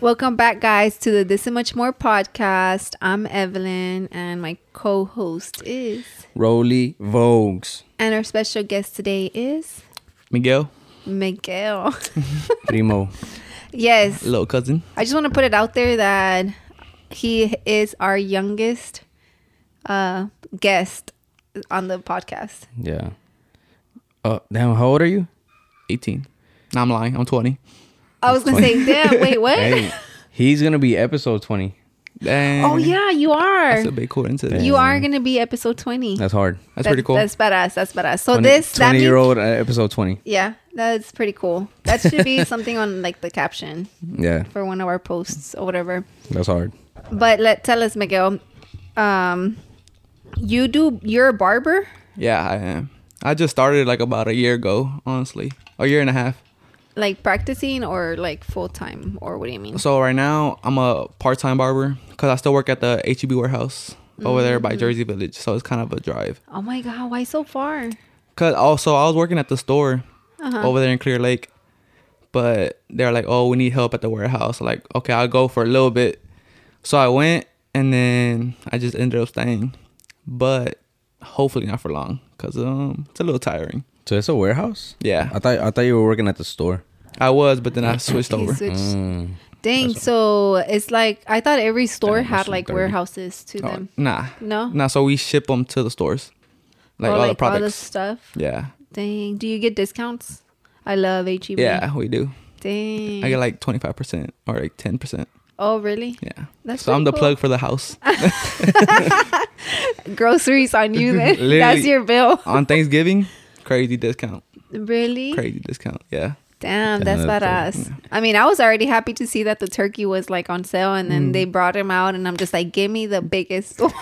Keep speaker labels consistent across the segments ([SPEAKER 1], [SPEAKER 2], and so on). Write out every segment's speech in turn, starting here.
[SPEAKER 1] Welcome back, guys, to the This and Much More podcast. I'm Evelyn, and my co host is.
[SPEAKER 2] Roly Vogues.
[SPEAKER 1] And our special guest today is
[SPEAKER 3] Miguel,
[SPEAKER 1] Miguel.
[SPEAKER 2] Primo.
[SPEAKER 1] yes,
[SPEAKER 3] little cousin.
[SPEAKER 1] I just want to put it out there that he is our youngest uh, guest on the podcast.
[SPEAKER 2] Yeah. Oh, damn, how old are you?
[SPEAKER 3] 18. No, I'm lying. I'm 20.
[SPEAKER 1] I was going to say, damn, wait, what?
[SPEAKER 2] Hey, he's going to be episode 20.
[SPEAKER 3] Dang.
[SPEAKER 1] Oh, yeah, you are.
[SPEAKER 3] That's a big coincidence.
[SPEAKER 1] You are going to be episode 20.
[SPEAKER 2] That's hard.
[SPEAKER 3] That's pretty cool.
[SPEAKER 1] That's badass. That's badass. So
[SPEAKER 2] 20,
[SPEAKER 1] this, that
[SPEAKER 2] 20
[SPEAKER 1] means
[SPEAKER 2] year old uh, episode 20.
[SPEAKER 1] Yeah, that's pretty cool. That should be something on like the caption
[SPEAKER 2] Yeah,
[SPEAKER 1] for one of our posts or whatever.
[SPEAKER 2] that's hard.
[SPEAKER 1] But let tell us, Miguel. Um, you do. You're a barber.
[SPEAKER 3] yeah, I am. I just started like about a year ago, honestly. A year and a half.
[SPEAKER 1] Like practicing or like full time or what do you mean?
[SPEAKER 3] So right now, I'm a part-time barber because I still work at the HEB warehouse over there
[SPEAKER 1] Mm.
[SPEAKER 3] by Jersey Village. So it's kind of a drive.
[SPEAKER 1] Oh my god, why so far?
[SPEAKER 3] Cause also I was working at the store
[SPEAKER 1] Uh-huh.
[SPEAKER 3] over there in Clear Lake, but they're like, "Oh, we need help at the warehouse." Like, okay, I'll go for a little bit. So I went, and then I just ended up staying, but hopefully not for long, cause um, it's a little tiring.
[SPEAKER 2] So it's a warehouse?
[SPEAKER 3] Yeah,
[SPEAKER 2] I thought I thought you were working at the store.
[SPEAKER 3] I was, but then I switched
[SPEAKER 1] He
[SPEAKER 3] over.
[SPEAKER 1] switched-
[SPEAKER 2] Mm.
[SPEAKER 1] Dang. So it's like I thought every store
[SPEAKER 2] Damn,
[SPEAKER 1] had
[SPEAKER 2] that's
[SPEAKER 1] like
[SPEAKER 2] dirty.
[SPEAKER 1] warehouses to
[SPEAKER 3] Oh,
[SPEAKER 1] them.
[SPEAKER 3] nah,
[SPEAKER 1] No.
[SPEAKER 3] nah. So we ship them to the stores, like
[SPEAKER 1] Or,
[SPEAKER 3] all the
[SPEAKER 1] all the
[SPEAKER 3] products.
[SPEAKER 1] stuff.
[SPEAKER 3] yeah,
[SPEAKER 1] Dang. Do you get discounts? I love HEB.
[SPEAKER 3] yeah, we do.
[SPEAKER 1] Dang.
[SPEAKER 3] I get like twenty five percent or like ten percent.
[SPEAKER 1] oh really?
[SPEAKER 3] Yeah.
[SPEAKER 1] That's
[SPEAKER 3] so
[SPEAKER 1] pretty
[SPEAKER 3] I'm the
[SPEAKER 1] cool.
[SPEAKER 3] plug for the house.
[SPEAKER 1] groceries on you then.
[SPEAKER 3] Literally.
[SPEAKER 1] That's your bill.
[SPEAKER 3] on Thanksgiving, crazy discount.
[SPEAKER 1] Really?
[SPEAKER 3] Crazy discount. Yeah.
[SPEAKER 1] Damn, that's
[SPEAKER 2] Damn, that's
[SPEAKER 1] badass. I mean, I was already happy to see that the turkey was like on sale and
[SPEAKER 2] Mm.
[SPEAKER 1] then they brought him out and I'm just like, give me the biggest one.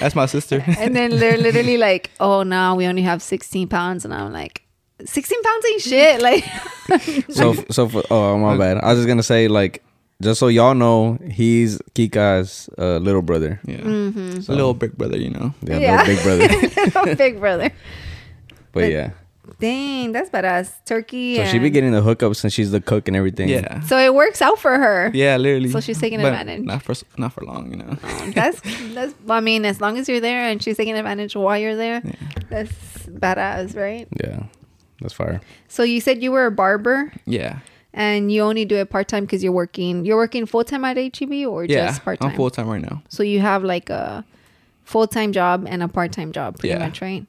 [SPEAKER 3] That's my sister.
[SPEAKER 1] and then they're literally like, oh no, we only have 16 pounds. And I'm like, 16 pounds ain't shit. Like,
[SPEAKER 2] So, so for, oh,
[SPEAKER 1] uh,
[SPEAKER 2] my bad. I was just going to say, like, just so y'all know, he's Kika's uh, little brother.
[SPEAKER 3] Yeah.
[SPEAKER 1] Mm-hmm.
[SPEAKER 2] So-
[SPEAKER 3] Little big brother, you know.
[SPEAKER 2] Yeah,
[SPEAKER 1] Yeah.
[SPEAKER 2] little big brother.
[SPEAKER 1] big brother.
[SPEAKER 2] But yeah.
[SPEAKER 1] Dang, that's badass. Turkey.
[SPEAKER 2] So she be
[SPEAKER 1] and-
[SPEAKER 2] getting the hookup since she's the cook and everything.
[SPEAKER 3] Yeah.
[SPEAKER 1] so it works out for her.
[SPEAKER 3] Yeah, literally.
[SPEAKER 1] So she's taking
[SPEAKER 3] But
[SPEAKER 1] advantage.
[SPEAKER 3] Not for not for long, you know.
[SPEAKER 1] That's that's. I mean, as long as you're there and she's taking advantage while you're there,
[SPEAKER 3] Yeah.
[SPEAKER 1] that's badass, right?
[SPEAKER 2] Yeah. That's fire.
[SPEAKER 1] So you said you were a barber
[SPEAKER 3] Yeah.
[SPEAKER 1] and you only do it part time because you're working. You're working full time at HEB or
[SPEAKER 3] Yeah.
[SPEAKER 1] just part
[SPEAKER 3] I'm
[SPEAKER 1] time.
[SPEAKER 3] full time right now.
[SPEAKER 1] so you have like a full time job and a part time job, pretty
[SPEAKER 3] Yeah.
[SPEAKER 1] much, right?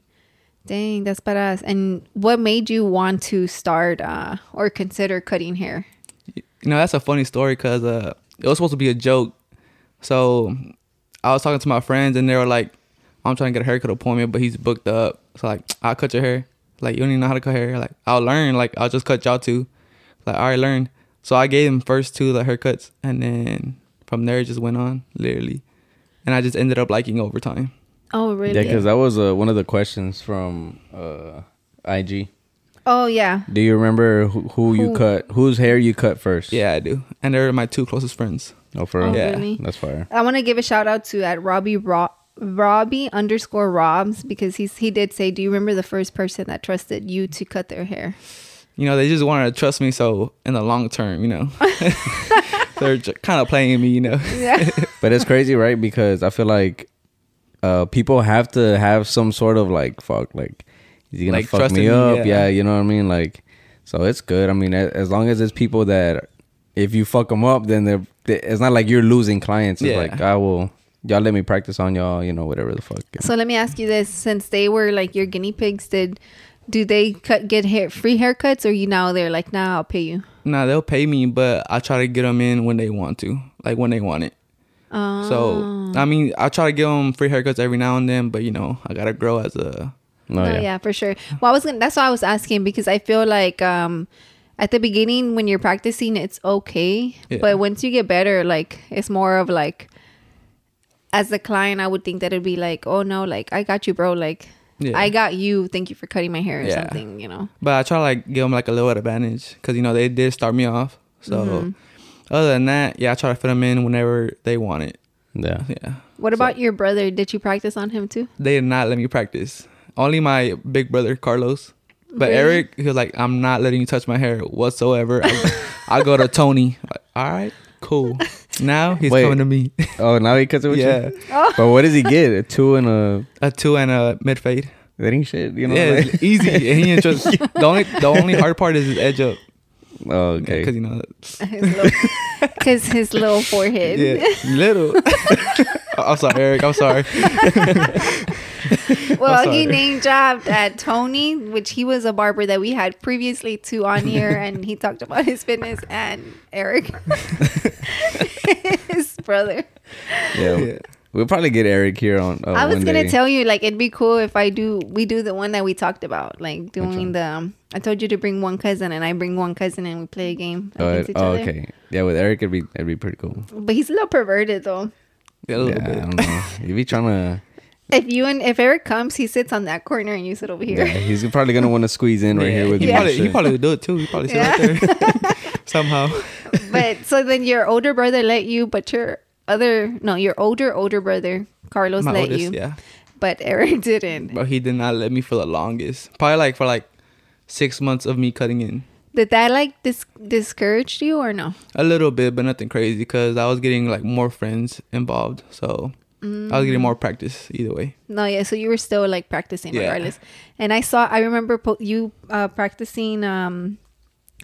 [SPEAKER 1] Dang, that's badass. And what made you want to start uh, or consider cutting hair?
[SPEAKER 3] You know, that's a funny story because uh, it was supposed to be a joke. So I was talking to my friends and they were like, I'm trying to get a haircut appointment, but he's booked up. So like, I'll cut your hair. Like, you don't even know how to cut hair. Like, I'll learn. Like, I'll just cut y'all two. Like, all right, learn. So I gave him first two of the haircuts and then from there it just went on, literally. And I just ended up liking over time.
[SPEAKER 1] Oh,
[SPEAKER 2] Yeah,
[SPEAKER 1] really?
[SPEAKER 2] because that was uh, one of the questions from uh, IG.
[SPEAKER 1] oh, yeah.
[SPEAKER 2] Do you remember who, who, you
[SPEAKER 1] Who?
[SPEAKER 2] cut, whose hair you cut first?
[SPEAKER 3] Yeah, I do. And they're my two closest friends.
[SPEAKER 2] Oh, for
[SPEAKER 1] Oh,
[SPEAKER 2] real?
[SPEAKER 3] Yeah.
[SPEAKER 1] really?
[SPEAKER 2] That's fire.
[SPEAKER 1] I want to give a shout out to at Robbie Ro- Robbie underscore Robs because he's he did say, "Do you remember the first person that trusted you to cut their hair?"
[SPEAKER 3] You know, they just wanted to trust me. So in the long term, you know, they're kind of playing me, you know.
[SPEAKER 1] Yeah,
[SPEAKER 2] But it's crazy, right? Because I feel like uh, people have to have some sort of like, fuck, like, is he gonna
[SPEAKER 3] Like,
[SPEAKER 2] fuck
[SPEAKER 3] trust in
[SPEAKER 2] me
[SPEAKER 3] me,
[SPEAKER 2] up?
[SPEAKER 3] yeah.
[SPEAKER 2] yeah. you know what I mean? Like, so it's good. I mean, a- as long as it's people that, if you fuck them up, then they're, they, it's not like you're losing clients. It's
[SPEAKER 3] Yeah.
[SPEAKER 2] like, I will, y'all let me practice on y'all, you know, whatever the fuck.
[SPEAKER 1] So let me ask you this: since they were like your guinea pigs, did do they cut get hair free haircuts, or you now they're like, "Nah, I'll pay you."
[SPEAKER 3] Nah, they'll pay me, but I try to get them in when they want to, like when they want it.
[SPEAKER 1] Uh,
[SPEAKER 3] So I mean, I try to give them free haircuts every now and then, but you know, I gotta grow as a.
[SPEAKER 2] No,
[SPEAKER 3] Oh,
[SPEAKER 1] no, Oh, yeah. for sure. Well, I was gonna, that's why I was asking because I feel like um at the beginning when you're practicing, it's okay,
[SPEAKER 3] Yeah.
[SPEAKER 1] but once you get better, like it's more of like as a client, I would think that it'd be like, oh no, like I got you, bro, like
[SPEAKER 3] Yeah.
[SPEAKER 1] I got you. Thank you for cutting my hair or
[SPEAKER 3] Yeah.
[SPEAKER 1] something, you know.
[SPEAKER 3] But I try to like give them like a little advantage because you know they did start me off. So other than that, yeah, I try to fit them in whenever they want it.
[SPEAKER 2] yeah.
[SPEAKER 3] Yeah,
[SPEAKER 1] What about your brother? Did you practice on him too?
[SPEAKER 3] they did not let me practice. Only my big brother Carlos. But
[SPEAKER 1] Really?
[SPEAKER 3] Eric, he was like, "I'm not letting you touch my hair whatsoever." I, I go to Tony. all right, cool. Now he's
[SPEAKER 2] Wait.
[SPEAKER 3] coming to me.
[SPEAKER 2] Oh, now he cuts it with
[SPEAKER 3] yeah,
[SPEAKER 2] you. But what does he get? A two and a
[SPEAKER 3] a two and a mid fade.
[SPEAKER 2] that ain't shit. You know.
[SPEAKER 3] yeah,
[SPEAKER 2] like-
[SPEAKER 3] it's easy. And he ain't just the only the only hard part is his edge up
[SPEAKER 2] oh, okay.
[SPEAKER 3] because you know
[SPEAKER 1] Because his little forehead.
[SPEAKER 3] yeah little. I'm sorry, Eric. I'm sorry.
[SPEAKER 1] Well,
[SPEAKER 3] I'm
[SPEAKER 1] he
[SPEAKER 3] sorry.
[SPEAKER 1] name dropped at Tony, which he was a barber that we had previously to on here, and he talked about his fitness and Eric, his brother.
[SPEAKER 2] yeah.
[SPEAKER 3] Yeah.
[SPEAKER 2] We'll probably get Eric here on. Uh,
[SPEAKER 1] I was
[SPEAKER 2] one
[SPEAKER 1] gonna
[SPEAKER 2] day.
[SPEAKER 1] tell you, like, it'd be cool if I do we do the one that we talked about, like doing
[SPEAKER 2] one?
[SPEAKER 1] the. Um, I told you to bring one cousin, and I bring one cousin, and we play a game
[SPEAKER 2] Oh,
[SPEAKER 1] against
[SPEAKER 2] it-
[SPEAKER 1] each
[SPEAKER 2] oh,
[SPEAKER 1] other.
[SPEAKER 2] okay. Yeah, with Eric, it'd be it'd be pretty cool.
[SPEAKER 1] But he's a little perverted, though.
[SPEAKER 3] Yeah, a
[SPEAKER 2] Yeah,
[SPEAKER 3] little
[SPEAKER 2] I
[SPEAKER 3] bit.
[SPEAKER 2] don't know. You be trying to.
[SPEAKER 1] If you and if Eric comes, he sits on that corner, and you sit over
[SPEAKER 2] Yeah,
[SPEAKER 1] here.
[SPEAKER 2] he's probably gonna want to squeeze in right here with
[SPEAKER 3] he
[SPEAKER 2] me. and
[SPEAKER 3] probably, he
[SPEAKER 2] shit.
[SPEAKER 3] probably would do it too. He probably sit right there somehow.
[SPEAKER 1] but so then your older brother let you, but your other no, your older older brother Carlos
[SPEAKER 3] My
[SPEAKER 1] let
[SPEAKER 3] oldest,
[SPEAKER 1] you,
[SPEAKER 3] yeah.
[SPEAKER 1] but Eric didn't.
[SPEAKER 3] But he did not let me for the longest. Probably like for like six months of me cutting in.
[SPEAKER 1] Did that like dis- discourage you or no?
[SPEAKER 3] A little bit, but nothing crazy because I was getting like more friends involved. So I was getting
[SPEAKER 1] Mm.
[SPEAKER 3] more practice either way.
[SPEAKER 1] No, yeah. So you were still like practicing
[SPEAKER 3] Yeah.
[SPEAKER 1] regardless. And I saw, I remember po- you uh, practicing um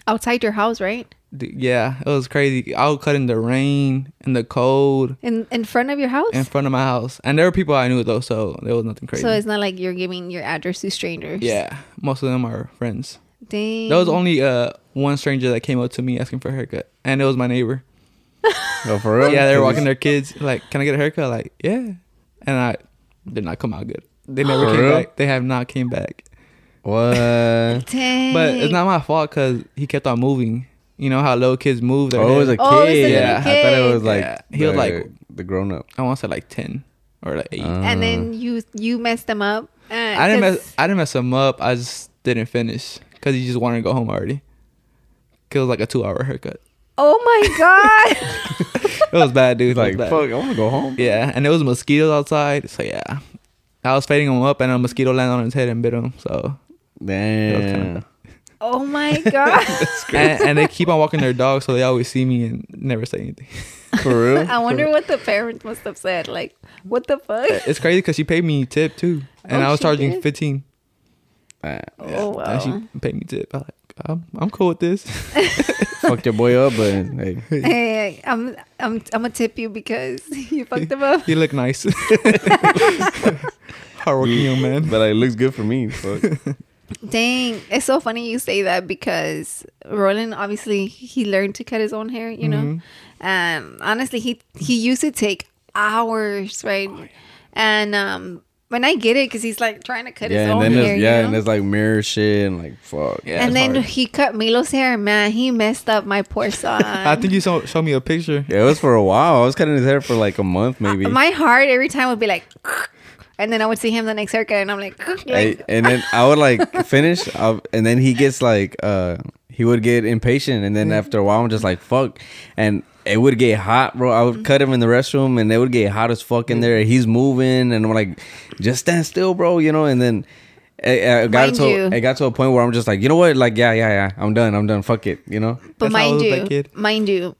[SPEAKER 1] outside your house, right?
[SPEAKER 3] D- Yeah, it was crazy. I would cut in the rain and the cold
[SPEAKER 1] In in front of your house.
[SPEAKER 3] in front of my house. And there were people I knew though, so there was nothing crazy.
[SPEAKER 1] so it's not like you're giving your address to strangers.
[SPEAKER 3] yeah, most of them are friends.
[SPEAKER 1] Dang.
[SPEAKER 3] There was only uh one stranger that came up to me asking for a haircut, and it was my neighbor.
[SPEAKER 2] Oh, for real?
[SPEAKER 3] Yeah, they were
[SPEAKER 2] Cause
[SPEAKER 3] walking
[SPEAKER 2] it's-
[SPEAKER 3] their kids like, "Can I get a haircut?" Like, yeah, and I did not come out good. They never
[SPEAKER 2] For
[SPEAKER 3] came
[SPEAKER 2] real?
[SPEAKER 3] back. They have not came back.
[SPEAKER 2] What?
[SPEAKER 1] Dang.
[SPEAKER 3] But it's not my fault because he kept on moving. You know how little kids move. Their
[SPEAKER 2] Oh, it was a
[SPEAKER 3] head?
[SPEAKER 2] kid.
[SPEAKER 1] Oh, it was a little
[SPEAKER 2] yeah, I thought it
[SPEAKER 1] kid.
[SPEAKER 2] was like
[SPEAKER 3] Yeah. He was
[SPEAKER 2] the-
[SPEAKER 3] like-
[SPEAKER 2] the grown up.
[SPEAKER 3] I want to say like ten or like eight.
[SPEAKER 2] Ah.
[SPEAKER 1] And then you you messed them up. Uh,
[SPEAKER 3] uh, I didn't
[SPEAKER 1] 'cause-
[SPEAKER 3] mess. I didn't mess him up. I just didn't finish because he just wanted to go home already. 'Cause It was like a two-hour haircut.
[SPEAKER 1] Oh my god.
[SPEAKER 3] It was bad, dude.
[SPEAKER 2] He's like,
[SPEAKER 3] It was bad.
[SPEAKER 2] fuck, I want to go home.
[SPEAKER 3] Yeah, and there was mosquitoes outside. So yeah, I was fading him up, and a mosquito landed on his head and bit him. So
[SPEAKER 2] Damn.
[SPEAKER 1] Oh my god!
[SPEAKER 3] and, and they keep on walking their dog, so they always see me and never say anything.
[SPEAKER 2] For real?
[SPEAKER 1] I wonder what the parents must have said. Like, what the fuck?
[SPEAKER 3] It's crazy because she paid me tip too, and
[SPEAKER 1] Oh,
[SPEAKER 3] I was
[SPEAKER 1] she
[SPEAKER 3] charging
[SPEAKER 1] did?
[SPEAKER 3] fifteen.
[SPEAKER 2] Ah,
[SPEAKER 1] Oh
[SPEAKER 3] And
[SPEAKER 1] wow!
[SPEAKER 3] she paid me tip. I'm like, I'm, I'm cool with this.
[SPEAKER 2] fucked your boy up, but hey,
[SPEAKER 1] Hey, I'm I'm I'm gonna tip you because you fucked them up.
[SPEAKER 3] you look nice. Hardworking young man.
[SPEAKER 2] but like, it looks good for me. Fuck.
[SPEAKER 1] Dang, it's so funny you say that because Roland obviously he learned to cut his own hair, you know,
[SPEAKER 2] Mm-hmm.
[SPEAKER 1] and honestly he he used to take hours, right?
[SPEAKER 2] Oh,
[SPEAKER 1] And um, when I get it, because he's like trying to cut his
[SPEAKER 2] yeah,
[SPEAKER 1] own
[SPEAKER 2] and then
[SPEAKER 1] hair,
[SPEAKER 2] there's,
[SPEAKER 1] you
[SPEAKER 2] yeah,
[SPEAKER 1] know?
[SPEAKER 2] and there's like mirror shit and like fuck.
[SPEAKER 3] Yeah.
[SPEAKER 1] and
[SPEAKER 3] it's
[SPEAKER 1] then
[SPEAKER 3] hard.
[SPEAKER 1] he cut Milo's hair, man. He messed up my poor son.
[SPEAKER 3] I think you saw, showed me a picture.
[SPEAKER 2] Yeah, it was for a while. I was cutting his hair for like a month, maybe.
[SPEAKER 1] my heart every time would be like, and then I would see him the next haircut, and I'm like,
[SPEAKER 2] I,
[SPEAKER 1] like
[SPEAKER 2] and then I would like finish, i and then he gets like, uh, he would get impatient, and then
[SPEAKER 1] Mm-hmm.
[SPEAKER 2] after a while, I'm just like, fuck, and it would get hot, bro. I
[SPEAKER 1] Mm-hmm.
[SPEAKER 2] would cut him in the restroom, and it would get hot as fuck in there. He's moving, and I'm like, just stand still, bro, you know. And then it, it got
[SPEAKER 1] Mind
[SPEAKER 2] to
[SPEAKER 1] you.
[SPEAKER 2] it got to a point where I'm just like, you know what, like, yeah, yeah, yeah, I'm done, I'm done, fuck it, you know.
[SPEAKER 1] but
[SPEAKER 3] That's how I
[SPEAKER 1] mind
[SPEAKER 3] was with that
[SPEAKER 1] you,
[SPEAKER 3] kid.
[SPEAKER 1] mind you,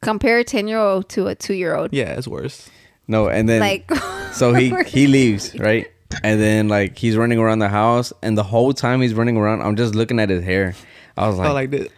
[SPEAKER 1] compare a ten year old to a two year old.
[SPEAKER 3] Yeah, it's worse.
[SPEAKER 2] No, and then
[SPEAKER 1] Like-
[SPEAKER 2] so he he leaves right, and then like he's running around the house, and the whole time he's running around, I'm just looking at his hair. I was
[SPEAKER 3] I
[SPEAKER 2] like,
[SPEAKER 3] like this.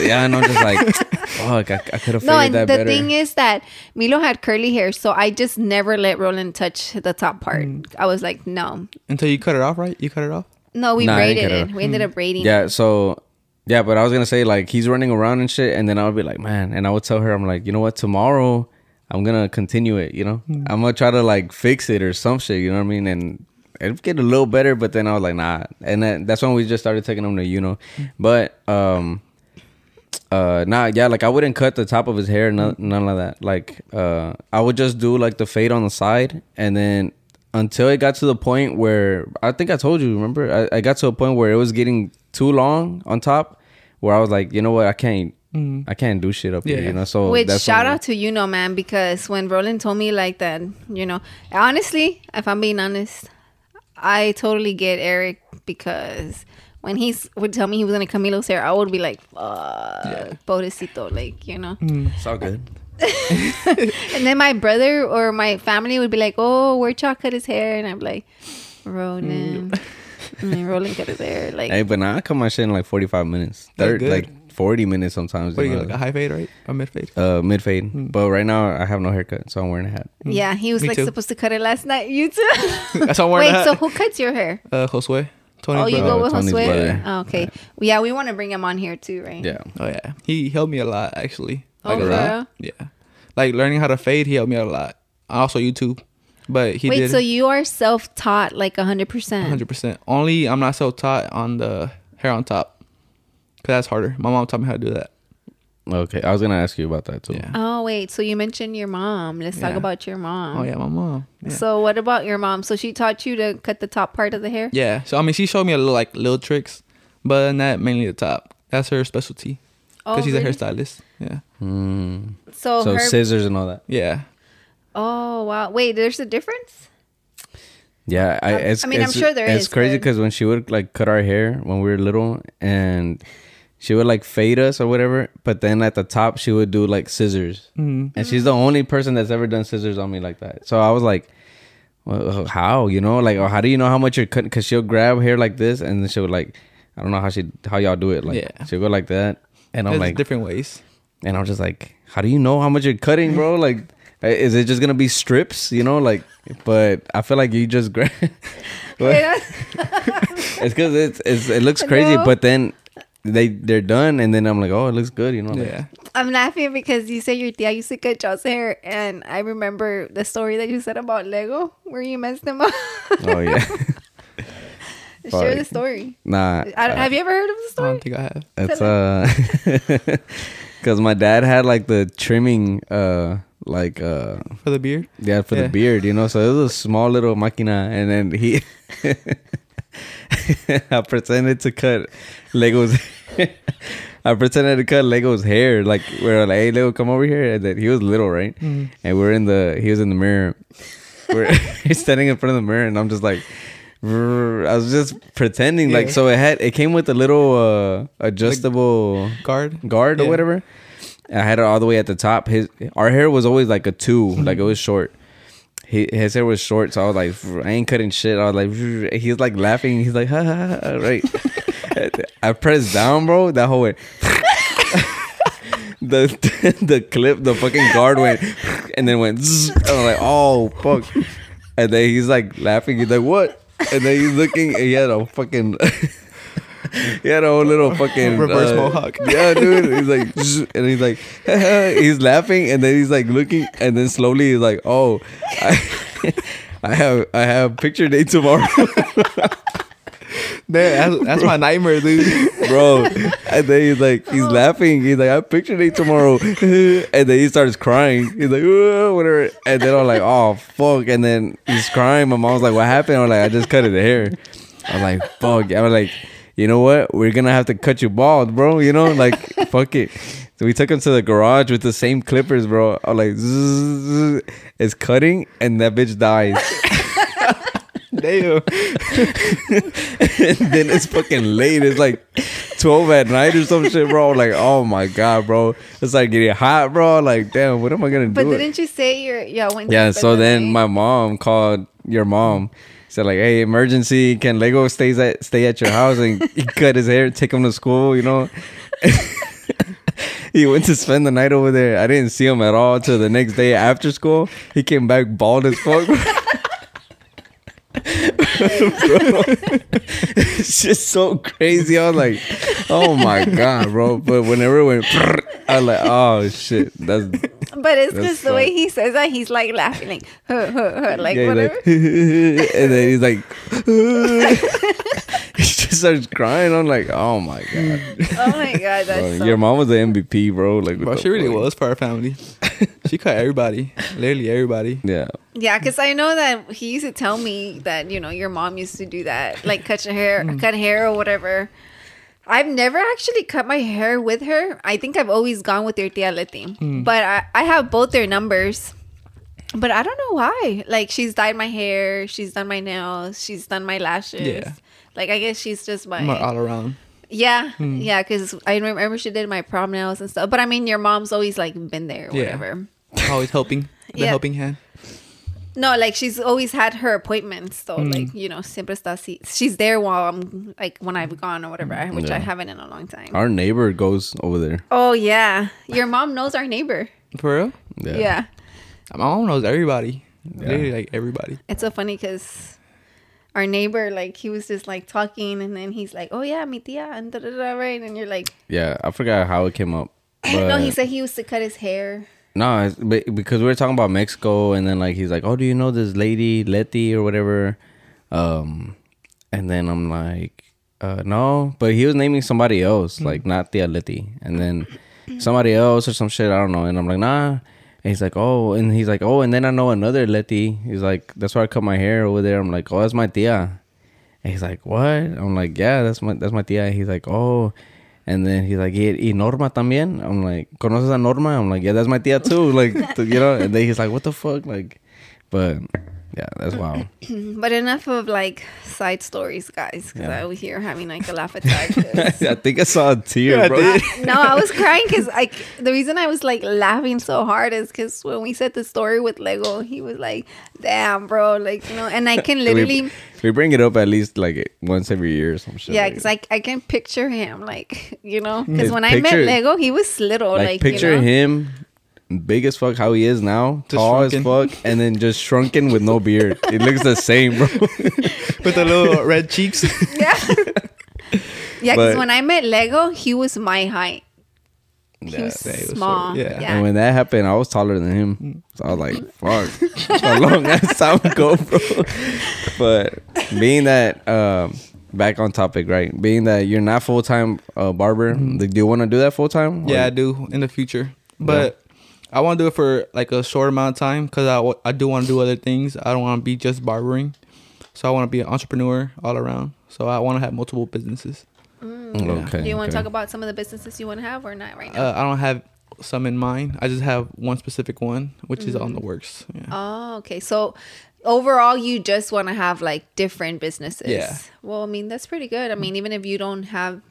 [SPEAKER 2] yeah, and I'm just like, fuck, I, I could have figured
[SPEAKER 1] No, and the
[SPEAKER 2] that better.
[SPEAKER 1] thing is that Milo had curly hair, so I just never let Roland touch the top part.
[SPEAKER 2] Mm.
[SPEAKER 1] I was like, no,
[SPEAKER 3] Until you cut it off, right? You cut it off.
[SPEAKER 1] no, we
[SPEAKER 2] Nah, I didn't
[SPEAKER 1] braided
[SPEAKER 2] cut it
[SPEAKER 1] it.
[SPEAKER 2] off.
[SPEAKER 1] We ended up braiding. it.
[SPEAKER 2] yeah, so yeah, but I was gonna say like he's running around and shit, and then I would be like, man, and I would tell her, I'm like, you know what, tomorrow I'm gonna continue it, you know,
[SPEAKER 1] Mm.
[SPEAKER 2] I'm gonna try to like fix it or some shit, you know what I mean, and it'd get a little better, but then I was like, nah, and then, that's when we just started taking him to, you know,
[SPEAKER 1] Mm.
[SPEAKER 2] but um. uh nah yeah like i wouldn't cut the top of his hair no,
[SPEAKER 3] Mm.
[SPEAKER 2] none of that like uh i would just do like the fade on the side and then until it got to the point where i think i told you remember i, I got to a point where it was getting too long on top where i was like you know what i can't i can't do shit up here
[SPEAKER 3] Mm. Yeah.
[SPEAKER 2] you know so
[SPEAKER 1] Which
[SPEAKER 2] Oh, that's
[SPEAKER 1] shout
[SPEAKER 2] when-
[SPEAKER 1] out to you know, man, because when Roland told me like that, you know, honestly, if I'm being honest, I totally get Eric because when he s- would tell me he was gonna Camilo's hair, I would be like, "Fuck, pobrecito," like you know.
[SPEAKER 2] It's all good.
[SPEAKER 1] And then my brother or my family would be like, "Oh, where Chuck cut his hair," and I'm like, "Ronan." Mm, Roland cut his hair like
[SPEAKER 2] Hey, but now I cut my shit in like 45 minutes.
[SPEAKER 3] That's
[SPEAKER 2] Third,
[SPEAKER 3] good.
[SPEAKER 2] like 40 minutes sometimes.
[SPEAKER 3] What are
[SPEAKER 2] you
[SPEAKER 3] you Mm.
[SPEAKER 2] know,
[SPEAKER 3] like a high fade, right? Or mid fade?
[SPEAKER 2] uh, mid fade. But right now, I have no haircut, so I'm wearing a hat.
[SPEAKER 1] yeah he was
[SPEAKER 3] Me
[SPEAKER 1] like
[SPEAKER 3] too.
[SPEAKER 1] supposed to cut it last night you too
[SPEAKER 3] That's how I'm wearing
[SPEAKER 1] wait
[SPEAKER 3] that.
[SPEAKER 1] so who cuts your hair
[SPEAKER 3] uh, Josue. Tony.
[SPEAKER 1] oh you
[SPEAKER 2] brother.
[SPEAKER 1] go with
[SPEAKER 2] Tony's brother.
[SPEAKER 1] Josue oh, okay Well, yeah we want to bring him on here too right
[SPEAKER 2] Yeah.
[SPEAKER 3] Oh yeah, he helped me a lot actually.
[SPEAKER 1] oh
[SPEAKER 3] Like a
[SPEAKER 1] for
[SPEAKER 3] lot.
[SPEAKER 1] real?
[SPEAKER 3] Yeah, like learning how to fade, he helped me out a lot. Also YouTube, but he
[SPEAKER 1] wait
[SPEAKER 3] did
[SPEAKER 1] so you are self-taught like 100 percent
[SPEAKER 3] hundred percent. Only I'm not so taught on the hair on top, cause that's harder. My mom taught me how to do that.
[SPEAKER 2] Okay. I was going to ask you about that too.
[SPEAKER 3] Yeah.
[SPEAKER 1] oh wait so you mentioned your mom let's talk
[SPEAKER 3] Yeah.
[SPEAKER 1] about your mom
[SPEAKER 3] Oh yeah, my mom. Yeah.
[SPEAKER 1] so what about your mom so she taught you to cut the top part of the hair
[SPEAKER 3] yeah. So I mean, she showed me a little like little tricks, but not mainly the top. That's her specialty,
[SPEAKER 1] oh
[SPEAKER 3] cause she's
[SPEAKER 1] really?
[SPEAKER 3] a hairstylist. Yeah.
[SPEAKER 2] Mm.
[SPEAKER 1] so,
[SPEAKER 2] so,
[SPEAKER 1] Oh, her
[SPEAKER 2] scissors and all that.
[SPEAKER 3] Yeah.
[SPEAKER 1] oh wow wait there's a difference
[SPEAKER 2] Yeah, I,
[SPEAKER 1] Um,
[SPEAKER 2] it's,
[SPEAKER 1] I mean, I'm
[SPEAKER 2] it's-
[SPEAKER 1] sure there
[SPEAKER 2] it's
[SPEAKER 1] is,
[SPEAKER 2] crazy
[SPEAKER 1] but-
[SPEAKER 2] because when she would like cut our hair when we were little, and she would like fade us or whatever, but then at the top she would do like scissors,
[SPEAKER 3] Mm-hmm.
[SPEAKER 2] and she's the
[SPEAKER 1] Mm-hmm.
[SPEAKER 2] only person that's ever done scissors on me like that. So I was like, well, uh, how you know, like, or how do you know how much you're cutting? Because she'll grab hair like this, and then she would like, I don't know how she how y'all do it. Like,
[SPEAKER 3] Yeah.
[SPEAKER 2] she'll go like that, and I'm
[SPEAKER 3] There's
[SPEAKER 2] like,
[SPEAKER 3] different ways.
[SPEAKER 2] and I'm just like, how do you know how much you're cutting, bro? Like, eh, is it just gonna be strips? You know, like, but I feel like you just grab.
[SPEAKER 1] Wait,
[SPEAKER 2] it's
[SPEAKER 1] that's-
[SPEAKER 2] because it's, it's it looks crazy,
[SPEAKER 1] No.
[SPEAKER 2] but then they they're done, and then I'm like, oh, it looks good, you know. like-
[SPEAKER 3] Yeah.
[SPEAKER 1] I'm laughing because you said your tia used to cut y'all's hair, and I remember the story that you said about Lego where you messed them up.
[SPEAKER 2] oh yeah.
[SPEAKER 1] Share the
[SPEAKER 2] Fuck.
[SPEAKER 1] story.
[SPEAKER 2] nah.
[SPEAKER 1] I, don't-
[SPEAKER 2] uh,
[SPEAKER 1] have you ever heard of the
[SPEAKER 3] I
[SPEAKER 1] story?
[SPEAKER 3] don't think I have.
[SPEAKER 2] It's uh, because my dad had like the trimming uh like uh
[SPEAKER 3] For the beard?
[SPEAKER 2] Yeah, for
[SPEAKER 3] Yeah.
[SPEAKER 2] the beard, you know. So it was a small little machina, and then he, I pretended to cut Lego's. I pretended to cut Lego's hair, like we are like, "Hey, Lego, come over here." And then he was little, right?
[SPEAKER 3] Mm-hmm.
[SPEAKER 2] And we're in the he was in the mirror. We're he's standing in front of the mirror, and I'm just like, "Rrr." I was just pretending, like
[SPEAKER 3] Yeah.
[SPEAKER 2] so. It had it came with a little uh, adjustable
[SPEAKER 3] Guard?
[SPEAKER 2] guard or
[SPEAKER 3] Yeah.
[SPEAKER 2] whatever. And I had it all the way at the top. His our hair was always like a 2 like it was short. He, his hair was short, so I was like, I ain't cutting shit. I was like, he was like laughing. He's like, ha ha, ha right. I pressed down, bro. That whole way. the the clip, the fucking guard went, and then went. zzz. I was like, oh fuck. And then he's like laughing. He's like, what? And then he's looking. and He had a fucking. he had a whole little fucking uh,
[SPEAKER 3] Reverse mohawk.
[SPEAKER 2] Yeah, dude. He's like, zzz, and he's like, he's laughing, and then he's like looking, and then slowly he's like, oh, I, I have I have picture day tomorrow.
[SPEAKER 3] Damn, that's, that's my nightmare, dude.
[SPEAKER 2] bro. And then he's like, he's laughing. He's like, I picture it tomorrow. and then he starts crying. He's like, "Whoa," whatever. And then I'm like, oh fuck. And then he's crying. My mom's like, what happened? I'm like, I just cut his hair. I'm like, fuck. I was like, you know what? We're gonna have to cut you bald, bro. You know, like, fuck it. So we took him to the garage with the same clippers, bro. I'm like, "Zzz, zzz." it's cutting, and that bitch dies.
[SPEAKER 3] Damn.
[SPEAKER 2] and then it's fucking late. It's like twelve at night or some shit, bro. Like, oh my god, bro. It's like getting hot, bro. Like, damn, what am I gonna
[SPEAKER 1] But
[SPEAKER 2] do?
[SPEAKER 1] didn't you say your yeah went? to
[SPEAKER 2] yeah.
[SPEAKER 1] bed
[SPEAKER 2] So
[SPEAKER 1] that
[SPEAKER 2] then
[SPEAKER 1] night?
[SPEAKER 2] my mom called your mom. Said like, hey, emergency. Can Lego stays at stay at your house and he cut his hair, take him to school? You know. He went to spend the night over there. I didn't see him at all till the next day after school. He came back bald as fuck. Bro. it's just so crazy. I was like, oh my god, bro. But whenever it went, I was like, oh shit, that's
[SPEAKER 1] but it's
[SPEAKER 2] That's
[SPEAKER 1] just the way
[SPEAKER 2] fun.
[SPEAKER 1] he says that he's like laughing like huh, huh, huh, like
[SPEAKER 2] yeah, he's
[SPEAKER 1] whatever.
[SPEAKER 2] and then he's like, he just starts crying. I'm like, oh my god,
[SPEAKER 1] oh my god, that's
[SPEAKER 2] Bro,
[SPEAKER 1] so
[SPEAKER 2] your mom was the MVP, bro. Like, what
[SPEAKER 3] Bro,
[SPEAKER 2] the
[SPEAKER 3] she really
[SPEAKER 2] fuck?
[SPEAKER 3] was for our family. she cut everybody, literally everybody.
[SPEAKER 2] Yeah,
[SPEAKER 1] Yeah, because I know that he used to tell me that you know your mom used to do that, like cut your hair,
[SPEAKER 2] Hmm.
[SPEAKER 1] cut hair or whatever. I've never actually cut my hair with
[SPEAKER 2] Hmm.
[SPEAKER 1] her. I think I've always gone with your tia Leti, but I, I have both their numbers. But I don't know why. Like she's dyed my hair, she's done my nails, she's done my lashes.
[SPEAKER 3] Yeah.
[SPEAKER 1] Like I guess she's just my
[SPEAKER 3] I'm all around.
[SPEAKER 1] yeah, yeah. Because I remember she did my prom nails and stuff. But I mean, your mom's always like been there, or
[SPEAKER 3] Yeah.
[SPEAKER 1] whatever.
[SPEAKER 3] Always helping. The
[SPEAKER 1] Yeah.
[SPEAKER 3] helping hand.
[SPEAKER 1] No, like she's always had her appointments, so like you know, siempre está así. She's there while I'm like when I've gone or whatever, I- which I
[SPEAKER 2] Yeah.
[SPEAKER 1] haven't in a long time.
[SPEAKER 2] Our neighbor goes over there.
[SPEAKER 1] oh yeah, your mom knows our neighbor.
[SPEAKER 3] For real?
[SPEAKER 1] Yeah,
[SPEAKER 3] My mom knows everybody. Literally like everybody.
[SPEAKER 1] it's so funny because our neighbor, like he was just like talking, and then he's like, "Oh yeah, mi tía," and da da da, right? And you're like,
[SPEAKER 2] Yeah, I forgot how it came up.
[SPEAKER 1] "No," he
[SPEAKER 2] but-
[SPEAKER 1] said he used to cut his hair.
[SPEAKER 2] No, it's, be- because we were talking about Mexico, and then like he's like, "Oh, do you know this lady Letty or whatever?" Um, and then I'm like, uh, "No," but he was naming somebody else, like not the Letty, and then somebody else or some shit. I don't know. And I'm like, "Nah." And he's like, "Oh," and he's like, "Oh," and then I know another Letty. He's like, "That's why I cut my hair over there." I'm like, "Oh, that's my tia." And he's like, "What?" I'm like, "Yeah, that's my that's my tía." He's like, "Oh," and then he's like, "Y, y Norma también?" I'm like, "Conoces a Norma?" I'm like, "Yeah, that's my tía too." Like, you know. And then he's like, "What the fuck?" Like, but yeah, that's wild.
[SPEAKER 1] But enough of like side stories, guys, because
[SPEAKER 2] Yeah.
[SPEAKER 1] I was here having like a laugh attack. 'cause-
[SPEAKER 2] I think I saw a tear, bro.
[SPEAKER 1] no, I was crying because like the reason I was like laughing so hard is because when we said the story with Lego, he was like, "Damn, bro!" Like you know, and I can
[SPEAKER 2] we,
[SPEAKER 1] literally,
[SPEAKER 2] we bring it up at least like once every year or some shit.
[SPEAKER 1] yeah,
[SPEAKER 2] like
[SPEAKER 1] because like I can picture him, like you know, because
[SPEAKER 2] His
[SPEAKER 1] when I
[SPEAKER 2] picture-
[SPEAKER 1] met Lego, he was little,
[SPEAKER 2] like,
[SPEAKER 1] like,
[SPEAKER 2] picture
[SPEAKER 1] you know?
[SPEAKER 2] him big as fuck how he is now
[SPEAKER 3] Just
[SPEAKER 2] tall
[SPEAKER 3] shrunken.
[SPEAKER 2] as fuck and then just shrunken with no beard it looks the same bro
[SPEAKER 3] With the little red cheeks.
[SPEAKER 1] Yeah, yeah. Because
[SPEAKER 2] But-
[SPEAKER 1] when I met Lego, he was my height. He
[SPEAKER 2] Yeah,
[SPEAKER 1] was
[SPEAKER 3] yeah, he was short,
[SPEAKER 1] small.
[SPEAKER 3] yeah.
[SPEAKER 1] yeah.
[SPEAKER 2] And when that happened, I was taller than
[SPEAKER 3] Mm.
[SPEAKER 2] him. So I was like, fuck. a long ass time ago, bro. But being that um back on topic, right? Being that you're not full time uh, barber, like, do you want to do that full time?
[SPEAKER 3] Mm-hmm. Yeah, I do in the future, but I want to do it for like a short amount of time because I, wa- I do want to do other things. I don't want to be just barbering, so I want to be an entrepreneur all around. So I want to have multiple businesses.
[SPEAKER 2] Okay.
[SPEAKER 1] Do you want to
[SPEAKER 2] okay.
[SPEAKER 1] talk about some of the businesses you want to have or not right now?
[SPEAKER 3] Uh, I don't have some in mind. I just have one specific one, which is on the
[SPEAKER 1] Mm-hmm.
[SPEAKER 3] works. Yeah.
[SPEAKER 1] oh, okay. So overall, you just want to have like different businesses.
[SPEAKER 3] Yeah.
[SPEAKER 1] Well, I mean, that's pretty good. I mean, even if you don't have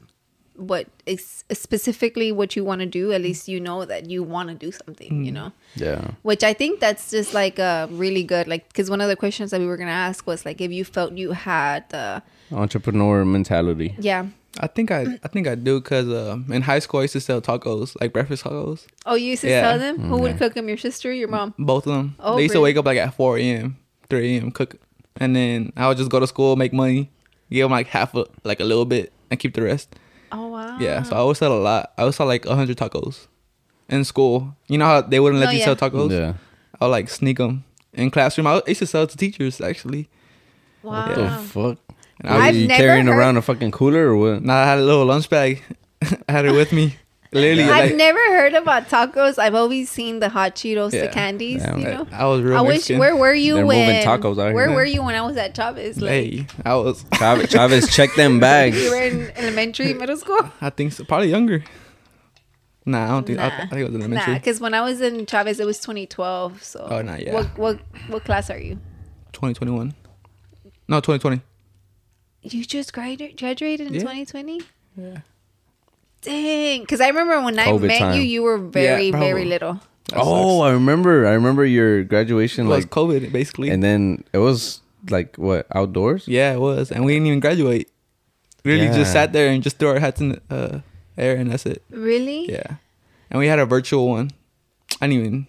[SPEAKER 1] what is specifically what you want to do, at least you know that you want to do something, you
[SPEAKER 3] Hmm.
[SPEAKER 1] know?
[SPEAKER 2] Yeah.
[SPEAKER 1] Which I think that's just like uh, really good. Like, because one of the questions that we were going to ask was like if you felt you had the,
[SPEAKER 2] Entrepreneur mentality.
[SPEAKER 1] yeah.
[SPEAKER 3] I think I I think I do because uh, in high school I used to sell tacos, like breakfast tacos,
[SPEAKER 1] Oh, you used to
[SPEAKER 3] Yeah.
[SPEAKER 1] tell
[SPEAKER 3] Mm-hmm.
[SPEAKER 1] them? Who would cook them? Your sister, or your mom?
[SPEAKER 3] both of them.
[SPEAKER 1] Oh,
[SPEAKER 3] they used to
[SPEAKER 1] really?
[SPEAKER 3] wake up like at 4 a.m., 3 a.m. cook, and then I would just go to school, make money, give them like half a like a little bit, and keep the rest.
[SPEAKER 1] Oh, wow.
[SPEAKER 3] Yeah, so I always sell a lot. I always sell like hundred tacos in school. You know how they wouldn't let
[SPEAKER 1] Oh,
[SPEAKER 3] you
[SPEAKER 1] yeah.
[SPEAKER 3] sell tacos?
[SPEAKER 2] Yeah.
[SPEAKER 3] I would like sneak them in classroom. I would- I used to sell to teachers actually.
[SPEAKER 1] Wow.
[SPEAKER 2] What the fuck?
[SPEAKER 3] And
[SPEAKER 2] What,
[SPEAKER 3] I
[SPEAKER 1] Oh. I've
[SPEAKER 2] you
[SPEAKER 1] never
[SPEAKER 2] carrying
[SPEAKER 1] heard-
[SPEAKER 2] around a fucking cooler or what?
[SPEAKER 3] now I had a little lunch bag. I had it with me. Literally,
[SPEAKER 1] I've
[SPEAKER 3] like,
[SPEAKER 1] never heard about tacos. I've always seen the hot Cheetos, the
[SPEAKER 3] Yeah.
[SPEAKER 1] candies.
[SPEAKER 2] Yeah.
[SPEAKER 1] you
[SPEAKER 3] I-
[SPEAKER 1] know,
[SPEAKER 3] I was real.
[SPEAKER 1] I wish.
[SPEAKER 3] Mexican.
[SPEAKER 1] Where were you
[SPEAKER 2] They're moving
[SPEAKER 1] when
[SPEAKER 2] tacos out
[SPEAKER 1] Where
[SPEAKER 2] here.
[SPEAKER 1] were you when I was at Chavez? Like
[SPEAKER 3] Hey, I was.
[SPEAKER 2] Chavez, Chavez check them
[SPEAKER 1] you
[SPEAKER 2] bags.
[SPEAKER 1] were in elementary, middle school.
[SPEAKER 3] I think so. Probably younger. Nah, I don't think.
[SPEAKER 1] Nah.
[SPEAKER 3] I, I think it was
[SPEAKER 1] Nah,
[SPEAKER 3] elementary.
[SPEAKER 1] because when I was in Chavez, it was 2012. So
[SPEAKER 3] Oh, nah, yeah.
[SPEAKER 1] What what what class are you?
[SPEAKER 3] 2021. No, 2020.
[SPEAKER 1] You just gradu- graduated in
[SPEAKER 3] Yeah.
[SPEAKER 1] 2020.
[SPEAKER 3] Yeah.
[SPEAKER 1] Dang, because I remember when I
[SPEAKER 2] COVID
[SPEAKER 1] met
[SPEAKER 2] time.
[SPEAKER 1] you, you were very
[SPEAKER 3] probably.
[SPEAKER 1] very little.
[SPEAKER 3] That
[SPEAKER 2] Oh, I remember. I remember your graduation,
[SPEAKER 3] it was
[SPEAKER 2] like,
[SPEAKER 3] COVID basically.
[SPEAKER 2] and then it was like what outdoors?
[SPEAKER 3] Yeah, it was, and we didn't even graduate. Really, just
[SPEAKER 2] Yeah.
[SPEAKER 3] sat there and just threw our hats in the uh, air, and that's it.
[SPEAKER 1] Really?
[SPEAKER 3] Yeah, and we had a virtual one. I didn't even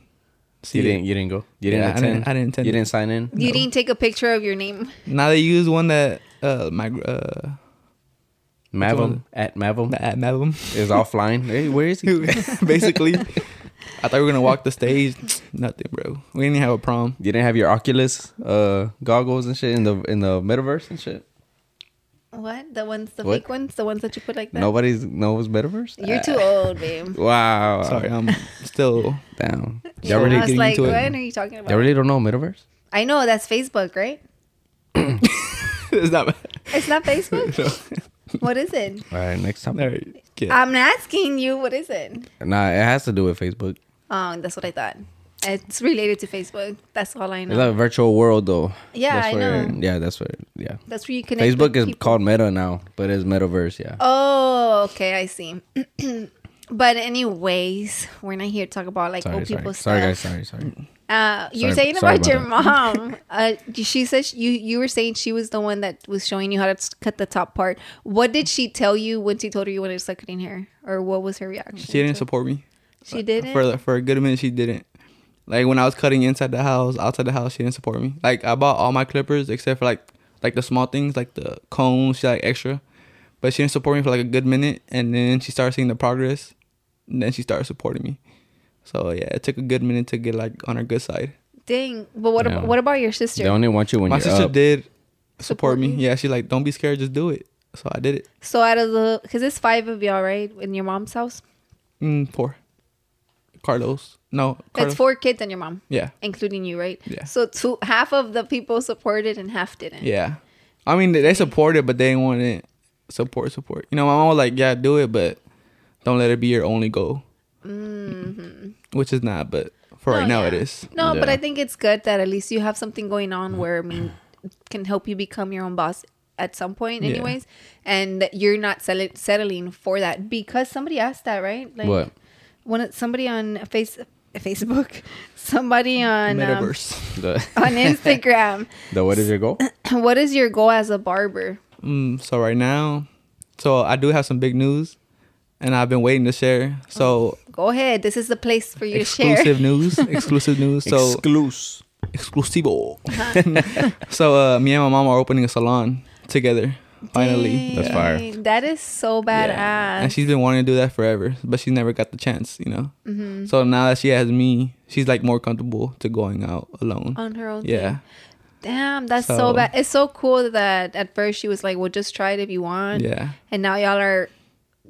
[SPEAKER 3] see
[SPEAKER 2] You
[SPEAKER 3] it.
[SPEAKER 2] didn't. You didn't go. You didn't
[SPEAKER 3] Yeah, I
[SPEAKER 2] attend.
[SPEAKER 3] didn't- I didn't attend
[SPEAKER 2] You
[SPEAKER 3] it.
[SPEAKER 2] didn't sign in.
[SPEAKER 1] You didn't take a picture of your name.
[SPEAKER 3] Now they use one that uh, my uh,
[SPEAKER 2] Mavam at Mavam
[SPEAKER 3] the at Mavum
[SPEAKER 2] is offline. Hey, where is he?
[SPEAKER 3] basically. I thought we were gonna walk the stage. Nothing, bro. We didn't have a prom.
[SPEAKER 2] You didn't have your Oculus uh, goggles and shit in the in the metaverse and shit.
[SPEAKER 1] What the ones, the
[SPEAKER 2] What?
[SPEAKER 1] fake ones, the ones that you put like that?
[SPEAKER 2] Nobody's knows metaverse. Ah.
[SPEAKER 1] You're too old, babe.
[SPEAKER 2] Wow.
[SPEAKER 3] Sorry, I'm still.
[SPEAKER 2] Damn.
[SPEAKER 1] So
[SPEAKER 2] Y'all really,
[SPEAKER 1] I was
[SPEAKER 3] getting
[SPEAKER 1] like,
[SPEAKER 3] into it.
[SPEAKER 1] what are you talking about?
[SPEAKER 2] y'all really don't know metaverse?
[SPEAKER 1] I know that's Facebook, right?
[SPEAKER 3] it's not.
[SPEAKER 1] It's not Facebook.
[SPEAKER 3] No.
[SPEAKER 1] what is it?
[SPEAKER 2] All right, next time.
[SPEAKER 3] All right, yeah.
[SPEAKER 1] I'm asking you, what is it?
[SPEAKER 2] Nah, it has to do with Facebook.
[SPEAKER 1] Oh, that's what I thought. I It's related to Facebook. That's all I know.
[SPEAKER 2] It's like a virtual world, though.
[SPEAKER 1] Yeah,
[SPEAKER 2] that's
[SPEAKER 1] I
[SPEAKER 2] where,
[SPEAKER 1] know.
[SPEAKER 2] Yeah, that's where. Yeah,
[SPEAKER 1] That's where you connect.
[SPEAKER 2] Facebook
[SPEAKER 1] with
[SPEAKER 2] is
[SPEAKER 1] people.
[SPEAKER 2] called Meta now, but it's Metaverse. Yeah.
[SPEAKER 1] Oh, okay, I see. but anyways, we're not here to talk about like
[SPEAKER 2] sorry,
[SPEAKER 1] old
[SPEAKER 2] sorry,
[SPEAKER 1] oh, people
[SPEAKER 2] sorry, guys.
[SPEAKER 1] stuff.
[SPEAKER 2] Sorry, sorry.
[SPEAKER 1] Uh, you're
[SPEAKER 2] Sorry-
[SPEAKER 1] saying
[SPEAKER 2] sorry
[SPEAKER 1] about, your
[SPEAKER 2] about
[SPEAKER 1] mom. uh, she said sh- you you were saying she was the one that was showing you how to s- cut the top part. What did she tell you when she told her you wanted to start cutting hair, or what was her reaction?
[SPEAKER 3] She
[SPEAKER 1] to
[SPEAKER 3] didn't
[SPEAKER 1] it?
[SPEAKER 3] support me.
[SPEAKER 1] She didn't.
[SPEAKER 3] for the- for a good minute she didn't like when i was cutting inside the house outside the house she didn't support me like i bought all my clippers except for like like the small things like the combs she like extra but she didn't support me for like a good minute and then she started seeing the progress and then she started supporting me so yeah it took a good minute to get like on her good side
[SPEAKER 1] Dang. But what
[SPEAKER 2] Yeah.
[SPEAKER 1] about what about your sister?
[SPEAKER 2] They only want you when
[SPEAKER 3] my
[SPEAKER 2] you're
[SPEAKER 3] sister
[SPEAKER 2] up.
[SPEAKER 3] did
[SPEAKER 1] Support
[SPEAKER 3] support me
[SPEAKER 1] you.
[SPEAKER 3] yeah she like don't be scared just do it so i did it
[SPEAKER 1] So out of the because it's five of y'all, right? In your mom's house,
[SPEAKER 3] mm, four carlos no
[SPEAKER 1] it's
[SPEAKER 3] carlos
[SPEAKER 1] four kids and your mom,
[SPEAKER 3] yeah
[SPEAKER 1] including you, right?
[SPEAKER 3] Yeah.
[SPEAKER 1] So two half of the people supported and half didn't.
[SPEAKER 3] Yeah. I mean, they- they support it, but they didn't want it. Support, support. You know, my mom was like, yeah, do it, but don't let it be your only goal. Mm-hmm. Which is not, but for
[SPEAKER 1] No,
[SPEAKER 3] right now,
[SPEAKER 1] yeah.
[SPEAKER 3] it is.
[SPEAKER 1] No, but
[SPEAKER 2] Yeah.
[SPEAKER 1] I think it's good that at least you have something going on where I mean it can help you become your own boss at some point
[SPEAKER 3] Yeah.
[SPEAKER 1] anyways and that you're not sell- settling for that because somebody asked that right like
[SPEAKER 2] What?
[SPEAKER 1] when it, somebody on face facebook somebody on um,
[SPEAKER 3] Metaverse.
[SPEAKER 2] The,
[SPEAKER 1] on instagram
[SPEAKER 2] the what is your goal?
[SPEAKER 1] what is your goal as a barber
[SPEAKER 3] Mm, so right now, so I do have some big news, and I've been waiting to share. So
[SPEAKER 1] go ahead this is the place for Oh, you to share
[SPEAKER 3] exclusive news, exclusive news. So
[SPEAKER 2] Exclus.
[SPEAKER 3] exclusivo.
[SPEAKER 1] Uh-huh.
[SPEAKER 3] so uh, me and my mom are opening a salon together. Finally,
[SPEAKER 2] That's
[SPEAKER 1] Dang,
[SPEAKER 2] fire.
[SPEAKER 1] that is so badass
[SPEAKER 3] Yeah. And she's been wanting to do that forever, but she never got the chance, you know.
[SPEAKER 1] Mm-hmm.
[SPEAKER 3] So now that she has me, she's like more comfortable to going out alone.
[SPEAKER 1] on her own thing.
[SPEAKER 3] yeah,
[SPEAKER 1] Damn, that's so,
[SPEAKER 3] So-
[SPEAKER 1] bad. It's so cool that at first she was like, "Well, just try it if you want,"
[SPEAKER 3] yeah.
[SPEAKER 1] and now y'all are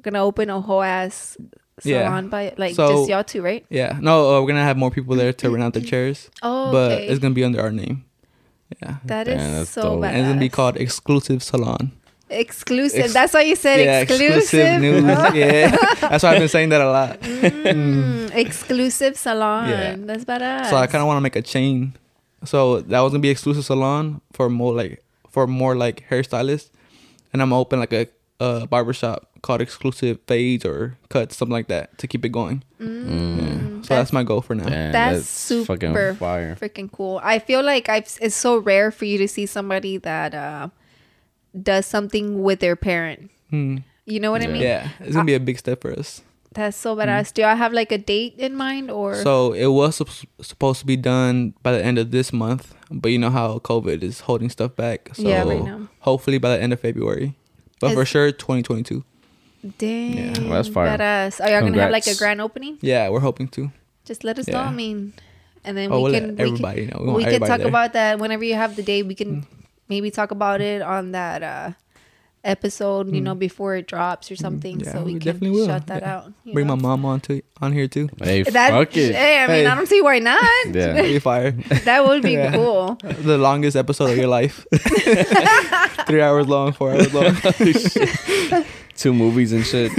[SPEAKER 1] gonna open a whole ass
[SPEAKER 3] Yeah.
[SPEAKER 1] salon by like
[SPEAKER 3] So-
[SPEAKER 1] just y'all two, right?
[SPEAKER 3] Yeah. No, uh, we're gonna have more people there to rent out the chairs,
[SPEAKER 1] Oh,
[SPEAKER 3] but
[SPEAKER 1] okay.
[SPEAKER 3] it's gonna be under our name. Yeah.
[SPEAKER 1] That
[SPEAKER 2] Damn,
[SPEAKER 1] is
[SPEAKER 2] that's
[SPEAKER 1] so
[SPEAKER 2] dope.
[SPEAKER 1] bad.
[SPEAKER 3] And it's gonna be called Exclusive Salon.
[SPEAKER 1] exclusive.
[SPEAKER 3] Ex-
[SPEAKER 1] that's why you said exclusive.
[SPEAKER 3] news. yeah, that's why I've been saying that a lot.
[SPEAKER 1] Mm, exclusive salon.
[SPEAKER 3] Yeah.
[SPEAKER 1] That's badass.
[SPEAKER 3] So I kind of want to make a chain. So that was gonna be exclusive salon for more like for more like hairstylists, and I'm gonna open like a, a barbershop called exclusive fades or cuts something like that to keep it going.
[SPEAKER 1] Mm.
[SPEAKER 3] Yeah. So that's my goal for now.
[SPEAKER 2] Damn,
[SPEAKER 1] That's
[SPEAKER 2] fucking
[SPEAKER 1] super
[SPEAKER 2] fire.
[SPEAKER 1] freaking cool. I feel like I've it's so rare for you to see somebody that uh, does something with their parent.
[SPEAKER 3] Mm.
[SPEAKER 1] You know what I mean?
[SPEAKER 3] Yeah, it's gonna be a big step for us.
[SPEAKER 1] That's so badass. Do I have like a date in mind or
[SPEAKER 3] So it was sup- supposed to be done by the end of this month, but you know how COVID is holding stuff back. So
[SPEAKER 1] Yeah, right now.
[SPEAKER 3] hopefully by the end of February, but for
[SPEAKER 1] Is-
[SPEAKER 3] sure 2022.
[SPEAKER 1] dang
[SPEAKER 2] Well, that's fire.
[SPEAKER 1] badass. Are y'all gonna have like a
[SPEAKER 2] Congrats.
[SPEAKER 1] grand opening?
[SPEAKER 3] Yeah, we're hoping to.
[SPEAKER 1] Just let us know.
[SPEAKER 3] Yeah.
[SPEAKER 1] I mean, and then
[SPEAKER 3] Oh,
[SPEAKER 1] we
[SPEAKER 3] we'll
[SPEAKER 1] can
[SPEAKER 3] let everybody know. We
[SPEAKER 1] we,
[SPEAKER 3] want
[SPEAKER 1] can
[SPEAKER 3] everybody
[SPEAKER 1] talk
[SPEAKER 3] there. Hmm.
[SPEAKER 1] about that whenever you have the day. We can maybe talk about it on that uh episode. You know, before it drops or something,
[SPEAKER 3] Hmm. Yeah,
[SPEAKER 1] so we,
[SPEAKER 3] we
[SPEAKER 1] can
[SPEAKER 3] definitely will.
[SPEAKER 1] shut that
[SPEAKER 3] Yeah.
[SPEAKER 1] out. you
[SPEAKER 3] Bring
[SPEAKER 1] know?
[SPEAKER 3] my mom on to on here too.
[SPEAKER 2] Hey,
[SPEAKER 1] That
[SPEAKER 2] fuck it.
[SPEAKER 1] hey, I mean,
[SPEAKER 3] Hey.
[SPEAKER 1] I don't see why not.
[SPEAKER 2] Yeah.
[SPEAKER 3] Be fire.
[SPEAKER 1] That would be
[SPEAKER 3] Yeah.
[SPEAKER 1] cool.
[SPEAKER 3] the longest episode of your life. Three hours long, four hours long.
[SPEAKER 2] two movies and shit.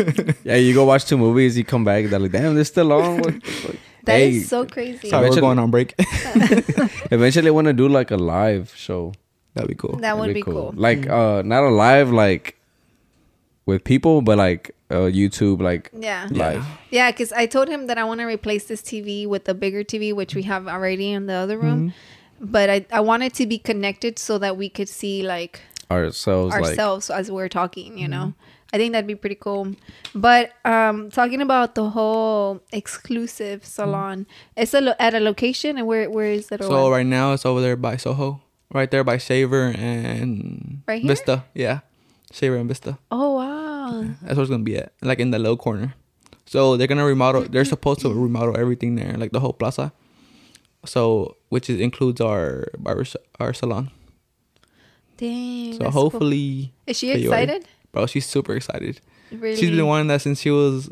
[SPEAKER 2] yeah, you go watch two movies, you come back, they're like, damn, this still on. What the fuck?
[SPEAKER 1] That is
[SPEAKER 2] Hey,
[SPEAKER 1] so crazy.
[SPEAKER 3] Sorry,
[SPEAKER 2] Eventually-
[SPEAKER 3] we're going on break.
[SPEAKER 2] Eventually, want to do like a live show.
[SPEAKER 3] That'd be cool.
[SPEAKER 1] That would
[SPEAKER 2] That'd
[SPEAKER 1] be cool. Mm.
[SPEAKER 2] Like, uh, not a live like with people, but like uh, YouTube, like
[SPEAKER 1] Yeah.
[SPEAKER 2] live.
[SPEAKER 1] Yeah, because I told him that I want to replace this TV with a bigger TV, which we have already in the other room. But I, I want it to be connected so that we could see like
[SPEAKER 2] Ourselves, like
[SPEAKER 1] ourselves as we're talking, you know? I think that'd be pretty cool. But um, talking about the whole exclusive salon, it's a lo- at a location and where where is it? or
[SPEAKER 3] So
[SPEAKER 1] what?
[SPEAKER 3] right now it's over there by Soho, right there by Shaver and
[SPEAKER 1] Right here?
[SPEAKER 3] Vista. Yeah, Shaver and Vista.
[SPEAKER 1] Oh wow.
[SPEAKER 3] That's where it's gonna be at, like in the low corner. So they're gonna remodel. They're supposed to remodel everything there, like the whole plaza. So which is, includes our barber sh- our salon.
[SPEAKER 1] Dang.
[SPEAKER 3] So
[SPEAKER 1] that's cool.
[SPEAKER 3] hopefully,
[SPEAKER 1] Is she
[SPEAKER 3] February.
[SPEAKER 1] excited?
[SPEAKER 3] bro, she's super excited.
[SPEAKER 1] Really?
[SPEAKER 3] She's been wanting that since she was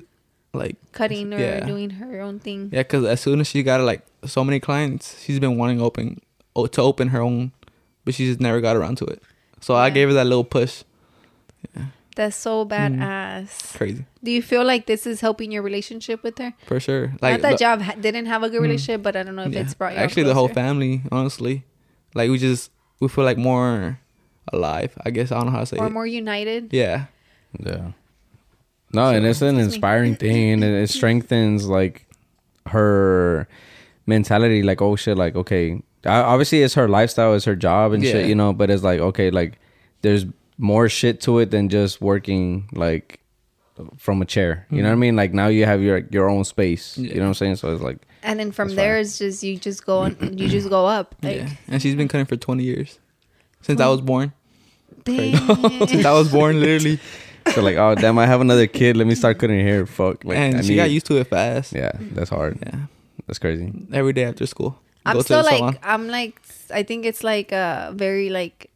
[SPEAKER 3] like,
[SPEAKER 1] cutting or
[SPEAKER 3] Yeah.
[SPEAKER 1] doing her own thing.
[SPEAKER 3] yeah, because as soon as she got like so many clients, she's been wanting to open oh, to open her own, but she just never got around to it. So I
[SPEAKER 1] Yeah.
[SPEAKER 3] gave her that little push.
[SPEAKER 1] That's so
[SPEAKER 3] Mm-hmm.
[SPEAKER 1] badass.
[SPEAKER 3] Crazy
[SPEAKER 1] Do you feel like this is helping your relationship with her?
[SPEAKER 3] for sure.
[SPEAKER 1] Not that
[SPEAKER 3] look-
[SPEAKER 1] job ha- didn't have a good relationship, but I don't know if
[SPEAKER 3] Mm-hmm. Yeah.
[SPEAKER 1] it's brought you
[SPEAKER 3] actually the whole
[SPEAKER 1] family.
[SPEAKER 3] family. Honestly, like we just we feel like more alive. I guess I don't know how to say
[SPEAKER 1] or
[SPEAKER 3] it.
[SPEAKER 1] more united.
[SPEAKER 3] yeah,
[SPEAKER 2] Yeah. No, and it's an inspiring thing, and it, it strengthens like her mentality. Like, oh shit, like okay, I, obviously it's her lifestyle, it's her job and
[SPEAKER 3] Yeah.
[SPEAKER 2] shit, you know. But it's like okay, like there's more shit to it than just working like from a chair. You know what I mean? Like now you have your your own space. You know what I'm saying? So it's like
[SPEAKER 1] And then from
[SPEAKER 2] That's
[SPEAKER 1] there, it's just you just go and you just go up. Like, Hmm.
[SPEAKER 3] yeah. And she's been cutting for 20 years since I was born.
[SPEAKER 1] dang.
[SPEAKER 3] Since I was born, literally,
[SPEAKER 2] so like oh damn, I have another kid. Let me start cutting hair. Fuck, like
[SPEAKER 3] and
[SPEAKER 2] I
[SPEAKER 3] she got
[SPEAKER 2] need-
[SPEAKER 3] used to it fast.
[SPEAKER 2] Yeah, that's hard.
[SPEAKER 3] Yeah.
[SPEAKER 2] That's crazy.
[SPEAKER 3] every day after school.
[SPEAKER 1] I'm
[SPEAKER 3] Go to
[SPEAKER 1] still
[SPEAKER 3] the
[SPEAKER 1] like
[SPEAKER 3] salon.
[SPEAKER 1] I'm like I think it's like uh very like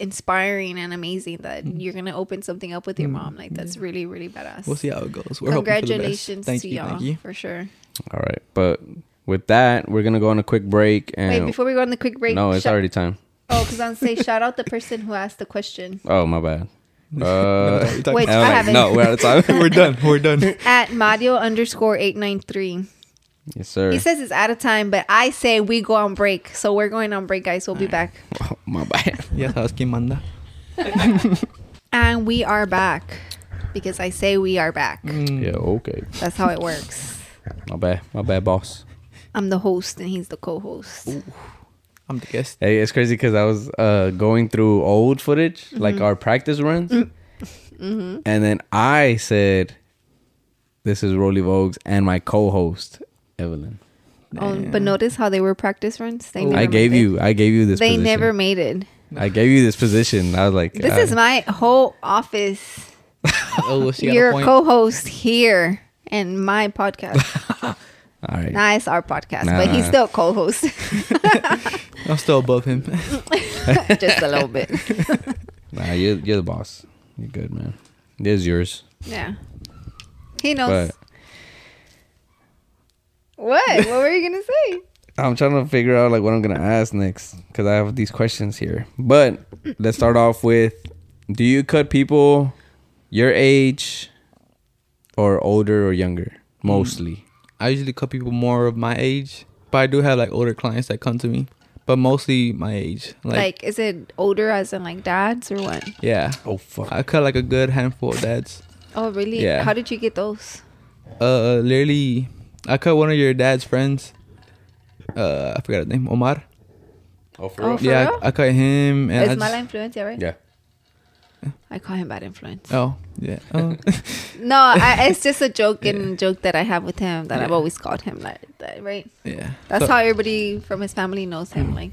[SPEAKER 1] inspiring and amazing that you're gonna open something up with your mom. Like that's really really badass.
[SPEAKER 3] Mm. We'll see how it goes. We're hoping for the best.
[SPEAKER 1] Congratulations
[SPEAKER 3] Thank
[SPEAKER 1] to
[SPEAKER 3] you,
[SPEAKER 1] y'all
[SPEAKER 3] Thank you.
[SPEAKER 1] for sure.
[SPEAKER 2] All right, but with that, we're gonna go on a quick break and.
[SPEAKER 1] Wait, before we go on the quick break,
[SPEAKER 2] No, it's
[SPEAKER 1] shout-
[SPEAKER 2] already time.
[SPEAKER 1] Oh, because I'm say shout out the person who asked the question
[SPEAKER 2] Oh, my bad.
[SPEAKER 3] No,
[SPEAKER 2] Uh,
[SPEAKER 3] we're talking-
[SPEAKER 1] Wait.
[SPEAKER 2] and I'm
[SPEAKER 1] I
[SPEAKER 2] like,
[SPEAKER 1] haven't.
[SPEAKER 2] no, we're out of time.
[SPEAKER 3] we're done. We're done.
[SPEAKER 1] at Mario underscore eight nine three.
[SPEAKER 2] yes, sir.
[SPEAKER 1] He says it's out of time, but I say we go on break. So we're going on break, guys. We'll be back.
[SPEAKER 2] Oh, my bad.
[SPEAKER 3] Ya sabes quién manda.
[SPEAKER 1] And we are back because I say we are back.
[SPEAKER 3] Mm,
[SPEAKER 2] Yeah, okay.
[SPEAKER 1] That's how it works.
[SPEAKER 2] My bad. My bad, boss.
[SPEAKER 1] I'm the host and he's the co host.
[SPEAKER 3] I'm the guest.
[SPEAKER 2] Hey, it's crazy because I was uh, going through old footage,
[SPEAKER 1] Mm-hmm.
[SPEAKER 2] like our practice runs, and then I said, "This is Rolly Vogues and my co-host Evelyn."
[SPEAKER 1] Um, but notice how they were practice runs. They never
[SPEAKER 2] I gave
[SPEAKER 1] made it.
[SPEAKER 2] you, I gave you this.
[SPEAKER 1] They
[SPEAKER 2] position.
[SPEAKER 1] never made it.
[SPEAKER 2] I gave you this position. I was like,
[SPEAKER 1] This
[SPEAKER 2] I-
[SPEAKER 1] is my whole office.
[SPEAKER 3] Oh, well, she got
[SPEAKER 1] Your
[SPEAKER 3] a point.
[SPEAKER 1] co host here and my podcast.
[SPEAKER 2] all right.
[SPEAKER 1] nah, it's our podcast, but he's
[SPEAKER 2] Nah.
[SPEAKER 1] still co host
[SPEAKER 3] I'm still above him.
[SPEAKER 1] just a little bit.
[SPEAKER 2] Nah, you're, you're the boss. You're good, man. This is yours.
[SPEAKER 1] Yeah. He knows.
[SPEAKER 2] But
[SPEAKER 1] What? What were you going to say?
[SPEAKER 2] I'm trying to figure out like what I'm gonna ask next because I have these questions here. But let's start off with: Do you cut people your age, or older or younger? Mostly.
[SPEAKER 3] I usually cut people more of my age, but I do have like older clients that come to me, but mostly my age. Like,
[SPEAKER 1] Like, is it older as in like dads or what?
[SPEAKER 3] yeah,
[SPEAKER 2] Oh fuck!
[SPEAKER 3] I cut like a good handful of dads.
[SPEAKER 1] Oh, really?
[SPEAKER 3] Yeah.
[SPEAKER 1] How did you get those?
[SPEAKER 3] Uh, literally, I cut one of your dad's friends. Uh, I forgot his name, Omar.
[SPEAKER 2] Oh for
[SPEAKER 1] Oh, for
[SPEAKER 3] yeah,
[SPEAKER 1] real?
[SPEAKER 3] I, I cut him, and I
[SPEAKER 1] It's
[SPEAKER 3] just-
[SPEAKER 1] Mala Influencia, right?
[SPEAKER 2] Yeah.
[SPEAKER 1] I call him Bad Influence.
[SPEAKER 3] oh yeah. Oh.
[SPEAKER 1] No, I, it's just a joke and joke that I have with him that I've always called him like that, right?
[SPEAKER 3] Yeah.
[SPEAKER 1] That's
[SPEAKER 3] So- Mm.
[SPEAKER 1] how everybody from his family knows him. Like,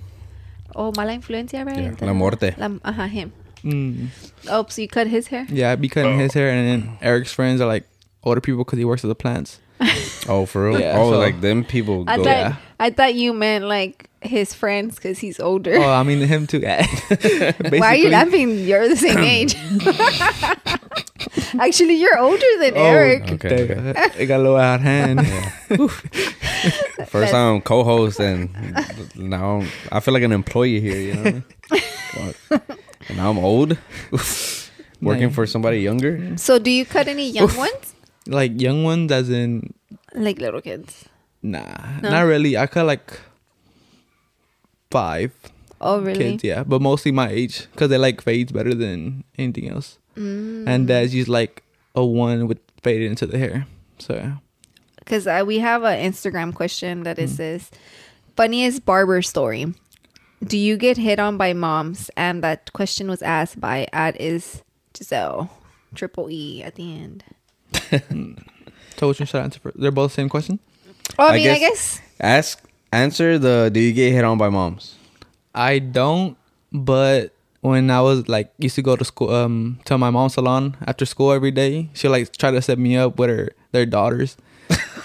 [SPEAKER 1] oh, Mala Influencia, right?
[SPEAKER 2] Yeah,
[SPEAKER 1] The-
[SPEAKER 2] La Muerte.
[SPEAKER 1] La, uh-huh, him.
[SPEAKER 3] Mm.
[SPEAKER 1] Oh, so you cut his hair?
[SPEAKER 3] Yeah, I be cutting his hair, and then Eric's friends are like older people because he works at the plants.
[SPEAKER 2] Oh for real?
[SPEAKER 3] Yeah,
[SPEAKER 2] oh,
[SPEAKER 3] so-
[SPEAKER 2] like them people
[SPEAKER 1] I
[SPEAKER 2] go.
[SPEAKER 1] thought,
[SPEAKER 3] Yeah.
[SPEAKER 1] I thought you meant like his friends because he's older.
[SPEAKER 3] Oh, I mean him too. Basically,
[SPEAKER 1] Why are you laughing? You're the same age. Actually, you're older than
[SPEAKER 3] Oh,
[SPEAKER 1] Eric.
[SPEAKER 2] Okay,
[SPEAKER 3] they- It got a little out of hand.
[SPEAKER 2] First time I'm co-host and now I'm, I feel like an employee here. You know. what I mean? Fuck. and now I'm old, working for somebody younger.
[SPEAKER 1] So, do you cut any young ones?
[SPEAKER 3] Like young ones, as in
[SPEAKER 1] Like little kids.
[SPEAKER 3] nah,
[SPEAKER 1] No?
[SPEAKER 3] not really. I cut like five
[SPEAKER 1] Oh, really?
[SPEAKER 3] kids, yeah, but mostly my age because they like fades better than anything else.
[SPEAKER 1] Mm.
[SPEAKER 3] And dad's just like a one with faded into the hair. So
[SPEAKER 1] Because uh, we have an Instagram question that
[SPEAKER 3] Hmm.
[SPEAKER 1] is this funniest barber story. Do you get hit on by moms? And that question was asked by at is Giselle triple E at the end.
[SPEAKER 3] so which one should I answer? For? They're both the same question.
[SPEAKER 1] Oh, I,
[SPEAKER 2] I
[SPEAKER 1] mean, I
[SPEAKER 2] guess-
[SPEAKER 1] guess
[SPEAKER 2] Ask, answer the. Do you get hit on by moms?
[SPEAKER 3] I don't, but when I was like used to go to school um to my mom's salon after school every day, she like try to set me up with her their daughters.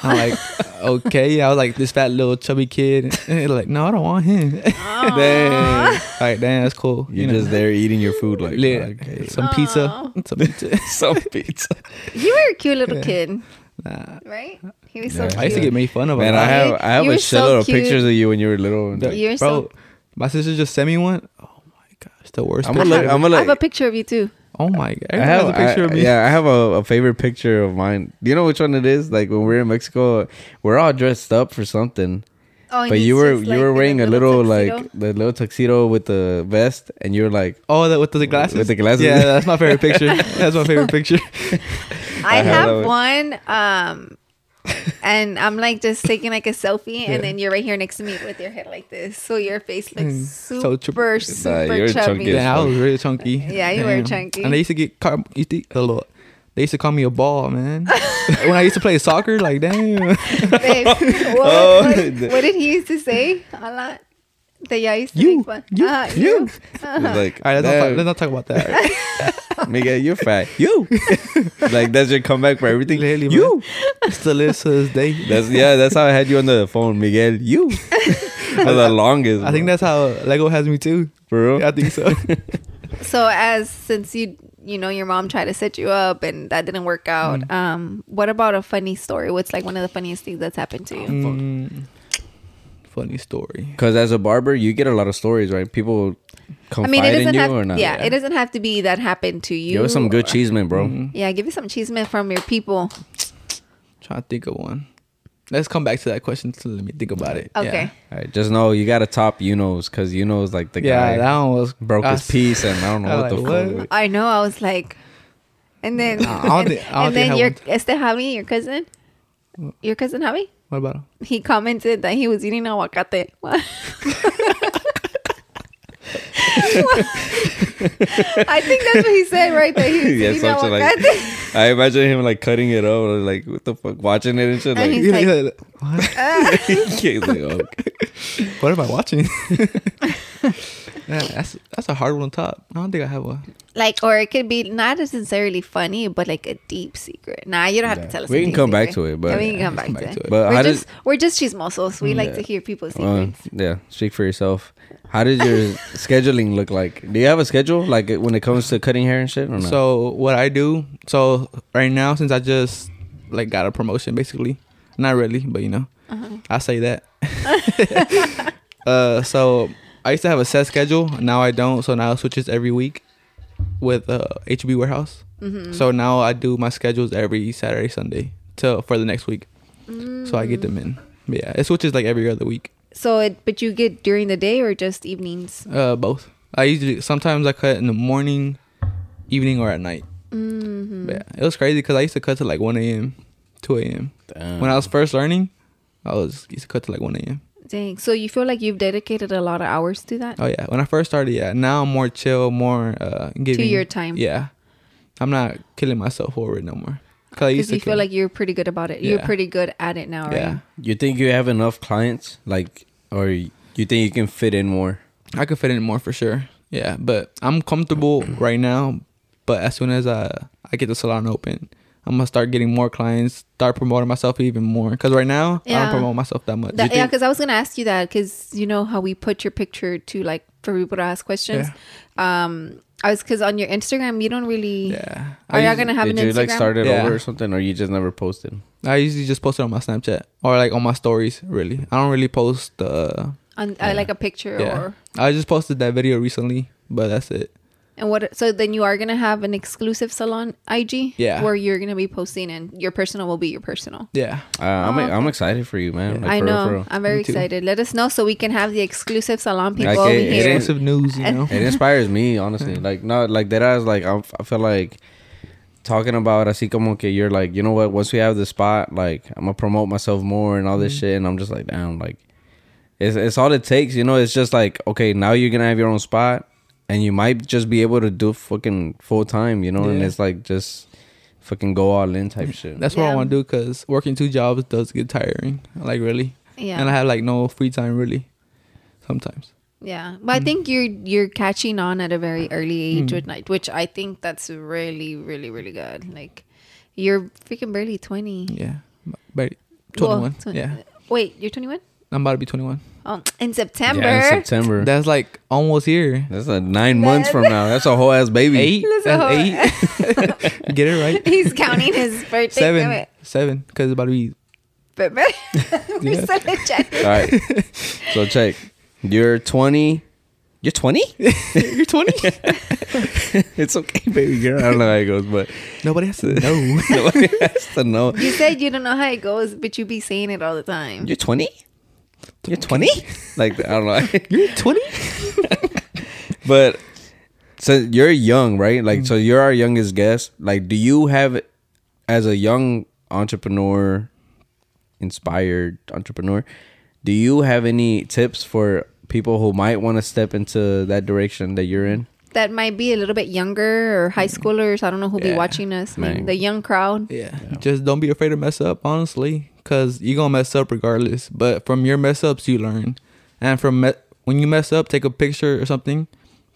[SPEAKER 3] I'm like, okay. I was like this fat little chubby kid. like, no, I don't want him. damn. Like, damn, that's cool.
[SPEAKER 2] You're just there eating your food like
[SPEAKER 3] Yeah.
[SPEAKER 2] okay.
[SPEAKER 3] Some pizza. Some pizza.
[SPEAKER 2] some pizza.
[SPEAKER 1] you were a cute little kid,
[SPEAKER 3] Nah.
[SPEAKER 1] right? He was so
[SPEAKER 2] Yeah.
[SPEAKER 3] I used to
[SPEAKER 1] cute.
[SPEAKER 3] get made fun of. a
[SPEAKER 2] Man, I
[SPEAKER 3] lot.
[SPEAKER 2] have I have
[SPEAKER 1] You
[SPEAKER 2] a
[SPEAKER 1] were
[SPEAKER 2] shitload
[SPEAKER 1] so
[SPEAKER 2] of
[SPEAKER 1] cute.
[SPEAKER 2] pictures of you when you were little.
[SPEAKER 3] The-
[SPEAKER 1] You're
[SPEAKER 3] bro,
[SPEAKER 1] so-
[SPEAKER 3] my sister just sent me one. Oh my gosh, the worst.
[SPEAKER 2] I'm gonna
[SPEAKER 3] picture
[SPEAKER 2] look.
[SPEAKER 3] ever.
[SPEAKER 2] I'm gonna
[SPEAKER 1] I have a
[SPEAKER 2] look.
[SPEAKER 1] picture of you too.
[SPEAKER 3] Oh my god!
[SPEAKER 2] I
[SPEAKER 3] Everyone
[SPEAKER 2] have,
[SPEAKER 3] has a picture
[SPEAKER 2] I-
[SPEAKER 3] of me.
[SPEAKER 2] Yeah, I have a, a favorite picture of mine. Do you know which one it is? Like when we were in Mexico, we're all dressed up for something.
[SPEAKER 1] Oh, and
[SPEAKER 2] But
[SPEAKER 1] he's
[SPEAKER 2] you were
[SPEAKER 1] just,
[SPEAKER 2] you
[SPEAKER 1] like,
[SPEAKER 2] were
[SPEAKER 1] in
[SPEAKER 2] wearing a little,
[SPEAKER 1] tuxedo.
[SPEAKER 2] like the little tuxedo with the vest, and you were like,
[SPEAKER 3] Oh, that with the glasses.
[SPEAKER 2] With the glasses.
[SPEAKER 3] Yeah, that's my favorite picture. That's my favorite picture.
[SPEAKER 1] I
[SPEAKER 2] I have
[SPEAKER 1] have
[SPEAKER 2] that
[SPEAKER 1] one. Um, and I'm like just taking like a selfie, and then you're right here next to me with your head like this, so your face looks
[SPEAKER 3] Mm,
[SPEAKER 1] super, super,
[SPEAKER 3] so chubby.
[SPEAKER 2] Nah, you're
[SPEAKER 1] chubby.
[SPEAKER 2] chunky as
[SPEAKER 3] Yeah, I was really chunky.
[SPEAKER 1] Yeah, you were chunky.
[SPEAKER 3] And they used to get car- used to, a lot. They used to call me a ball, man. when I used to play soccer, like damn.
[SPEAKER 1] Babe, what,
[SPEAKER 2] Oh.
[SPEAKER 1] what, what did he used to say a lot? That y'all used to
[SPEAKER 3] You,
[SPEAKER 1] make fun.
[SPEAKER 3] you,
[SPEAKER 1] Uh,
[SPEAKER 3] you.
[SPEAKER 2] like,
[SPEAKER 3] All right, let's, not talk,
[SPEAKER 2] "Damn,
[SPEAKER 3] let's not talk about that.
[SPEAKER 2] Miguel, you're fat.
[SPEAKER 3] you,
[SPEAKER 2] like that's your comeback for everything.
[SPEAKER 3] Literally,
[SPEAKER 2] you.
[SPEAKER 3] you. Still is to this day.
[SPEAKER 2] That's yeah. That's how I had you on the phone, Miguel. You for the longest.
[SPEAKER 3] I think
[SPEAKER 2] bro.
[SPEAKER 3] that's how Lego has me too.
[SPEAKER 2] for real.
[SPEAKER 3] Yeah, I think so.
[SPEAKER 1] So as since you you know your mom tried to set you up and that didn't work out, um, what about a funny story? What's like one of the funniest things that's happened to you?
[SPEAKER 3] Mm, funny story.
[SPEAKER 2] Because as a barber, you get a lot of stories, right? People
[SPEAKER 1] I
[SPEAKER 2] confide
[SPEAKER 1] mean, it
[SPEAKER 2] in
[SPEAKER 1] doesn't
[SPEAKER 2] you
[SPEAKER 1] have
[SPEAKER 2] or not.
[SPEAKER 1] yeah, it doesn't have to be that happened to you.
[SPEAKER 2] Give us some good
[SPEAKER 1] or-
[SPEAKER 2] cheeseman, bro.
[SPEAKER 3] Mm-hmm.
[SPEAKER 1] Yeah, give you some cheese man from your people.
[SPEAKER 3] trying to think of one. Let's come back to that question. To let me think about it.
[SPEAKER 1] Okay.
[SPEAKER 2] All right, just know you got to top Uno's because Uno's like the
[SPEAKER 3] Yeah, yeah
[SPEAKER 2] guy
[SPEAKER 3] that one was
[SPEAKER 2] broke
[SPEAKER 3] I
[SPEAKER 2] his
[SPEAKER 3] s-
[SPEAKER 2] piece, and I don't know what
[SPEAKER 3] I
[SPEAKER 2] the
[SPEAKER 3] like,
[SPEAKER 2] fuck.
[SPEAKER 3] what?
[SPEAKER 1] I know. I was like, and then
[SPEAKER 3] I don't
[SPEAKER 1] and,
[SPEAKER 3] thi- I don't
[SPEAKER 1] and
[SPEAKER 3] think I
[SPEAKER 1] then your
[SPEAKER 3] want-
[SPEAKER 1] este Javi, your cousin, your cousin Javi,
[SPEAKER 3] What about him?
[SPEAKER 1] he commented that he was eating aguacate. I think that's what he said, right? That he was
[SPEAKER 2] Yeah,
[SPEAKER 1] eating
[SPEAKER 2] something like-
[SPEAKER 1] aguacate.
[SPEAKER 2] I imagine him like cutting it up, or, like what the fuck, watching it and shit.
[SPEAKER 1] And
[SPEAKER 2] Like,
[SPEAKER 1] He's like-
[SPEAKER 3] what?
[SPEAKER 2] he's like, oh, okay.
[SPEAKER 3] What am I watching? yeah, that's that's a hard one to top. I don't think I have one.
[SPEAKER 1] like, or it could be not as necessarily funny, but like a deep secret. Nah, you don't have
[SPEAKER 2] Yeah.
[SPEAKER 1] to tell us.
[SPEAKER 2] We
[SPEAKER 1] a
[SPEAKER 2] can
[SPEAKER 1] deep
[SPEAKER 2] come back
[SPEAKER 1] secret.
[SPEAKER 2] to it, but-
[SPEAKER 1] Yeah, we can
[SPEAKER 2] Yeah,
[SPEAKER 1] come back,
[SPEAKER 3] come
[SPEAKER 1] to it.
[SPEAKER 2] But
[SPEAKER 1] we're
[SPEAKER 2] how
[SPEAKER 1] just
[SPEAKER 2] does-
[SPEAKER 1] we're just chismosos. We like
[SPEAKER 2] Yeah. Uh-huh.
[SPEAKER 1] to hear people's
[SPEAKER 2] Well,
[SPEAKER 1] secrets.
[SPEAKER 2] yeah, speak for yourself. How does your scheduling look like? Do you have a schedule like when it comes to cutting hair and shit? Or not?
[SPEAKER 3] So what I do? So right now, since I just like got a promotion, basically, not really, but you know, I say that. uh, so I used to have a set schedule. Now I don't. So now it switches every week with uh, HB Warehouse. So now I do my schedules every Saturday, Sunday till for the next week. So I get them in. But yeah, it switches like every other week.
[SPEAKER 1] So, it, but you get during the day or just evenings?
[SPEAKER 3] Uh, both. I usually sometimes I cut in the morning, evening, or at night. Mm-hmm. But yeah, it was crazy because I used to cut to like one a.m., two a.m.
[SPEAKER 2] Damn.
[SPEAKER 3] When I was first learning, I was used to cut to like one a.m.
[SPEAKER 1] Dang. So you feel like you've dedicated a lot of hours to
[SPEAKER 2] Uh,
[SPEAKER 1] that?
[SPEAKER 3] Oh yeah, when I first started, yeah. Now I'm more chill, more uh, giving
[SPEAKER 1] your time.
[SPEAKER 3] Yeah, I'm not killing myself over it no more. Cause I
[SPEAKER 1] Because
[SPEAKER 3] used to
[SPEAKER 1] you feel
[SPEAKER 3] kill-
[SPEAKER 1] like you're pretty good about it. You're
[SPEAKER 3] Yeah.
[SPEAKER 1] pretty good at it now, right?
[SPEAKER 3] yeah,
[SPEAKER 2] you think you have enough clients, like, or you think you can fit in more?
[SPEAKER 3] I could fit in more for sure. Yeah, but I'm comfortable right now. But as soon as I I get the salon open, I'm gonna start getting more clients, start promoting myself even more. Cause right now I
[SPEAKER 1] Yeah.
[SPEAKER 3] don't promote myself that much.
[SPEAKER 1] That-
[SPEAKER 2] You
[SPEAKER 1] yeah,
[SPEAKER 2] think-
[SPEAKER 1] because I was gonna ask you that because you know how we put your picture to like for people to ask questions. Um, I was because on your Instagram you don't really.
[SPEAKER 3] yeah,
[SPEAKER 1] Are
[SPEAKER 3] I
[SPEAKER 1] y'all
[SPEAKER 3] usually,
[SPEAKER 1] gonna have
[SPEAKER 2] Did
[SPEAKER 1] an
[SPEAKER 2] you
[SPEAKER 1] Instagram?
[SPEAKER 2] like start it
[SPEAKER 3] Yeah.
[SPEAKER 2] over or something, or you just never posted?
[SPEAKER 3] I usually just post it on my Snapchat or like on my stories. Really, I don't really post the.
[SPEAKER 1] on uh, like a picture
[SPEAKER 3] Yeah,
[SPEAKER 1] or
[SPEAKER 3] I just posted that video recently, but that's it.
[SPEAKER 1] and what? So then you are gonna have an exclusive salon IG.
[SPEAKER 3] Yeah.
[SPEAKER 1] Where you're gonna be posting and your personal will be your personal.
[SPEAKER 3] Yeah,
[SPEAKER 2] Uh, I'm
[SPEAKER 1] Oh, okay.
[SPEAKER 2] I'm excited for you, man. Like,
[SPEAKER 1] I
[SPEAKER 2] for real, for
[SPEAKER 1] know.
[SPEAKER 2] real.
[SPEAKER 1] I'm very
[SPEAKER 3] Me too.
[SPEAKER 1] excited. Let us know so we can have the exclusive salon people
[SPEAKER 2] Like,
[SPEAKER 1] over
[SPEAKER 2] it- it
[SPEAKER 1] here.
[SPEAKER 2] is-
[SPEAKER 3] expensive news, you know.
[SPEAKER 2] it inspires me honestly
[SPEAKER 3] Mm.
[SPEAKER 2] like no like that i was like I'm, i feel like talking about así como que you're like you know what once we have the spot like i'm gonna promote myself more and all this
[SPEAKER 3] Mm.
[SPEAKER 2] shit and i'm just like damn like it's, it's all it takes you know it's just like okay now you're gonna have your own spot and you might just be able to do fucking full time you know and
[SPEAKER 3] Yeah.
[SPEAKER 2] it's like just fucking go all in type shit
[SPEAKER 3] That's what
[SPEAKER 1] Yeah.
[SPEAKER 3] I want to do because working two jobs does get tiring. Like really,
[SPEAKER 1] Yeah.
[SPEAKER 3] and I have like no free time really. Sometimes.
[SPEAKER 1] Yeah, but
[SPEAKER 3] Hmm.
[SPEAKER 1] I think you're you're catching on at a very early age with night, which I think that's really, really, really good. Like, you're freaking barely twenty.
[SPEAKER 3] Yeah, b- but
[SPEAKER 1] Well,
[SPEAKER 3] 21.
[SPEAKER 1] twen-
[SPEAKER 3] yeah,
[SPEAKER 1] Wait, you're twenty one.
[SPEAKER 3] I'm about to be 21.
[SPEAKER 1] Oh, in
[SPEAKER 2] Yeah, in
[SPEAKER 1] September.
[SPEAKER 2] september
[SPEAKER 3] That's like almost here.
[SPEAKER 2] that's like nine months from now that's a whole ass baby
[SPEAKER 3] Eight.
[SPEAKER 1] That's
[SPEAKER 3] That's
[SPEAKER 1] all.
[SPEAKER 3] eight. Get it right.
[SPEAKER 1] He's counting his birthday.
[SPEAKER 3] Seven.
[SPEAKER 1] Wait,
[SPEAKER 3] Seven. Because it's about to be.
[SPEAKER 1] but- but- We're
[SPEAKER 3] Yeah.
[SPEAKER 1] still in January.
[SPEAKER 2] All right. So check. You're 20 You're 20?
[SPEAKER 3] You're 20.
[SPEAKER 2] it's okay, baby girl. I don't know how it goes, but
[SPEAKER 3] Nobody has to know.
[SPEAKER 2] nobody has to know.
[SPEAKER 1] You said you don't know how it goes, but you be saying it all the time.
[SPEAKER 2] You're 20? You're 20? Like, I don't know.
[SPEAKER 3] You're 20.
[SPEAKER 2] but so you're young, right? Like, so you're our youngest guest. Like, do you have, as a young entrepreneur, inspired entrepreneur, do you have any tips for people who might want to step into that direction that you're in?
[SPEAKER 1] That might be a little bit younger or high schoolers. I don't know who'll
[SPEAKER 3] Hmm. Yeah.
[SPEAKER 1] be watching us.
[SPEAKER 2] Man.
[SPEAKER 1] The young crowd.
[SPEAKER 3] Yeah. Just don't be afraid to mess up, honestly, because you're going to mess up regardless. But from your mess ups, you learn. And from me- when you mess up, take a picture or something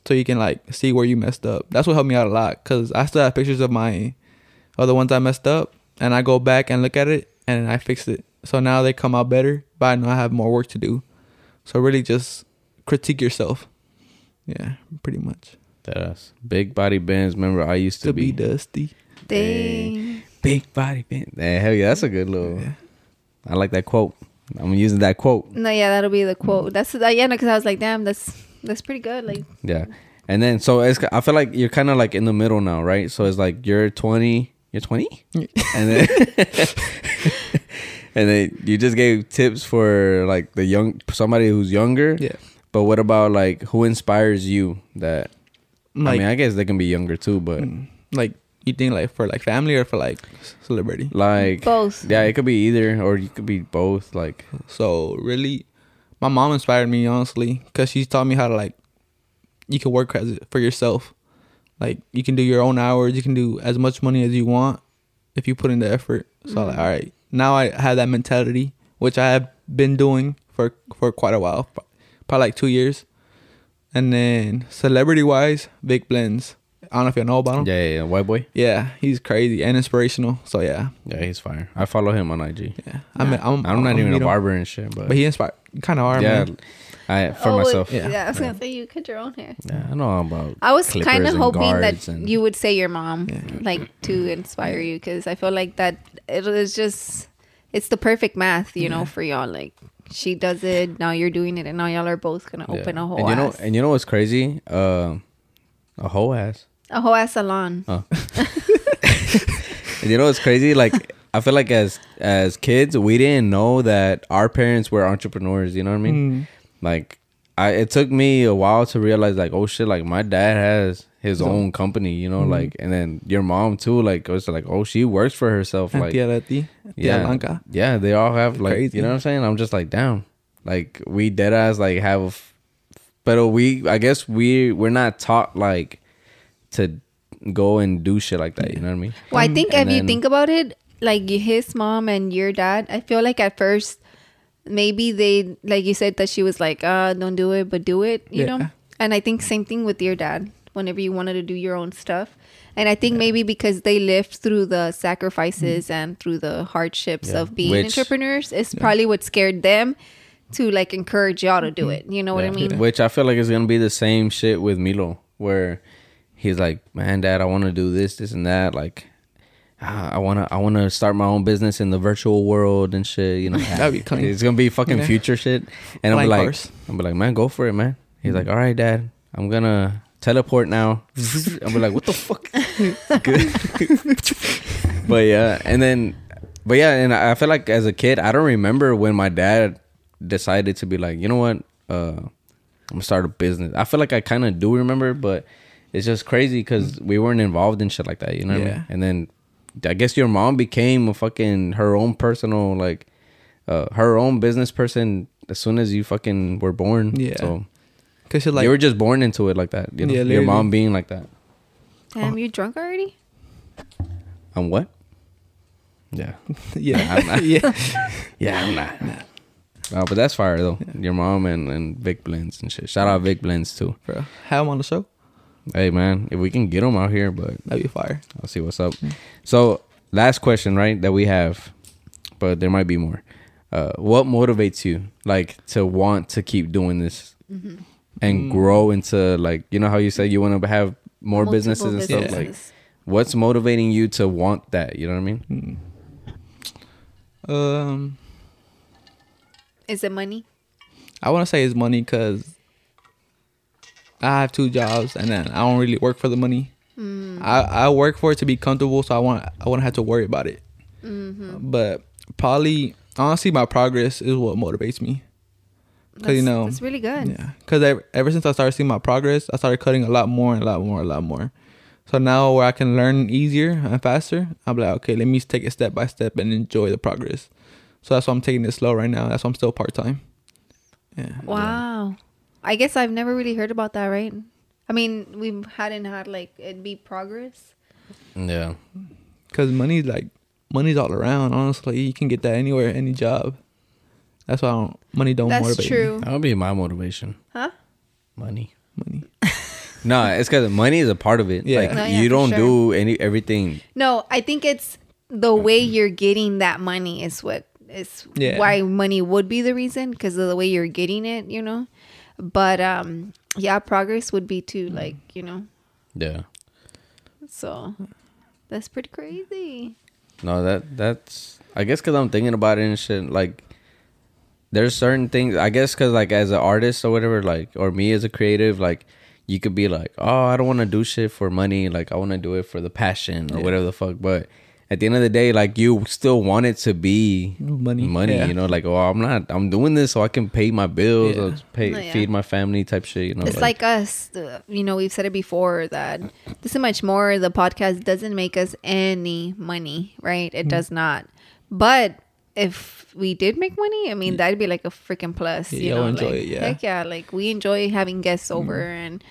[SPEAKER 3] so you can like see where you messed up. That's what helped me out a lot because I still have pictures of my other ones I messed up and I go back and look at it and I fix it. So now they come out better, but I know I have more work to do. So really just critique yourself. Yeah, pretty much.
[SPEAKER 2] That us. Big body bands. Remember, I used to,
[SPEAKER 3] To be
[SPEAKER 2] be,
[SPEAKER 3] dusty.
[SPEAKER 1] Dang.
[SPEAKER 2] big body band. Yeah, hell yeah, that's a good little. I like that quote. I'm using that quote.
[SPEAKER 1] No, yeah, that'll be the quote. That's uh, yeah, because I was like, damn, that's that's pretty good. Like,
[SPEAKER 2] Yeah. And then so it's I feel like you're kind of like in the middle now, right? So it's like you're 20, you're 20? and then and then you just gave tips for like the young somebody who's younger.
[SPEAKER 3] Yeah.
[SPEAKER 2] But what about like who inspires you that I
[SPEAKER 3] Like-
[SPEAKER 2] mean, I guess they can be younger too, but
[SPEAKER 3] Like you think like for like family or for like celebrity?
[SPEAKER 2] like
[SPEAKER 1] Both.
[SPEAKER 2] Yeah, it could be either or you could be both like
[SPEAKER 3] So really, my mom inspired me honestly because she taught me how to like, you can work as for yourself, like you can do your own hours, you can do as much money as you want if you put in the effort. So like, all right, now I have that mentality which I have been doing for for quite a while, pro- probably like two years. And then celebrity wise, Vic Blends. I don't know if you know about him.
[SPEAKER 2] yeah, yeah, yeah, white boy.
[SPEAKER 3] Yeah, he's crazy and inspirational. So yeah,
[SPEAKER 2] Yeah, he's fire. I follow him on IG.
[SPEAKER 3] yeah. I mean, I'm,
[SPEAKER 2] I'm not even
[SPEAKER 3] Oh, you
[SPEAKER 2] a
[SPEAKER 3] know,
[SPEAKER 2] barber and shit, but,
[SPEAKER 3] but he inspired. Kind of are,
[SPEAKER 2] yeah,
[SPEAKER 3] man.
[SPEAKER 2] I for
[SPEAKER 1] oh,
[SPEAKER 2] myself.
[SPEAKER 1] Yeah.
[SPEAKER 3] Yeah.
[SPEAKER 1] I was gonna say you cut your own hair.
[SPEAKER 2] Yeah, I know all about.
[SPEAKER 1] I was
[SPEAKER 2] clippers
[SPEAKER 1] kind of
[SPEAKER 2] and
[SPEAKER 1] hoping that
[SPEAKER 2] guards and-
[SPEAKER 1] you would say your mom,
[SPEAKER 3] Yeah.
[SPEAKER 1] like to inspire you, because I feel like that it is just it's the perfect math, you know, for y'all. Like she does it, now you're doing it, and now y'all are both gonna
[SPEAKER 2] Yeah.
[SPEAKER 1] open a whole
[SPEAKER 2] And you know,
[SPEAKER 1] ass,
[SPEAKER 2] and you know what's crazy? Uh, a whole ass.
[SPEAKER 1] a whole ass salon.
[SPEAKER 2] And you know what's crazy? Like I feel like as as kids, we didn't know that our parents were entrepreneurs. You know what I mean?
[SPEAKER 3] Mm.
[SPEAKER 2] Like, I it took me a while to realize, like, oh shit, like my dad has his own company. You
[SPEAKER 3] Mm-hmm.
[SPEAKER 2] know, like, and then your mom too. Like, it was like, oh, she works for herself.
[SPEAKER 3] And
[SPEAKER 2] like,
[SPEAKER 3] Tia Leti, Tia
[SPEAKER 2] yeah,
[SPEAKER 3] Blanca.
[SPEAKER 2] yeah, they all have like
[SPEAKER 3] Crazy.
[SPEAKER 2] you know what I'm saying. I'm just like damn, like we dead eyes like have, a f- but we I guess we we're not taught like to go and do shit like that. You know what I mean?
[SPEAKER 1] Well, I think if
[SPEAKER 2] and
[SPEAKER 1] you
[SPEAKER 2] then-
[SPEAKER 1] think about it, like his mom and your dad, I feel like at first maybe they like you said that she was like, uh, don't do it, but do it, you know?
[SPEAKER 3] Yeah.
[SPEAKER 1] And I think same thing with your dad, whenever you wanted to do your own stuff. And I think maybe because they lived through the sacrifices and through the hardships
[SPEAKER 2] Mm. Yeah.
[SPEAKER 1] of being
[SPEAKER 2] Which-
[SPEAKER 1] entrepreneurs is probably what scared them to like encourage y'all to do it. You know what I
[SPEAKER 2] Mm-hmm. Yeah.
[SPEAKER 1] mean?
[SPEAKER 2] Which I feel like is gonna be the same shit with Milo, where he's like, "Man, Dad, I want to do this, this, and that. Like, ah, I wanna, I wanna start my own business in the virtual world and shit. You know,
[SPEAKER 3] That'd be clean.
[SPEAKER 2] It's gonna be fucking
[SPEAKER 3] Yeah.
[SPEAKER 2] future shit. And I'm
[SPEAKER 3] Flying
[SPEAKER 2] like,
[SPEAKER 3] cars.
[SPEAKER 2] I'm like, man, go for it, man. He's like, all right, Dad, I'm gonna teleport now. I'm like, what the fuck? Good. but yeah, and then, but yeah, and I I feel like as a kid, I don't remember when my dad decided to be like, you know what, uh, I'm gonna start a business. I feel like I kind of do remember, but it's just crazy because we weren't involved in shit like that, you know what I
[SPEAKER 3] Yeah.
[SPEAKER 2] mean? And then, I guess your mom became a fucking her own personal like, uh, her own business person as soon as you fucking were born.
[SPEAKER 3] Yeah.
[SPEAKER 2] So
[SPEAKER 3] Cause she like
[SPEAKER 2] you were just born into it like that. You know?
[SPEAKER 3] Yeah,
[SPEAKER 2] your
[SPEAKER 3] literally.
[SPEAKER 2] mom being like that.
[SPEAKER 1] Damn, you drunk already?
[SPEAKER 2] I'm what? Yeah.
[SPEAKER 3] yeah yeah
[SPEAKER 2] Yeah, I'm not. Uh, but that's fire though. Your mom and, and Vic Blends and shit. Shout out Vic Blends too.
[SPEAKER 3] bro. Have him on the show.
[SPEAKER 2] Hey man, if we can get them out here, but
[SPEAKER 3] That'd be fire.
[SPEAKER 2] I'll see what's up. So last question, right? That we have, but there might be more. Uh, what motivates you, like, to want to keep doing this and grow into, like, you know how you said you want to have more
[SPEAKER 1] Multiple
[SPEAKER 2] businesses and stuff. Like,
[SPEAKER 1] businesses.
[SPEAKER 2] what's motivating you to want that? You know what I mean?
[SPEAKER 3] Um,
[SPEAKER 1] Is it money?
[SPEAKER 3] I want to say it's money because I have two jobs, and then I don't really work for the money. I, I work for it to be comfortable, so I want I want to have to worry about it. But probably honestly, my progress is what motivates me. Cause you
[SPEAKER 1] That's-
[SPEAKER 3] know,
[SPEAKER 1] that's really good.
[SPEAKER 3] yeah. Cause ever, ever since I started seeing my progress, I started cutting a lot more and a lot more, a lot more. So now where I can learn easier and faster, I'm like, okay, let me take it step by step and enjoy the progress. So that's why I'm taking it slow right now. That's why I'm still part time. Yeah.
[SPEAKER 1] Wow. I guess I've never really heard about that, right? I mean, we hadn't had like it'd be progress.
[SPEAKER 2] Yeah.
[SPEAKER 3] Cause money, like, money's all around. Honestly, you can get that anywhere, any job. That's why I don't, money don't
[SPEAKER 1] That's
[SPEAKER 3] motivate
[SPEAKER 1] true.
[SPEAKER 2] That would be my motivation.
[SPEAKER 1] Huh?
[SPEAKER 2] Money.
[SPEAKER 3] me. Money.
[SPEAKER 2] No, it's because money is a part of it.
[SPEAKER 3] Yeah.
[SPEAKER 2] Like
[SPEAKER 1] No, yeah,
[SPEAKER 2] you
[SPEAKER 1] for
[SPEAKER 2] don't
[SPEAKER 1] sure.
[SPEAKER 2] do any everything.
[SPEAKER 1] No, I think it's the way you're getting that money is what is
[SPEAKER 3] Yeah.
[SPEAKER 1] why money would be the reason because of the way you're getting it, you know. But um yeah, progress would be
[SPEAKER 3] Mm.
[SPEAKER 1] too like, you know.
[SPEAKER 2] Yeah.
[SPEAKER 1] So that's pretty crazy.
[SPEAKER 2] No, that that's I guess because I'm thinking about it and shit. Like, there's certain things I guess because like as an artist or whatever, like or me as a creative, like you could be like, oh, I don't want to do shit for money. Like I want to do it for the passion or whatever the fuck. But at the end of the day, like you still want it to be
[SPEAKER 3] Money,
[SPEAKER 2] money.
[SPEAKER 3] yeah.
[SPEAKER 2] You know, like oh, I'm not, I'm doing this so I can pay my bills or
[SPEAKER 3] Yeah.
[SPEAKER 2] pay
[SPEAKER 1] No, Oh, yeah.
[SPEAKER 2] feed my family type shit. You know,
[SPEAKER 1] It's like us, uh, you know, we've said it before that this is much more. The podcast doesn't make us any money, right?
[SPEAKER 3] Hmm.
[SPEAKER 1] It does not. But if we did make money, I mean, that'd be like a freaking plus.
[SPEAKER 3] Yeah,
[SPEAKER 1] You
[SPEAKER 3] you'll
[SPEAKER 1] know,
[SPEAKER 3] enjoy
[SPEAKER 1] like,
[SPEAKER 3] it, yeah. Hmm.
[SPEAKER 1] Heck yeah. Like we enjoy having guests over and,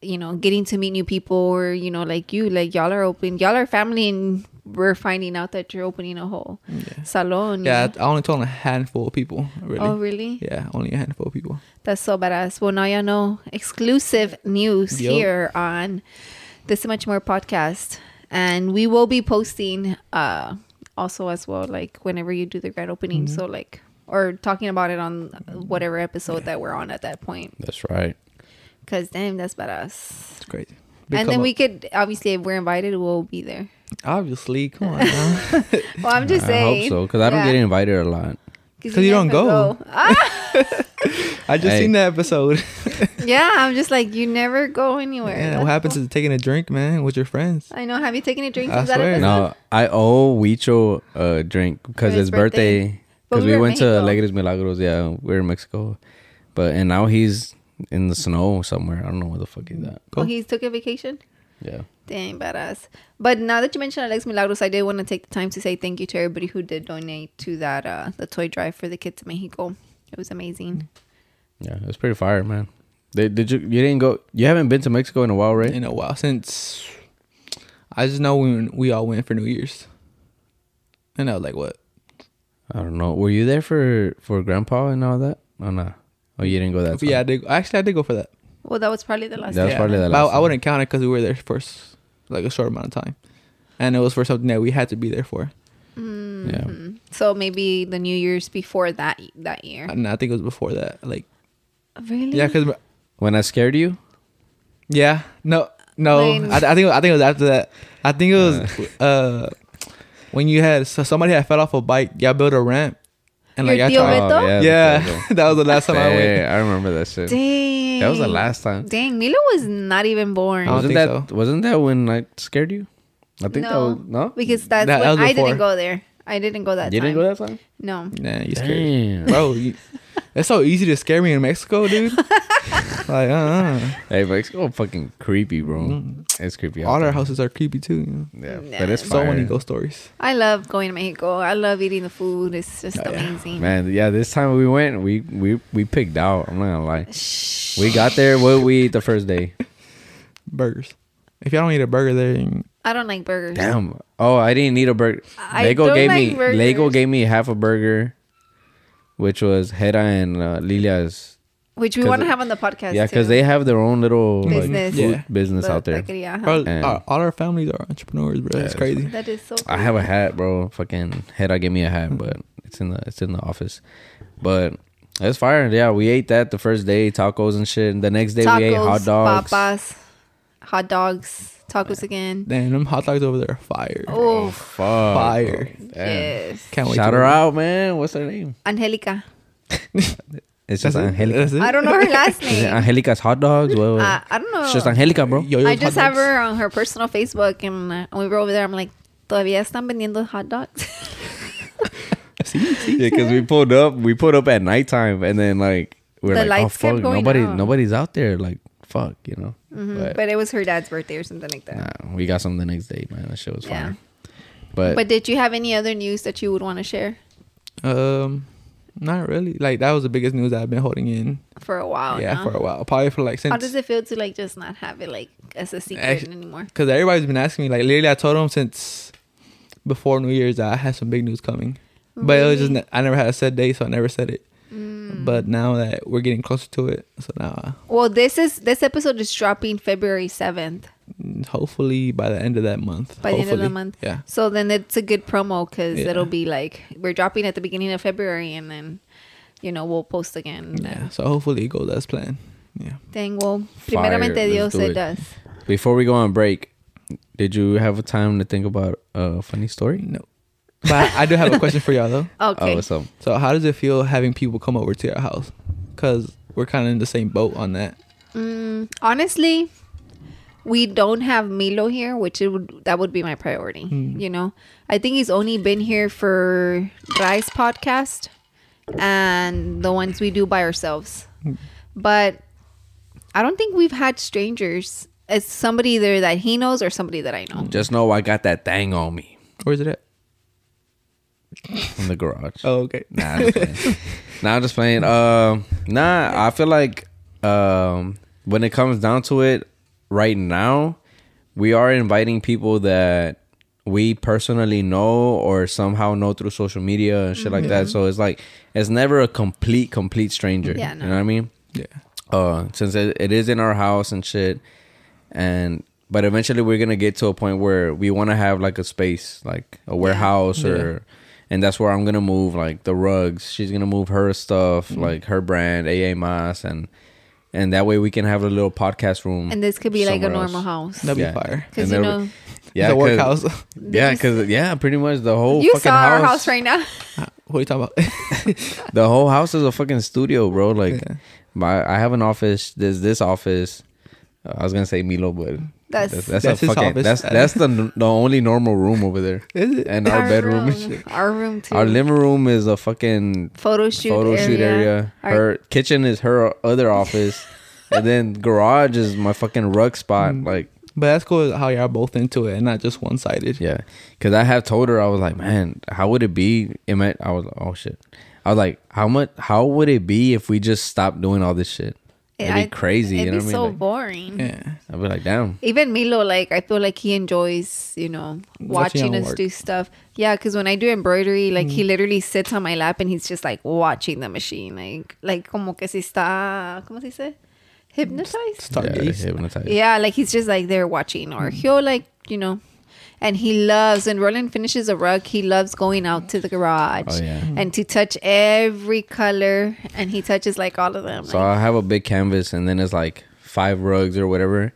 [SPEAKER 1] you know, getting to meet new people or, you know, like you, like y'all are open, y'all are family and we're finding out that you're opening a whole salon. you
[SPEAKER 3] Yeah,
[SPEAKER 1] know?
[SPEAKER 3] I only told a handful of people. Really.
[SPEAKER 1] Oh, really?
[SPEAKER 3] Yeah, only a handful of people.
[SPEAKER 1] That's so badass. Well, now y'all know exclusive news
[SPEAKER 3] Yup.
[SPEAKER 1] here on This Is Much More podcast. And we will be posting uh also as well, like whenever you do the grand opening.
[SPEAKER 3] Mm-hmm.
[SPEAKER 1] So, like, or talking about it on whatever episode that we're on at that point.
[SPEAKER 2] that's right.
[SPEAKER 1] Because, damn, that's badass.
[SPEAKER 3] It's crazy.
[SPEAKER 1] and then we could, obviously, if we're invited, we'll be there.
[SPEAKER 3] obviously come on. Now.
[SPEAKER 1] Well, I'm just saying.
[SPEAKER 2] I hope so because I don't
[SPEAKER 1] Yeah.
[SPEAKER 2] get invited a lot.
[SPEAKER 1] 'Cause
[SPEAKER 3] 'Cause you don't
[SPEAKER 1] never
[SPEAKER 3] go.
[SPEAKER 1] Ah,
[SPEAKER 3] I just
[SPEAKER 2] Hey.
[SPEAKER 3] seen that episode.
[SPEAKER 1] yeah, I'm just like, you never go anywhere.
[SPEAKER 3] yeah,
[SPEAKER 1] That's
[SPEAKER 3] what happened
[SPEAKER 1] cool.
[SPEAKER 3] to taking a drink, man, with your friends?
[SPEAKER 1] I know. Have you taken a drink
[SPEAKER 3] I
[SPEAKER 1] since that
[SPEAKER 3] swear.
[SPEAKER 1] episode?
[SPEAKER 2] No, I owe Huicho a drink because
[SPEAKER 1] his
[SPEAKER 2] his birthday.
[SPEAKER 1] birthday. But
[SPEAKER 2] Because
[SPEAKER 1] we
[SPEAKER 2] we,
[SPEAKER 1] were in
[SPEAKER 2] went to
[SPEAKER 1] Mexico.
[SPEAKER 2] Alegres Milagros. Yeah, we were in Mexico, but and now he's in the snow somewhere. I don't know where the fuck he's at.
[SPEAKER 1] Oh, he took a vacation?
[SPEAKER 2] Yeah.
[SPEAKER 1] Dang, badass. But now that you mentioned Alex Milagros, I did want to take the time to say thank you to everybody who did donate to that uh the toy drive for the kids in Mexico. It was amazing.
[SPEAKER 2] Yeah, it was pretty fire, man. They, did you? You didn't go. You haven't been to Mexico in a while, right?
[SPEAKER 3] In a while since I just know when we all went for New Year's. And I was like, what?
[SPEAKER 2] I don't know. Were you there for for Grandpa and all that? Oh no. Oh, you didn't go that.
[SPEAKER 3] But yeah, I did. Actually, I did go for that.
[SPEAKER 1] Well, that was probably the last
[SPEAKER 2] That was
[SPEAKER 1] time.
[SPEAKER 2] probably the
[SPEAKER 3] But
[SPEAKER 2] last
[SPEAKER 3] I, I
[SPEAKER 2] time.
[SPEAKER 3] wouldn't count it because we were there for s- like a short amount of time, and it was for something that we had to be there for.
[SPEAKER 2] time. Yeah.
[SPEAKER 1] So maybe the New Year's before that that year.
[SPEAKER 3] And I think it was before that. Like,
[SPEAKER 1] Really?
[SPEAKER 3] yeah, because
[SPEAKER 2] When I scared you,
[SPEAKER 3] Yeah. No. No.
[SPEAKER 1] When-
[SPEAKER 3] I, I think I think it was after that. I think it was uh when you had so somebody had fell off a bike. Y'all built a ramp, and like
[SPEAKER 1] Your
[SPEAKER 3] I
[SPEAKER 1] tío
[SPEAKER 3] tried.
[SPEAKER 1] Beto?
[SPEAKER 2] Oh, yeah,
[SPEAKER 3] Yeah, that was the last time I went.
[SPEAKER 2] Hey, I remember that shit.
[SPEAKER 1] Dang.
[SPEAKER 2] That was the last time.
[SPEAKER 1] Dang, Milo was not even born.
[SPEAKER 3] I don't
[SPEAKER 2] Wasn't
[SPEAKER 3] think
[SPEAKER 2] that wasn't that when I scared you? I think that was no.
[SPEAKER 1] Because that's
[SPEAKER 3] That- that
[SPEAKER 1] when I
[SPEAKER 3] was
[SPEAKER 1] didn't go
[SPEAKER 3] before.
[SPEAKER 1] there. I didn't go that
[SPEAKER 2] You
[SPEAKER 1] time.
[SPEAKER 2] didn't go that time?
[SPEAKER 1] No.
[SPEAKER 3] Nah, you scared,
[SPEAKER 2] Damn.
[SPEAKER 3] bro. You, it's so easy to scare me in Mexico, dude. like, uh,
[SPEAKER 2] hey, Mexico fucking creepy, bro. It's creepy.
[SPEAKER 3] uh
[SPEAKER 2] out
[SPEAKER 3] all our
[SPEAKER 2] there.
[SPEAKER 3] houses are creepy too. You know?
[SPEAKER 2] Yeah,
[SPEAKER 1] Nah.
[SPEAKER 2] but it's
[SPEAKER 3] So
[SPEAKER 2] fire.
[SPEAKER 3] many ghost stories.
[SPEAKER 1] I love going to Mexico. I love eating the food. It's just
[SPEAKER 3] Oh, yeah.
[SPEAKER 1] amazing.
[SPEAKER 2] Man, yeah, this time we went, we we we picked out. I'm not gonna lie.
[SPEAKER 1] Shh.
[SPEAKER 2] We got there. What we eat the first day?
[SPEAKER 3] Burgers. If y'all don't eat a burger there, you-
[SPEAKER 1] I don't like burgers.
[SPEAKER 2] Damn. Oh, I didn't need a burger.
[SPEAKER 1] I
[SPEAKER 2] Lego
[SPEAKER 1] don't
[SPEAKER 2] gave
[SPEAKER 1] like
[SPEAKER 2] me
[SPEAKER 1] burgers.
[SPEAKER 2] Lego gave me half a burger, which was Hera and uh, Lilia's.
[SPEAKER 1] which we
[SPEAKER 2] 'Cause
[SPEAKER 1] want to
[SPEAKER 2] it-
[SPEAKER 1] have on the podcast.
[SPEAKER 2] Yeah, because
[SPEAKER 1] too.
[SPEAKER 2] they have their own little like,
[SPEAKER 1] Business.
[SPEAKER 2] food
[SPEAKER 3] Yeah.
[SPEAKER 2] business
[SPEAKER 1] The
[SPEAKER 2] out there.
[SPEAKER 1] taqueria, huh?
[SPEAKER 3] bro,
[SPEAKER 2] And-
[SPEAKER 3] our, all our families are entrepreneurs, bro. It's
[SPEAKER 2] it's
[SPEAKER 3] crazy.
[SPEAKER 1] uh-huh. That is so.
[SPEAKER 2] I have a hat, bro. Fucking head. I gave me a hat, but it's in the it's in the office. But it's fire. Yeah, we ate that the first day, tacos and shit. And the next day
[SPEAKER 1] tacos,
[SPEAKER 2] we ate hot dogs.
[SPEAKER 1] papas, hot dogs, tacos again.
[SPEAKER 3] Damn, them hot dogs over there are fire. bro.
[SPEAKER 2] Oh,
[SPEAKER 1] Oh,
[SPEAKER 2] fuck.
[SPEAKER 3] Fire.
[SPEAKER 2] Damn.
[SPEAKER 1] yes.
[SPEAKER 3] Can't wait
[SPEAKER 2] Oh, Shout
[SPEAKER 3] to
[SPEAKER 2] her out, man. What's her name?
[SPEAKER 1] Angelica.
[SPEAKER 2] It's just
[SPEAKER 3] That's it?
[SPEAKER 2] Angelica.
[SPEAKER 3] That's it?
[SPEAKER 1] I don't know her last
[SPEAKER 2] Is it
[SPEAKER 1] name.
[SPEAKER 2] Angelica's hot dogs. What- what-
[SPEAKER 1] Uh, I don't know.
[SPEAKER 2] It's just Angelica, bro.
[SPEAKER 3] Yo-yo's
[SPEAKER 1] I
[SPEAKER 3] hot
[SPEAKER 1] just have
[SPEAKER 3] dogs.
[SPEAKER 1] her on her personal Facebook, and uh, when we were over there, I'm like, todavía están vendiendo hot dogs.
[SPEAKER 3] See, see.
[SPEAKER 2] Yeah, because we pulled up, we pulled up at nighttime, and then like we we're
[SPEAKER 1] The
[SPEAKER 2] like, oh
[SPEAKER 1] lights kept
[SPEAKER 2] fuck,
[SPEAKER 1] going
[SPEAKER 2] nobody,
[SPEAKER 1] out.
[SPEAKER 2] nobody's out there. Like fuck, you know. But,
[SPEAKER 1] Mm-hmm. but it was her dad's birthday or something like that.
[SPEAKER 2] nah, we got some the next day, man. That shit was
[SPEAKER 1] Yeah.
[SPEAKER 2] fire. But,
[SPEAKER 1] But did you have any other news that you would want to share
[SPEAKER 3] Um, not really. Like that was the biggest news I've been holding in.
[SPEAKER 1] for a while?
[SPEAKER 3] yeah,
[SPEAKER 1] now?
[SPEAKER 3] for a while. Probably for like
[SPEAKER 1] Oh, How
[SPEAKER 3] since
[SPEAKER 1] does it feel to like just not have it like as a secret
[SPEAKER 3] Actu-
[SPEAKER 1] anymore?
[SPEAKER 3] because everybody's been asking me. Like literally, I told them since before New Year's that I had some big news coming, but it was just
[SPEAKER 1] Really? Mm.
[SPEAKER 3] ne- I never had a set date, so I never said it. But now that we're getting closer to it, so now
[SPEAKER 1] Well, this is this episode is dropping February seventh.
[SPEAKER 3] uh, hopefully by the end of that month.
[SPEAKER 1] By the end of the
[SPEAKER 3] hopefully.
[SPEAKER 1] month.
[SPEAKER 3] Yeah.
[SPEAKER 1] So then it's a good promo because
[SPEAKER 3] Yeah.
[SPEAKER 1] it'll be like we're dropping at the beginning of February, and then you know we'll post again.
[SPEAKER 3] Yeah. So hopefully it goes as planned. Yeah.
[SPEAKER 1] Then well,
[SPEAKER 2] Fire,
[SPEAKER 1] primeramente
[SPEAKER 2] let's
[SPEAKER 1] Dios
[SPEAKER 2] do
[SPEAKER 1] it
[SPEAKER 2] it.
[SPEAKER 1] does.
[SPEAKER 2] before we go on break, did you have a time to think about a funny story?
[SPEAKER 3] No. But I do have a question for y'all though.
[SPEAKER 1] Okay.
[SPEAKER 2] Oh, what's up?
[SPEAKER 3] So how does it feel having people come over to your house? Cause we're kind of in the same boat on that.
[SPEAKER 1] Mm, honestly, we don't have Milo here, which it would that would be my priority.
[SPEAKER 2] Hmm.
[SPEAKER 1] You know, I think he's only been here for Rice podcast and the ones we do by ourselves.
[SPEAKER 2] Hmm.
[SPEAKER 1] But I don't think we've had strangers. It's somebody either that he knows or somebody that I know.
[SPEAKER 2] Just know I got that thing on me
[SPEAKER 3] Where's it at?
[SPEAKER 2] in the garage.
[SPEAKER 3] Oh, okay.
[SPEAKER 2] Nah, I'm just playing. nah, I'm just playing. Um, nah, I feel like um, when it comes down to it, right now, we are inviting people that we personally know or somehow know through social media and shit like
[SPEAKER 1] Mm-hmm.
[SPEAKER 2] that. So it's like it's never a complete, complete stranger.
[SPEAKER 1] Yeah, no.
[SPEAKER 2] You know what I mean?
[SPEAKER 3] Yeah.
[SPEAKER 2] uh since it, it is in our house and shit and but eventually we're gonna get to a point where we want to have like a space like a warehouse or and that's where i'm gonna move like the rugs she's gonna move her stuff
[SPEAKER 3] Mm-hmm.
[SPEAKER 2] like her brand aa mas and and that way we can have a little podcast room
[SPEAKER 1] And this could be like a
[SPEAKER 2] somewhere
[SPEAKER 1] normal
[SPEAKER 2] else.
[SPEAKER 1] house.
[SPEAKER 3] That'd
[SPEAKER 2] Yeah.
[SPEAKER 3] be fire.
[SPEAKER 1] Because
[SPEAKER 2] And
[SPEAKER 1] you
[SPEAKER 2] that'll
[SPEAKER 1] know,
[SPEAKER 2] be- yeah
[SPEAKER 3] the
[SPEAKER 2] 'cause-
[SPEAKER 3] workhouse.
[SPEAKER 2] yeah because yeah pretty much the whole
[SPEAKER 1] you
[SPEAKER 2] Oh, fucking
[SPEAKER 1] saw
[SPEAKER 2] house,
[SPEAKER 1] our house right now.
[SPEAKER 3] what are you talking about?
[SPEAKER 2] the whole house is a fucking studio, bro. Like,
[SPEAKER 3] Yeah.
[SPEAKER 2] my I have an office. There's this office. I was gonna say Milo, but
[SPEAKER 1] That's-
[SPEAKER 3] That's
[SPEAKER 2] a
[SPEAKER 3] his
[SPEAKER 2] fucking
[SPEAKER 3] office.
[SPEAKER 2] that's that's the the only normal room over there.
[SPEAKER 3] Is it?
[SPEAKER 2] And our, bedroom, and
[SPEAKER 1] room,
[SPEAKER 2] shit.
[SPEAKER 1] our room too.
[SPEAKER 2] our living room is a fucking
[SPEAKER 1] photo shoot
[SPEAKER 2] photo
[SPEAKER 1] area.
[SPEAKER 2] shoot area.
[SPEAKER 1] Our-
[SPEAKER 2] Her kitchen is her other office, and then garage is my fucking rug spot.
[SPEAKER 3] Mm.
[SPEAKER 2] Like,
[SPEAKER 3] But that's cool how y'all both into it and not just one sided.
[SPEAKER 2] Yeah, because I have told her I was like, man, how would it be? It meant I was like, oh shit. I was like, how much? How would it be if we just stopped doing all this shit?
[SPEAKER 1] Yeah,
[SPEAKER 2] It'd be
[SPEAKER 1] I-
[SPEAKER 2] crazy.
[SPEAKER 1] It'd
[SPEAKER 2] you know
[SPEAKER 1] be
[SPEAKER 2] what I
[SPEAKER 1] so
[SPEAKER 2] mean? Like,
[SPEAKER 1] boring.
[SPEAKER 3] Yeah.
[SPEAKER 2] I'd be like, damn.
[SPEAKER 1] Even Milo, like I feel like he enjoys, you know,
[SPEAKER 3] Watching
[SPEAKER 1] watching,
[SPEAKER 3] y'all
[SPEAKER 1] us
[SPEAKER 3] work.
[SPEAKER 1] do stuff. Yeah, because when I do embroidery, like
[SPEAKER 2] Mm-hmm.
[SPEAKER 1] he literally sits on my lap and he's just like watching the machine, like like como que si está, como se dice, hypnotized.
[SPEAKER 2] Yeah,
[SPEAKER 3] Stargaze.
[SPEAKER 2] hypnotized.
[SPEAKER 1] Yeah, like he's just like there watching, or
[SPEAKER 2] Mm-hmm.
[SPEAKER 1] he'll like you know, and he loves when Roland finishes a rug, he loves going out to the garage
[SPEAKER 2] Oh, yeah.
[SPEAKER 1] and to touch every color, and he touches like all of them.
[SPEAKER 2] So
[SPEAKER 1] like,
[SPEAKER 2] I have a big canvas, and then it's like five rugs or whatever,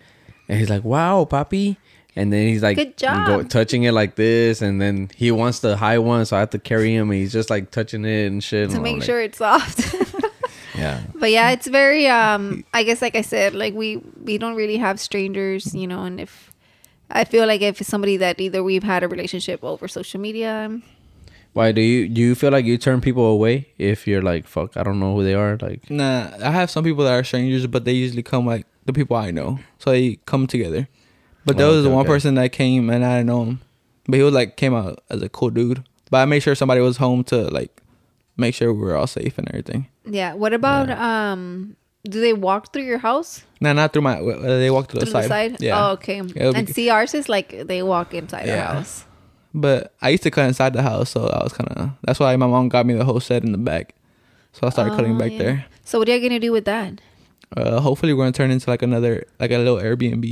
[SPEAKER 2] and he's like, wow, papi. And then he's like,
[SPEAKER 1] Good job.
[SPEAKER 2] touching it like this, and then he wants the high one, so I have to carry him, and he's just like touching it and shit.
[SPEAKER 1] to
[SPEAKER 2] and I'm
[SPEAKER 1] make
[SPEAKER 2] like,
[SPEAKER 1] sure it's soft.
[SPEAKER 2] yeah,
[SPEAKER 1] but yeah it's very um i guess like i said like we we don't really have strangers you know and if i feel like if it's somebody that either we've had a relationship over social media
[SPEAKER 2] Why do you do you feel like you turn people away if you're like fuck I don't know who they are like
[SPEAKER 3] Nah, I have some people that are strangers, but they usually come like the people I know, so they come together. But there
[SPEAKER 2] Oh,
[SPEAKER 3] was
[SPEAKER 2] okay,
[SPEAKER 3] one
[SPEAKER 2] okay.
[SPEAKER 3] person that came and I didn't know him, but he was like came out as a cool dude. But I made sure somebody was home to like make sure we were all safe and everything.
[SPEAKER 1] yeah what about um do they walk through your house
[SPEAKER 3] Nah, not through my. w- uh, They walked to the,
[SPEAKER 1] through
[SPEAKER 3] side.
[SPEAKER 1] the side
[SPEAKER 3] Yeah.
[SPEAKER 1] oh okay
[SPEAKER 3] it'll be
[SPEAKER 1] and
[SPEAKER 3] good.
[SPEAKER 1] see ours is like they walk inside
[SPEAKER 3] Yeah.
[SPEAKER 1] our house
[SPEAKER 3] But I used to cut inside the house, so I was kind of. That's why my mom got me the whole set in the back, so I started cutting
[SPEAKER 1] Oh,
[SPEAKER 3] back
[SPEAKER 1] yeah.
[SPEAKER 3] there.
[SPEAKER 1] so what are you gonna do with that
[SPEAKER 3] Uh, hopefully, we're gonna turn into like another, like a little Airbnb,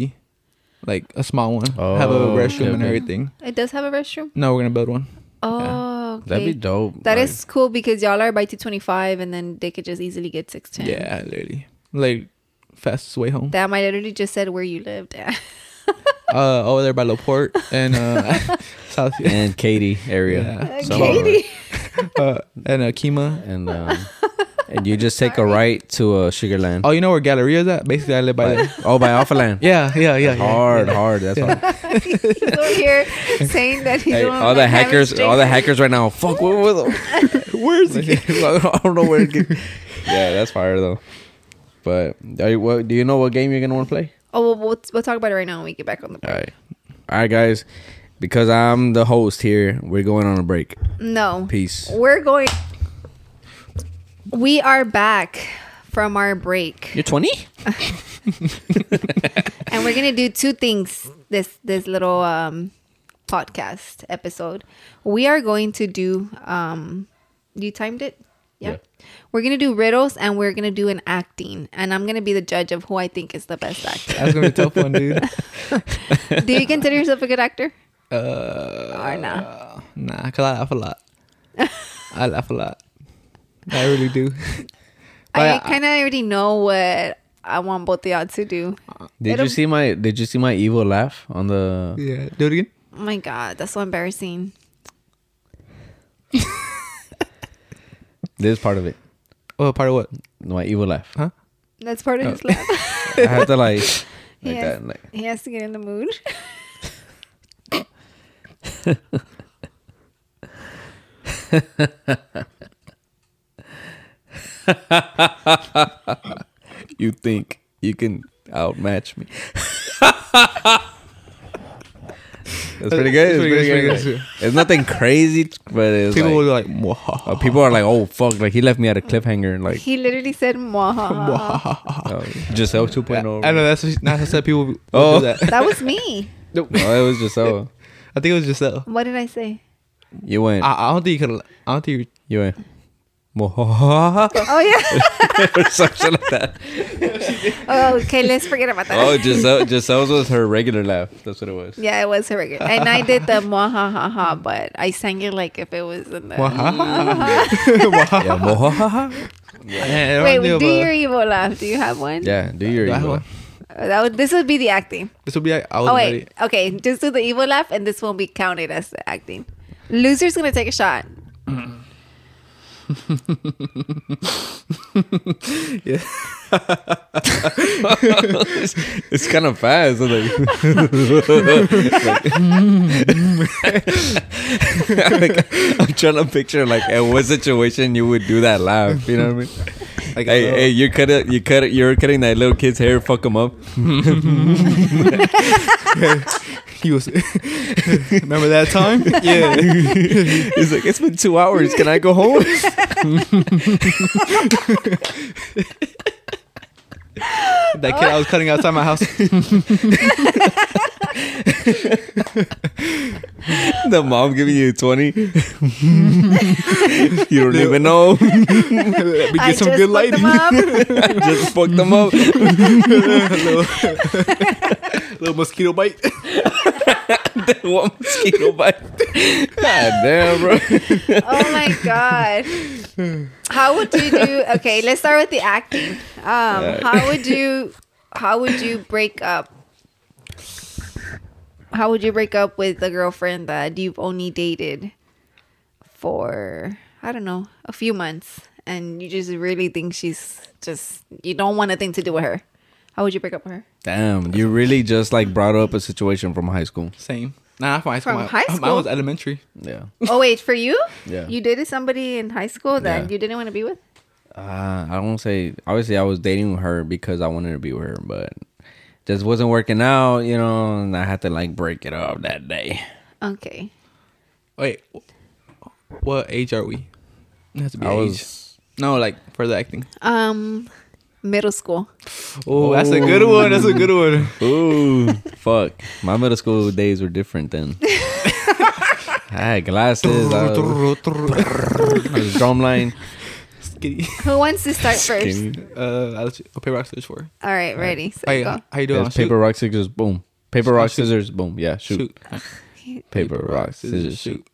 [SPEAKER 3] like a small one. have a
[SPEAKER 2] Oh,
[SPEAKER 3] restroom
[SPEAKER 2] okay,
[SPEAKER 3] and
[SPEAKER 2] okay.
[SPEAKER 3] everything.
[SPEAKER 1] it does have a restroom
[SPEAKER 3] No, we're gonna build one.
[SPEAKER 1] oh okay.
[SPEAKER 2] that'd be dope
[SPEAKER 1] That
[SPEAKER 2] like,
[SPEAKER 1] is cool because y'all are by 225 and then they could just easily get 610
[SPEAKER 3] Yeah, literally, like fastest way home.
[SPEAKER 1] damn i literally just said where you lived
[SPEAKER 3] uh, over there by Laporte and uh, South.
[SPEAKER 2] and Katie area
[SPEAKER 3] Yeah.
[SPEAKER 2] So,
[SPEAKER 1] Uh, Katie.
[SPEAKER 3] Uh, and uh, Kima.
[SPEAKER 2] and um, and you just take a right to uh, Sugarland.
[SPEAKER 3] Oh, you know where Galleria is at? Basically, I live by there.
[SPEAKER 2] Oh, by Alphaland.
[SPEAKER 3] Yeah, yeah, yeah. yeah.
[SPEAKER 2] Hard, hard. That's why.
[SPEAKER 1] he's over here saying that he's
[SPEAKER 2] Hey,
[SPEAKER 1] doing,
[SPEAKER 2] all the
[SPEAKER 1] like, having
[SPEAKER 2] hackers, all the
[SPEAKER 1] straight-
[SPEAKER 2] hackers right now. Fuck, where, where, where is he? I don't know where. It get- yeah, that's fire though. But are you, what, do you know what game you're gonna want to play?
[SPEAKER 1] Oh, we'll, we'll, we'll talk about it right now when we get back on the
[SPEAKER 2] All
[SPEAKER 1] break.
[SPEAKER 2] right, all right, guys. Because I'm the host here, we're going on a break.
[SPEAKER 1] No.
[SPEAKER 2] Peace.
[SPEAKER 1] We're going. We are back from our break,
[SPEAKER 2] You're 20.
[SPEAKER 1] and we're gonna do two things this this little um, podcast episode. We are going to do. Um, you timed it. Yeah.
[SPEAKER 2] Yeah.
[SPEAKER 1] We're gonna do riddles, and we're gonna do an acting, and I'm gonna be the judge of who I think is the best actor.
[SPEAKER 3] That's gonna be a tough one, dude.
[SPEAKER 1] do you consider yourself a good actor
[SPEAKER 3] Uh,
[SPEAKER 1] or not?
[SPEAKER 3] nah, cause I laugh a lot. I laugh a lot. I really do.
[SPEAKER 1] I
[SPEAKER 3] I-
[SPEAKER 1] kind of already know what I want both of y'all to do. Oh
[SPEAKER 2] Did
[SPEAKER 1] It'll-
[SPEAKER 2] you see my? Did you see my evil laugh on the?
[SPEAKER 3] Yeah, do it again.
[SPEAKER 1] Oh my god, that's so embarrassing.
[SPEAKER 2] This part of it.
[SPEAKER 3] Oh, part of what?
[SPEAKER 2] My evil laugh.
[SPEAKER 3] Huh?
[SPEAKER 1] That's part of his laugh.
[SPEAKER 2] I have to like, like
[SPEAKER 1] Yes.
[SPEAKER 2] that. Like,
[SPEAKER 1] He has to get in the mood.
[SPEAKER 2] you think you can outmatch me? That's pretty good. It's,
[SPEAKER 3] It's pretty
[SPEAKER 2] pretty
[SPEAKER 3] good,
[SPEAKER 2] good.
[SPEAKER 3] it's pretty good.
[SPEAKER 2] It's nothing crazy, but it's
[SPEAKER 3] People
[SPEAKER 2] people,
[SPEAKER 3] will
[SPEAKER 2] like,
[SPEAKER 3] be like, Mwahaha.
[SPEAKER 2] uh, people are like, "Oh fuck!" Like he left me at a cliffhanger. Like
[SPEAKER 1] He literally said "mwahaha."
[SPEAKER 2] uh, Giselle oh. 2.0.
[SPEAKER 3] I know that's what she, that's what I said people. Will
[SPEAKER 2] Oh.
[SPEAKER 3] do that.
[SPEAKER 1] that was me.
[SPEAKER 2] No, it was Giselle.
[SPEAKER 3] I think it was Giselle.
[SPEAKER 1] What did I say?
[SPEAKER 2] You went.
[SPEAKER 3] I, I don't think you could. I don't think you.
[SPEAKER 2] You went. or
[SPEAKER 1] Oh yeah.
[SPEAKER 2] something like that.
[SPEAKER 1] Oh, okay, let's forget about that.
[SPEAKER 2] Oh, Giselle. Giselle's was her regular laugh. That's what it was.
[SPEAKER 1] Yeah, it was her record. And I did the "mwahaha," but I sang it like if it was in the.
[SPEAKER 2] Yeah. mo-
[SPEAKER 3] Yeah,
[SPEAKER 1] Wait,
[SPEAKER 3] I don't
[SPEAKER 1] do
[SPEAKER 3] think
[SPEAKER 1] your
[SPEAKER 3] of, uh,
[SPEAKER 1] evil laugh. Do you have one?
[SPEAKER 2] yeah. Do your
[SPEAKER 3] Do I have
[SPEAKER 2] evil.
[SPEAKER 3] one?
[SPEAKER 2] laugh.
[SPEAKER 1] Uh, That would, this would be the acting.
[SPEAKER 3] This will be. I was
[SPEAKER 1] Oh
[SPEAKER 3] ready.
[SPEAKER 1] wait, okay, just do the evil laugh, and this won't be counted as the acting. Loser's gonna take a shot.
[SPEAKER 2] It's kind of fast. I'm like, Like, I'm trying to picture like at what situation you would do that laugh. You know what I mean?
[SPEAKER 3] Like,
[SPEAKER 2] hey,
[SPEAKER 3] uh,
[SPEAKER 2] hey, you cut it. You cut it. You're cutting that little kid's hair. Fuck him up.
[SPEAKER 3] He was. remember that time? yeah.
[SPEAKER 2] He's like, it's been two hours. Can I go home?
[SPEAKER 3] That kid I was cutting outside my house.
[SPEAKER 2] the mom giving you twenty. you don't even know.
[SPEAKER 3] We
[SPEAKER 1] I
[SPEAKER 3] get some
[SPEAKER 1] just
[SPEAKER 3] good
[SPEAKER 1] looked
[SPEAKER 3] lighting.
[SPEAKER 1] them up.
[SPEAKER 2] Just fucked them up.
[SPEAKER 3] Little mosquito bite.
[SPEAKER 2] One mosquito bite. God damn, bro.
[SPEAKER 1] oh my god how would you do okay let's start with the acting um how would you how would you break up how would you break up with a girlfriend that you've only dated for i don't know a few months and you just really think she's just you don't want a thing to do with her how would you break up with her
[SPEAKER 2] Damn, you really just like brought up a situation from high school.
[SPEAKER 3] Same. Nah, from high school.
[SPEAKER 1] From
[SPEAKER 3] my,
[SPEAKER 1] high
[SPEAKER 3] Mine was
[SPEAKER 1] school?
[SPEAKER 3] elementary.
[SPEAKER 2] Yeah.
[SPEAKER 1] oh wait for you
[SPEAKER 2] Yeah.
[SPEAKER 1] you dated somebody in high school that
[SPEAKER 2] Yeah.
[SPEAKER 1] you didn't want to be with
[SPEAKER 2] Uh, I won't say. Obviously, I was dating her because I wanted to be with her, but just wasn't working out, you know. And I had to like break it up that day.
[SPEAKER 1] okay
[SPEAKER 3] Wait, wh- what age are we? It has to be
[SPEAKER 2] I
[SPEAKER 3] age.
[SPEAKER 2] was.
[SPEAKER 3] No, like for the acting.
[SPEAKER 1] um middle school
[SPEAKER 3] Oh, that's a good one. That's a good one.
[SPEAKER 2] Ooh, fuck! My middle school days were different then. I had glasses. I was, I was drumline.
[SPEAKER 3] Skinny.
[SPEAKER 1] Who wants to start first?
[SPEAKER 3] Uh, I'll ch- oh, paper rock scissors for.
[SPEAKER 1] All right, ready. So
[SPEAKER 3] Hey,
[SPEAKER 1] go.
[SPEAKER 3] how you doing?
[SPEAKER 2] It's paper rock scissors. Boom. Paper rock
[SPEAKER 3] Shoot.
[SPEAKER 2] scissors. Boom. Yeah. Shoot. Paper rock scissors. Shoot.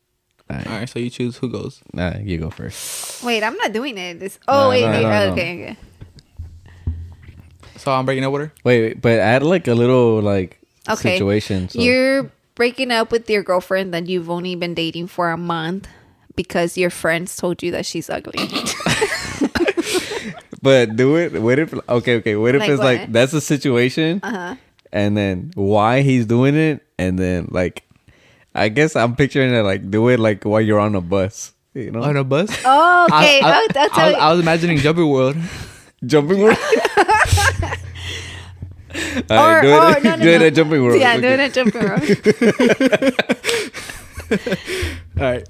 [SPEAKER 3] All
[SPEAKER 2] All right.
[SPEAKER 3] right, so you choose who goes.
[SPEAKER 2] Nah, you go first.
[SPEAKER 1] Wait, I'm not doing it. This. Oh
[SPEAKER 2] No,
[SPEAKER 1] wait,
[SPEAKER 2] no,
[SPEAKER 1] wait.
[SPEAKER 2] no,
[SPEAKER 1] oh,
[SPEAKER 2] no.
[SPEAKER 1] Okay, okay.
[SPEAKER 3] So I'm breaking up with her.
[SPEAKER 2] Wait, wait, but add like a little like
[SPEAKER 1] Okay.
[SPEAKER 2] situation. So.
[SPEAKER 1] You're breaking up with your girlfriend that you've only been dating for a month because your friends told you that she's ugly.
[SPEAKER 2] But do it. What if? Okay, okay. What if
[SPEAKER 1] Like
[SPEAKER 2] it's like
[SPEAKER 1] what?
[SPEAKER 2] that's the situation,
[SPEAKER 1] Uh-huh.
[SPEAKER 2] and then why he's doing it, and then like, I guess I'm picturing it like do it like while you're on a bus, you know,
[SPEAKER 3] on a bus.
[SPEAKER 1] Oh, okay.
[SPEAKER 3] I, I,
[SPEAKER 1] oh, that's
[SPEAKER 3] I was,
[SPEAKER 1] how-
[SPEAKER 3] I was imagining Jumper World.
[SPEAKER 2] jumping world. All right,
[SPEAKER 1] Or-
[SPEAKER 2] do it,
[SPEAKER 1] or- no, no,
[SPEAKER 2] do it
[SPEAKER 1] no.
[SPEAKER 2] at jumping world.
[SPEAKER 1] Yeah,
[SPEAKER 2] Okay.
[SPEAKER 1] doing a jumping rope.
[SPEAKER 3] All right.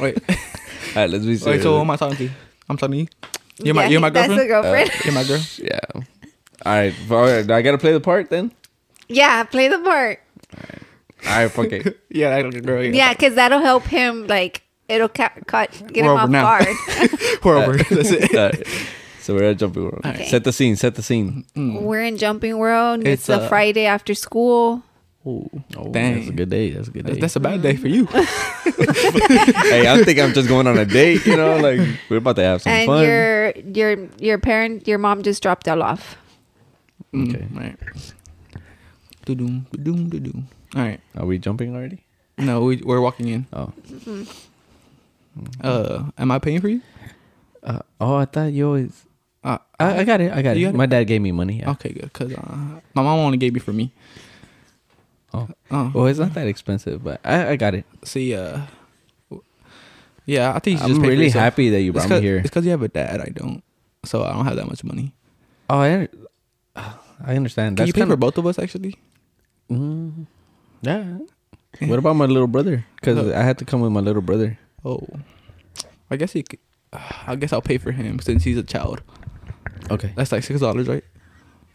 [SPEAKER 3] wait,
[SPEAKER 2] All right, let's be serious.
[SPEAKER 3] wait. So who am I talking to? I'm talking to you. You're my,
[SPEAKER 1] Yeah,
[SPEAKER 3] you're my
[SPEAKER 1] that's
[SPEAKER 3] girlfriend. Oh.
[SPEAKER 1] the girlfriend.
[SPEAKER 3] you're my girl.
[SPEAKER 2] yeah. All right, all right. I gotta play the part then.
[SPEAKER 1] yeah, play the part.
[SPEAKER 2] All right, fuck it.
[SPEAKER 3] Yeah, I like a girl.
[SPEAKER 1] Yeah, because that'll help him. Like it'll ca- ca- get him
[SPEAKER 3] We're over
[SPEAKER 1] off
[SPEAKER 3] now.
[SPEAKER 1] guard.
[SPEAKER 3] We're over. That's it.
[SPEAKER 2] All right. So we're at jumping world.
[SPEAKER 1] Okay.
[SPEAKER 2] Set the scene. Set the scene.
[SPEAKER 1] We're in Jumping World. It's,
[SPEAKER 3] Hmm. It's,
[SPEAKER 1] a
[SPEAKER 3] uh,
[SPEAKER 1] Friday after school.
[SPEAKER 2] Oh,
[SPEAKER 3] Dang.
[SPEAKER 2] that's a good day. That's a good day.
[SPEAKER 3] That's, that's a bad day for you.
[SPEAKER 2] hey, I think I'm just going on a date. You know, like we're about to have some
[SPEAKER 1] and
[SPEAKER 2] fun.
[SPEAKER 1] your your your parent, your mom just dropped y'all off.
[SPEAKER 2] Okay.
[SPEAKER 3] Mm, all right. Do-doom, do-doom, do-doom. All right.
[SPEAKER 2] Are we jumping already?
[SPEAKER 3] No, we, we're walking in.
[SPEAKER 2] Oh,
[SPEAKER 3] Uh,
[SPEAKER 2] Mm-hmm.
[SPEAKER 3] am I paying for you?
[SPEAKER 2] uh, oh, I thought you always.
[SPEAKER 3] Uh,
[SPEAKER 2] I, I got it. I Ah, got
[SPEAKER 3] You
[SPEAKER 2] it. Oh.
[SPEAKER 3] got it?
[SPEAKER 2] My dad gave me money. Yeah.
[SPEAKER 3] Okay, good. Cause uh, my mom only gave me for me.
[SPEAKER 2] Oh,
[SPEAKER 3] Oh,
[SPEAKER 2] well, it's not that expensive, but I, I got it.
[SPEAKER 3] see, uh, w- yeah, I think you should
[SPEAKER 2] I'm
[SPEAKER 3] just pay for
[SPEAKER 2] really
[SPEAKER 3] yourself.
[SPEAKER 2] happy that you
[SPEAKER 3] It's
[SPEAKER 2] brought me
[SPEAKER 3] 'cause-
[SPEAKER 2] here.
[SPEAKER 3] It's because you have a dad. I don't, so I don't have that much money.
[SPEAKER 2] Oh, I, I understand.
[SPEAKER 3] Can
[SPEAKER 2] That's
[SPEAKER 3] you pay
[SPEAKER 2] kind
[SPEAKER 3] for
[SPEAKER 2] of
[SPEAKER 3] both of us actually?
[SPEAKER 2] mm, yeah. What about my little brother? Because
[SPEAKER 3] No.
[SPEAKER 2] I had to come with my little brother.
[SPEAKER 3] Oh, I guess you. Could, I guess I'll pay for him since he's a child.
[SPEAKER 2] Okay.
[SPEAKER 3] That's like six dollars, right?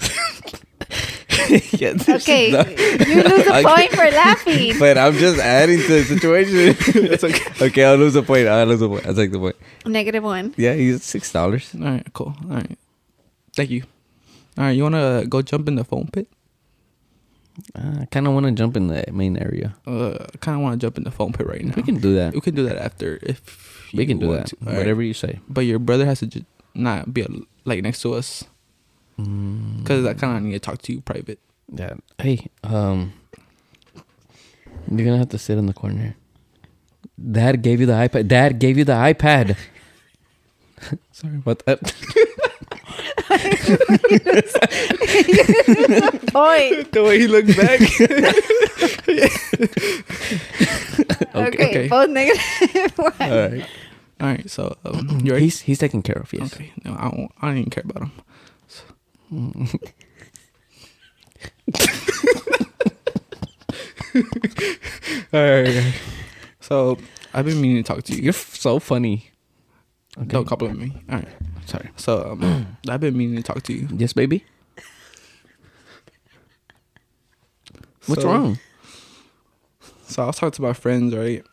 [SPEAKER 2] yeah, this is
[SPEAKER 1] Okay,
[SPEAKER 2] not-
[SPEAKER 1] you lose a
[SPEAKER 2] Okay.
[SPEAKER 1] point for laughing.
[SPEAKER 2] but I'm just adding to the situation.
[SPEAKER 3] That's okay.
[SPEAKER 2] okay, I'll lose a point. I'll lose a point. I'll take the point.
[SPEAKER 1] Negative one.
[SPEAKER 2] Yeah, he's six dollars.
[SPEAKER 3] All right, cool. All right, thank you. All right, you wanna go jump in the foam pit?
[SPEAKER 2] Uh, I kind of want to jump in the main area.
[SPEAKER 3] Uh, I kind of want to jump in the foam pit right now.
[SPEAKER 2] We can do that.
[SPEAKER 3] we can do that after if
[SPEAKER 2] We
[SPEAKER 3] you
[SPEAKER 2] can do
[SPEAKER 3] want
[SPEAKER 2] that.
[SPEAKER 3] to. All right.
[SPEAKER 2] Whatever you say.
[SPEAKER 3] But your brother has to ju- not be uh, like next to us
[SPEAKER 2] Mm.
[SPEAKER 3] because I kind of need to talk to you private.
[SPEAKER 2] Yeah. Hey, um, you're gonna have to sit in the corner. Dad gave you the iPad. Dad gave you the iPad. Sorry about that.
[SPEAKER 1] Point.
[SPEAKER 3] The way he looked back.
[SPEAKER 1] Okay,
[SPEAKER 3] okay.
[SPEAKER 1] both negative one.
[SPEAKER 2] All right.
[SPEAKER 3] All right, so um, you ready?
[SPEAKER 2] He's he's taken care of. Yes.
[SPEAKER 3] Okay, no, I don't. I don't even care about him. So- all right, all right. So I've been meaning to talk to you.
[SPEAKER 2] You're f- so funny. Okay.
[SPEAKER 3] Don't compliment me. All right.
[SPEAKER 2] Sorry.
[SPEAKER 3] So um, I've been meaning to talk to you.
[SPEAKER 2] Yes, baby. What's
[SPEAKER 3] So-
[SPEAKER 2] wrong?
[SPEAKER 3] So I was talking to my friends, right?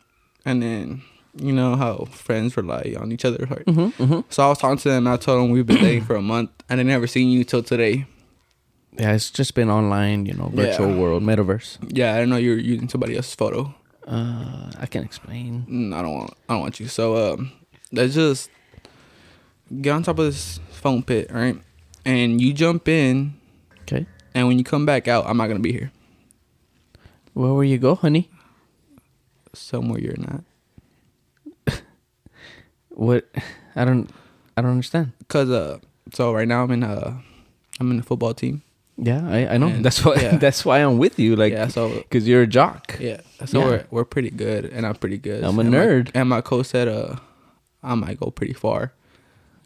[SPEAKER 3] And then you know how friends rely on each other, right?
[SPEAKER 2] Mm-hmm, mm-hmm.
[SPEAKER 3] So I was talking to them. And I told them we've been dating for a month, and they never seen you till today.
[SPEAKER 2] Yeah, it's just been online, you know, virtual
[SPEAKER 3] Yeah.
[SPEAKER 2] world, metaverse.
[SPEAKER 3] Yeah, I didn't know you were using somebody else's photo.
[SPEAKER 2] Uh, I can explain.
[SPEAKER 3] Mm, I don't want. I don't want you. So um, let's just get on top of this phone pit, right? And you jump in,
[SPEAKER 2] Okay.
[SPEAKER 3] and when you come back out, I'm not gonna be here.
[SPEAKER 2] Where will you go, honey?
[SPEAKER 3] Somewhere you're not,
[SPEAKER 2] What? I don't. I don't understand.
[SPEAKER 3] cause uh, so right now I'm in uh, I'm in the football team.
[SPEAKER 2] Yeah, I, I know.
[SPEAKER 3] And-
[SPEAKER 2] that's why.
[SPEAKER 3] yeah.
[SPEAKER 2] That's why I'm with you. Like,
[SPEAKER 3] yeah, so
[SPEAKER 2] cause you're a jock.
[SPEAKER 3] yeah, so
[SPEAKER 2] Yeah.
[SPEAKER 3] we're we're pretty good, and I'm pretty good.
[SPEAKER 2] I'm a
[SPEAKER 3] And my-
[SPEAKER 2] nerd.
[SPEAKER 3] and my coach said uh, I might go pretty far.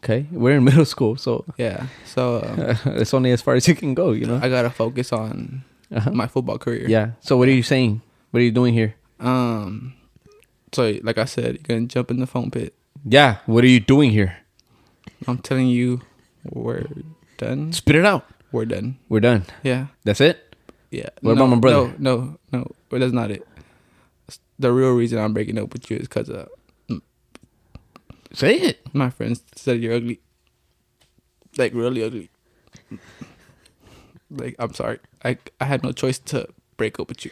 [SPEAKER 2] Okay, we're in middle school, so
[SPEAKER 3] Yeah, so uh,
[SPEAKER 2] it's only as far as you can go. You know.
[SPEAKER 3] I gotta focus on
[SPEAKER 2] Uh-huh.
[SPEAKER 3] my football career.
[SPEAKER 2] Yeah. So what are you saying? What are you doing here?
[SPEAKER 3] Um. So like I said, you're gonna jump in the phone pit.
[SPEAKER 2] Yeah. What are you doing here?
[SPEAKER 3] I'm telling you, we're done.
[SPEAKER 2] Spit it out.
[SPEAKER 3] We're done.
[SPEAKER 2] We're done.
[SPEAKER 3] Yeah,
[SPEAKER 2] That's it.
[SPEAKER 3] yeah.
[SPEAKER 2] What
[SPEAKER 3] No,
[SPEAKER 2] about my brother?
[SPEAKER 3] No, no, no. Well, that's not it. The real reason I'm breaking up with you is because uh,
[SPEAKER 2] Say it.
[SPEAKER 3] my friends said you're ugly. Like really ugly. Like I'm sorry. I I had no choice to break up with you.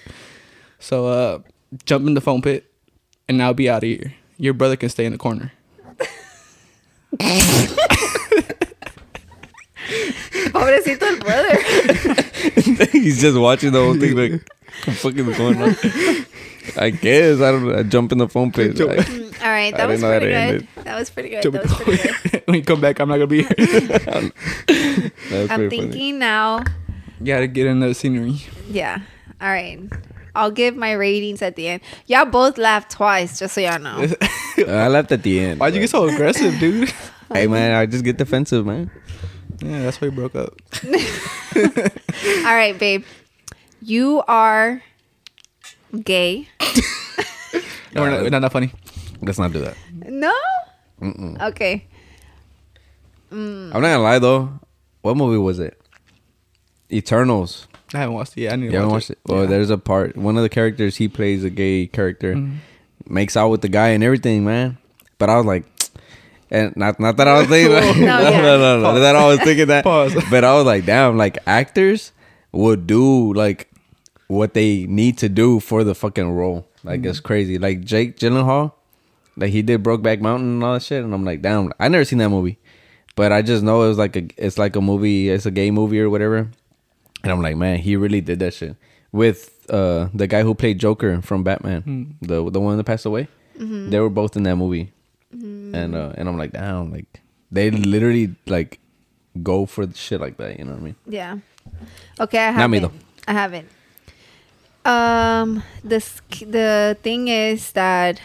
[SPEAKER 3] So uh, jump in the phone pit, and I'll be out of here. Your brother can stay in the corner.
[SPEAKER 1] Pobrecito el brother.
[SPEAKER 2] He's just watching the whole thing like, what the fuck is going on? I guess I don't. I jump in the phone pit. Like,
[SPEAKER 1] All right,
[SPEAKER 2] I
[SPEAKER 1] that was
[SPEAKER 2] didn't know that
[SPEAKER 1] pretty
[SPEAKER 2] it
[SPEAKER 1] good. That was pretty good.
[SPEAKER 3] Till
[SPEAKER 1] That was pretty good.
[SPEAKER 3] we- when you come back, I'm not gonna be here.
[SPEAKER 2] That was
[SPEAKER 1] I'm
[SPEAKER 2] pretty funny.
[SPEAKER 1] thinking now.
[SPEAKER 3] you gotta get in the scenery.
[SPEAKER 1] Yeah. All right. I'll give my ratings at the end. Y'all both laughed twice, just so y'all know.
[SPEAKER 2] I left at the end.
[SPEAKER 3] Why'd you get so aggressive, dude?
[SPEAKER 2] Hey man, I just get defensive, man.
[SPEAKER 3] yeah, that's why we broke up.
[SPEAKER 1] All right, babe. You are gay.
[SPEAKER 3] No, we're not, we're not that funny.
[SPEAKER 2] Let's not do that.
[SPEAKER 1] No? Okay.
[SPEAKER 2] I'm not gonna lie though. What movie was it? Eternals.
[SPEAKER 3] I haven't watched it yet. I need to
[SPEAKER 2] You haven't
[SPEAKER 3] watch
[SPEAKER 2] watched it? Well, there's a part. One of the characters he plays a gay character, makes out with the guy and everything, man. But I was like, and not not that I was thinking, no, no,
[SPEAKER 1] yeah.
[SPEAKER 2] no, no, not that I was thinking that.
[SPEAKER 3] Pause.
[SPEAKER 2] But I was like, damn, like actors would do like what they need to do for the fucking role. Like it's crazy. Like Jake Gyllenhaal, like he did Brokeback Mountain and all that shit, and I'm like, damn, I never seen that movie. But I just know it was like a, it's like a movie, it's a gay movie or whatever. And I'm like, man, he really did that shit with uh the guy who played Joker from Batman, the the one that passed away. They were both in that movie, and uh, and I'm like, damn, like they literally like go for the shit like that. You know what I mean?
[SPEAKER 1] Yeah. Okay, I
[SPEAKER 2] Not
[SPEAKER 1] haven't.
[SPEAKER 2] me, though.
[SPEAKER 1] I haven't. Um this the thing is that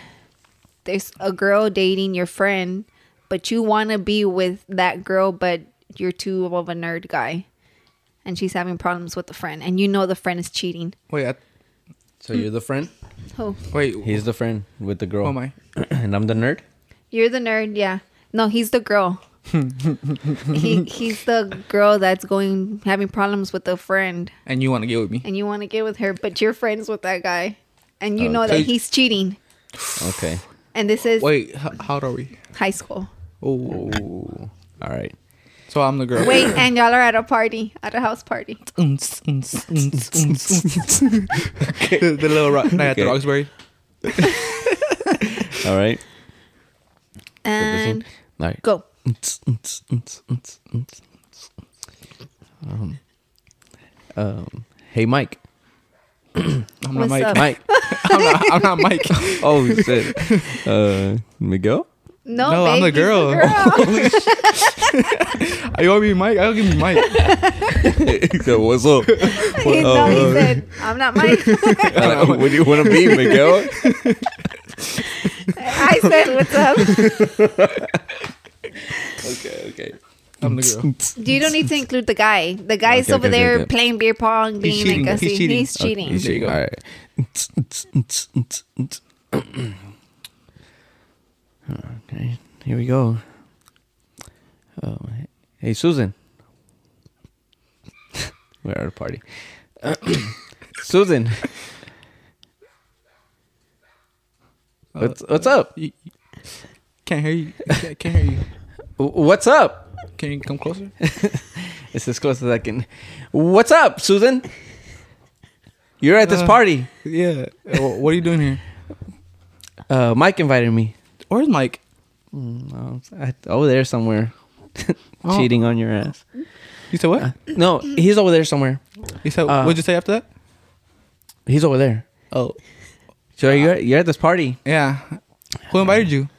[SPEAKER 1] there's a girl dating your friend, but you want to be with that girl, but you're too of a nerd guy. And she's having problems with the friend, and you know the friend is cheating.
[SPEAKER 3] Wait, I,
[SPEAKER 2] So you're the friend.
[SPEAKER 1] Oh,
[SPEAKER 3] wait.
[SPEAKER 2] He's the friend with the girl.
[SPEAKER 3] Oh, my.
[SPEAKER 2] and I'm the nerd.
[SPEAKER 1] you're the nerd, yeah. No, he's the girl. he he's the girl that's going having problems with a friend,
[SPEAKER 3] and you want to get with me?
[SPEAKER 1] and you want to get with her, but you're friends with that guy, and
[SPEAKER 2] Uh,
[SPEAKER 1] you know
[SPEAKER 3] Okay.
[SPEAKER 1] that he's cheating.
[SPEAKER 2] Okay.
[SPEAKER 1] And this is
[SPEAKER 3] Wait, h- how old are we?
[SPEAKER 1] high school.
[SPEAKER 3] Oh,
[SPEAKER 2] Ooh. All right.
[SPEAKER 3] so I'm the girl.
[SPEAKER 1] Wait, and y'all are at a party, at a house party.
[SPEAKER 3] Unz, unz, unz, unz, unz. the, the little rock. Night at the
[SPEAKER 2] Okay.
[SPEAKER 3] Roxbury.
[SPEAKER 2] All right.
[SPEAKER 1] And
[SPEAKER 2] All right.
[SPEAKER 1] go.
[SPEAKER 2] Um, um, hey, Mike.
[SPEAKER 3] I'm
[SPEAKER 1] What's
[SPEAKER 3] not Mike.
[SPEAKER 1] up?
[SPEAKER 2] Mike.
[SPEAKER 3] I'm not, I'm not Mike.
[SPEAKER 2] Oh shit. Uh, Miguel.
[SPEAKER 1] No,
[SPEAKER 3] No, I'm
[SPEAKER 1] babe, he's
[SPEAKER 3] the girl. you want me Mike? I'll give you Mike.
[SPEAKER 2] He said, "What's up?
[SPEAKER 1] He- no,
[SPEAKER 2] Oh.
[SPEAKER 1] he said, I'm not Mike.
[SPEAKER 2] Uh, what do you want to be, Miguel?"
[SPEAKER 1] I said, what's up?
[SPEAKER 2] okay, okay.
[SPEAKER 3] I'm the girl.
[SPEAKER 1] You don't need to include the guy. The guy's
[SPEAKER 2] Okay,
[SPEAKER 1] over
[SPEAKER 2] okay,
[SPEAKER 1] there
[SPEAKER 2] okay.
[SPEAKER 1] playing beer pong, being
[SPEAKER 3] cheating.
[SPEAKER 1] like a
[SPEAKER 3] He's
[SPEAKER 1] he's
[SPEAKER 3] cheating.
[SPEAKER 1] He's
[SPEAKER 3] Okay,
[SPEAKER 1] cheating.
[SPEAKER 3] There you go.
[SPEAKER 2] You see, all right. okay, here we go. Oh, hey, Susan. We're at a party. Susan. What's,
[SPEAKER 3] Oh,
[SPEAKER 2] what's up?
[SPEAKER 3] You- you- Uh, Can't hear you. Can't, can't hear you.
[SPEAKER 2] What's up?
[SPEAKER 3] Can you come closer?
[SPEAKER 2] It's as close as I can. What's up, Susan? You're at this
[SPEAKER 3] Uh.
[SPEAKER 2] party.
[SPEAKER 3] Yeah. Wh- What are you doing here?
[SPEAKER 2] Uh, Mike invited me.
[SPEAKER 3] Where's Mike?
[SPEAKER 2] No, I, over there somewhere,
[SPEAKER 3] Oh.
[SPEAKER 2] cheating on your ass.
[SPEAKER 3] You said what?
[SPEAKER 2] No, he's over there somewhere.
[SPEAKER 3] You said
[SPEAKER 2] Uh,
[SPEAKER 3] what'd you say after that?
[SPEAKER 2] He's over there.
[SPEAKER 3] Oh,
[SPEAKER 2] So you're you're at this party,
[SPEAKER 3] yeah. Who invited you?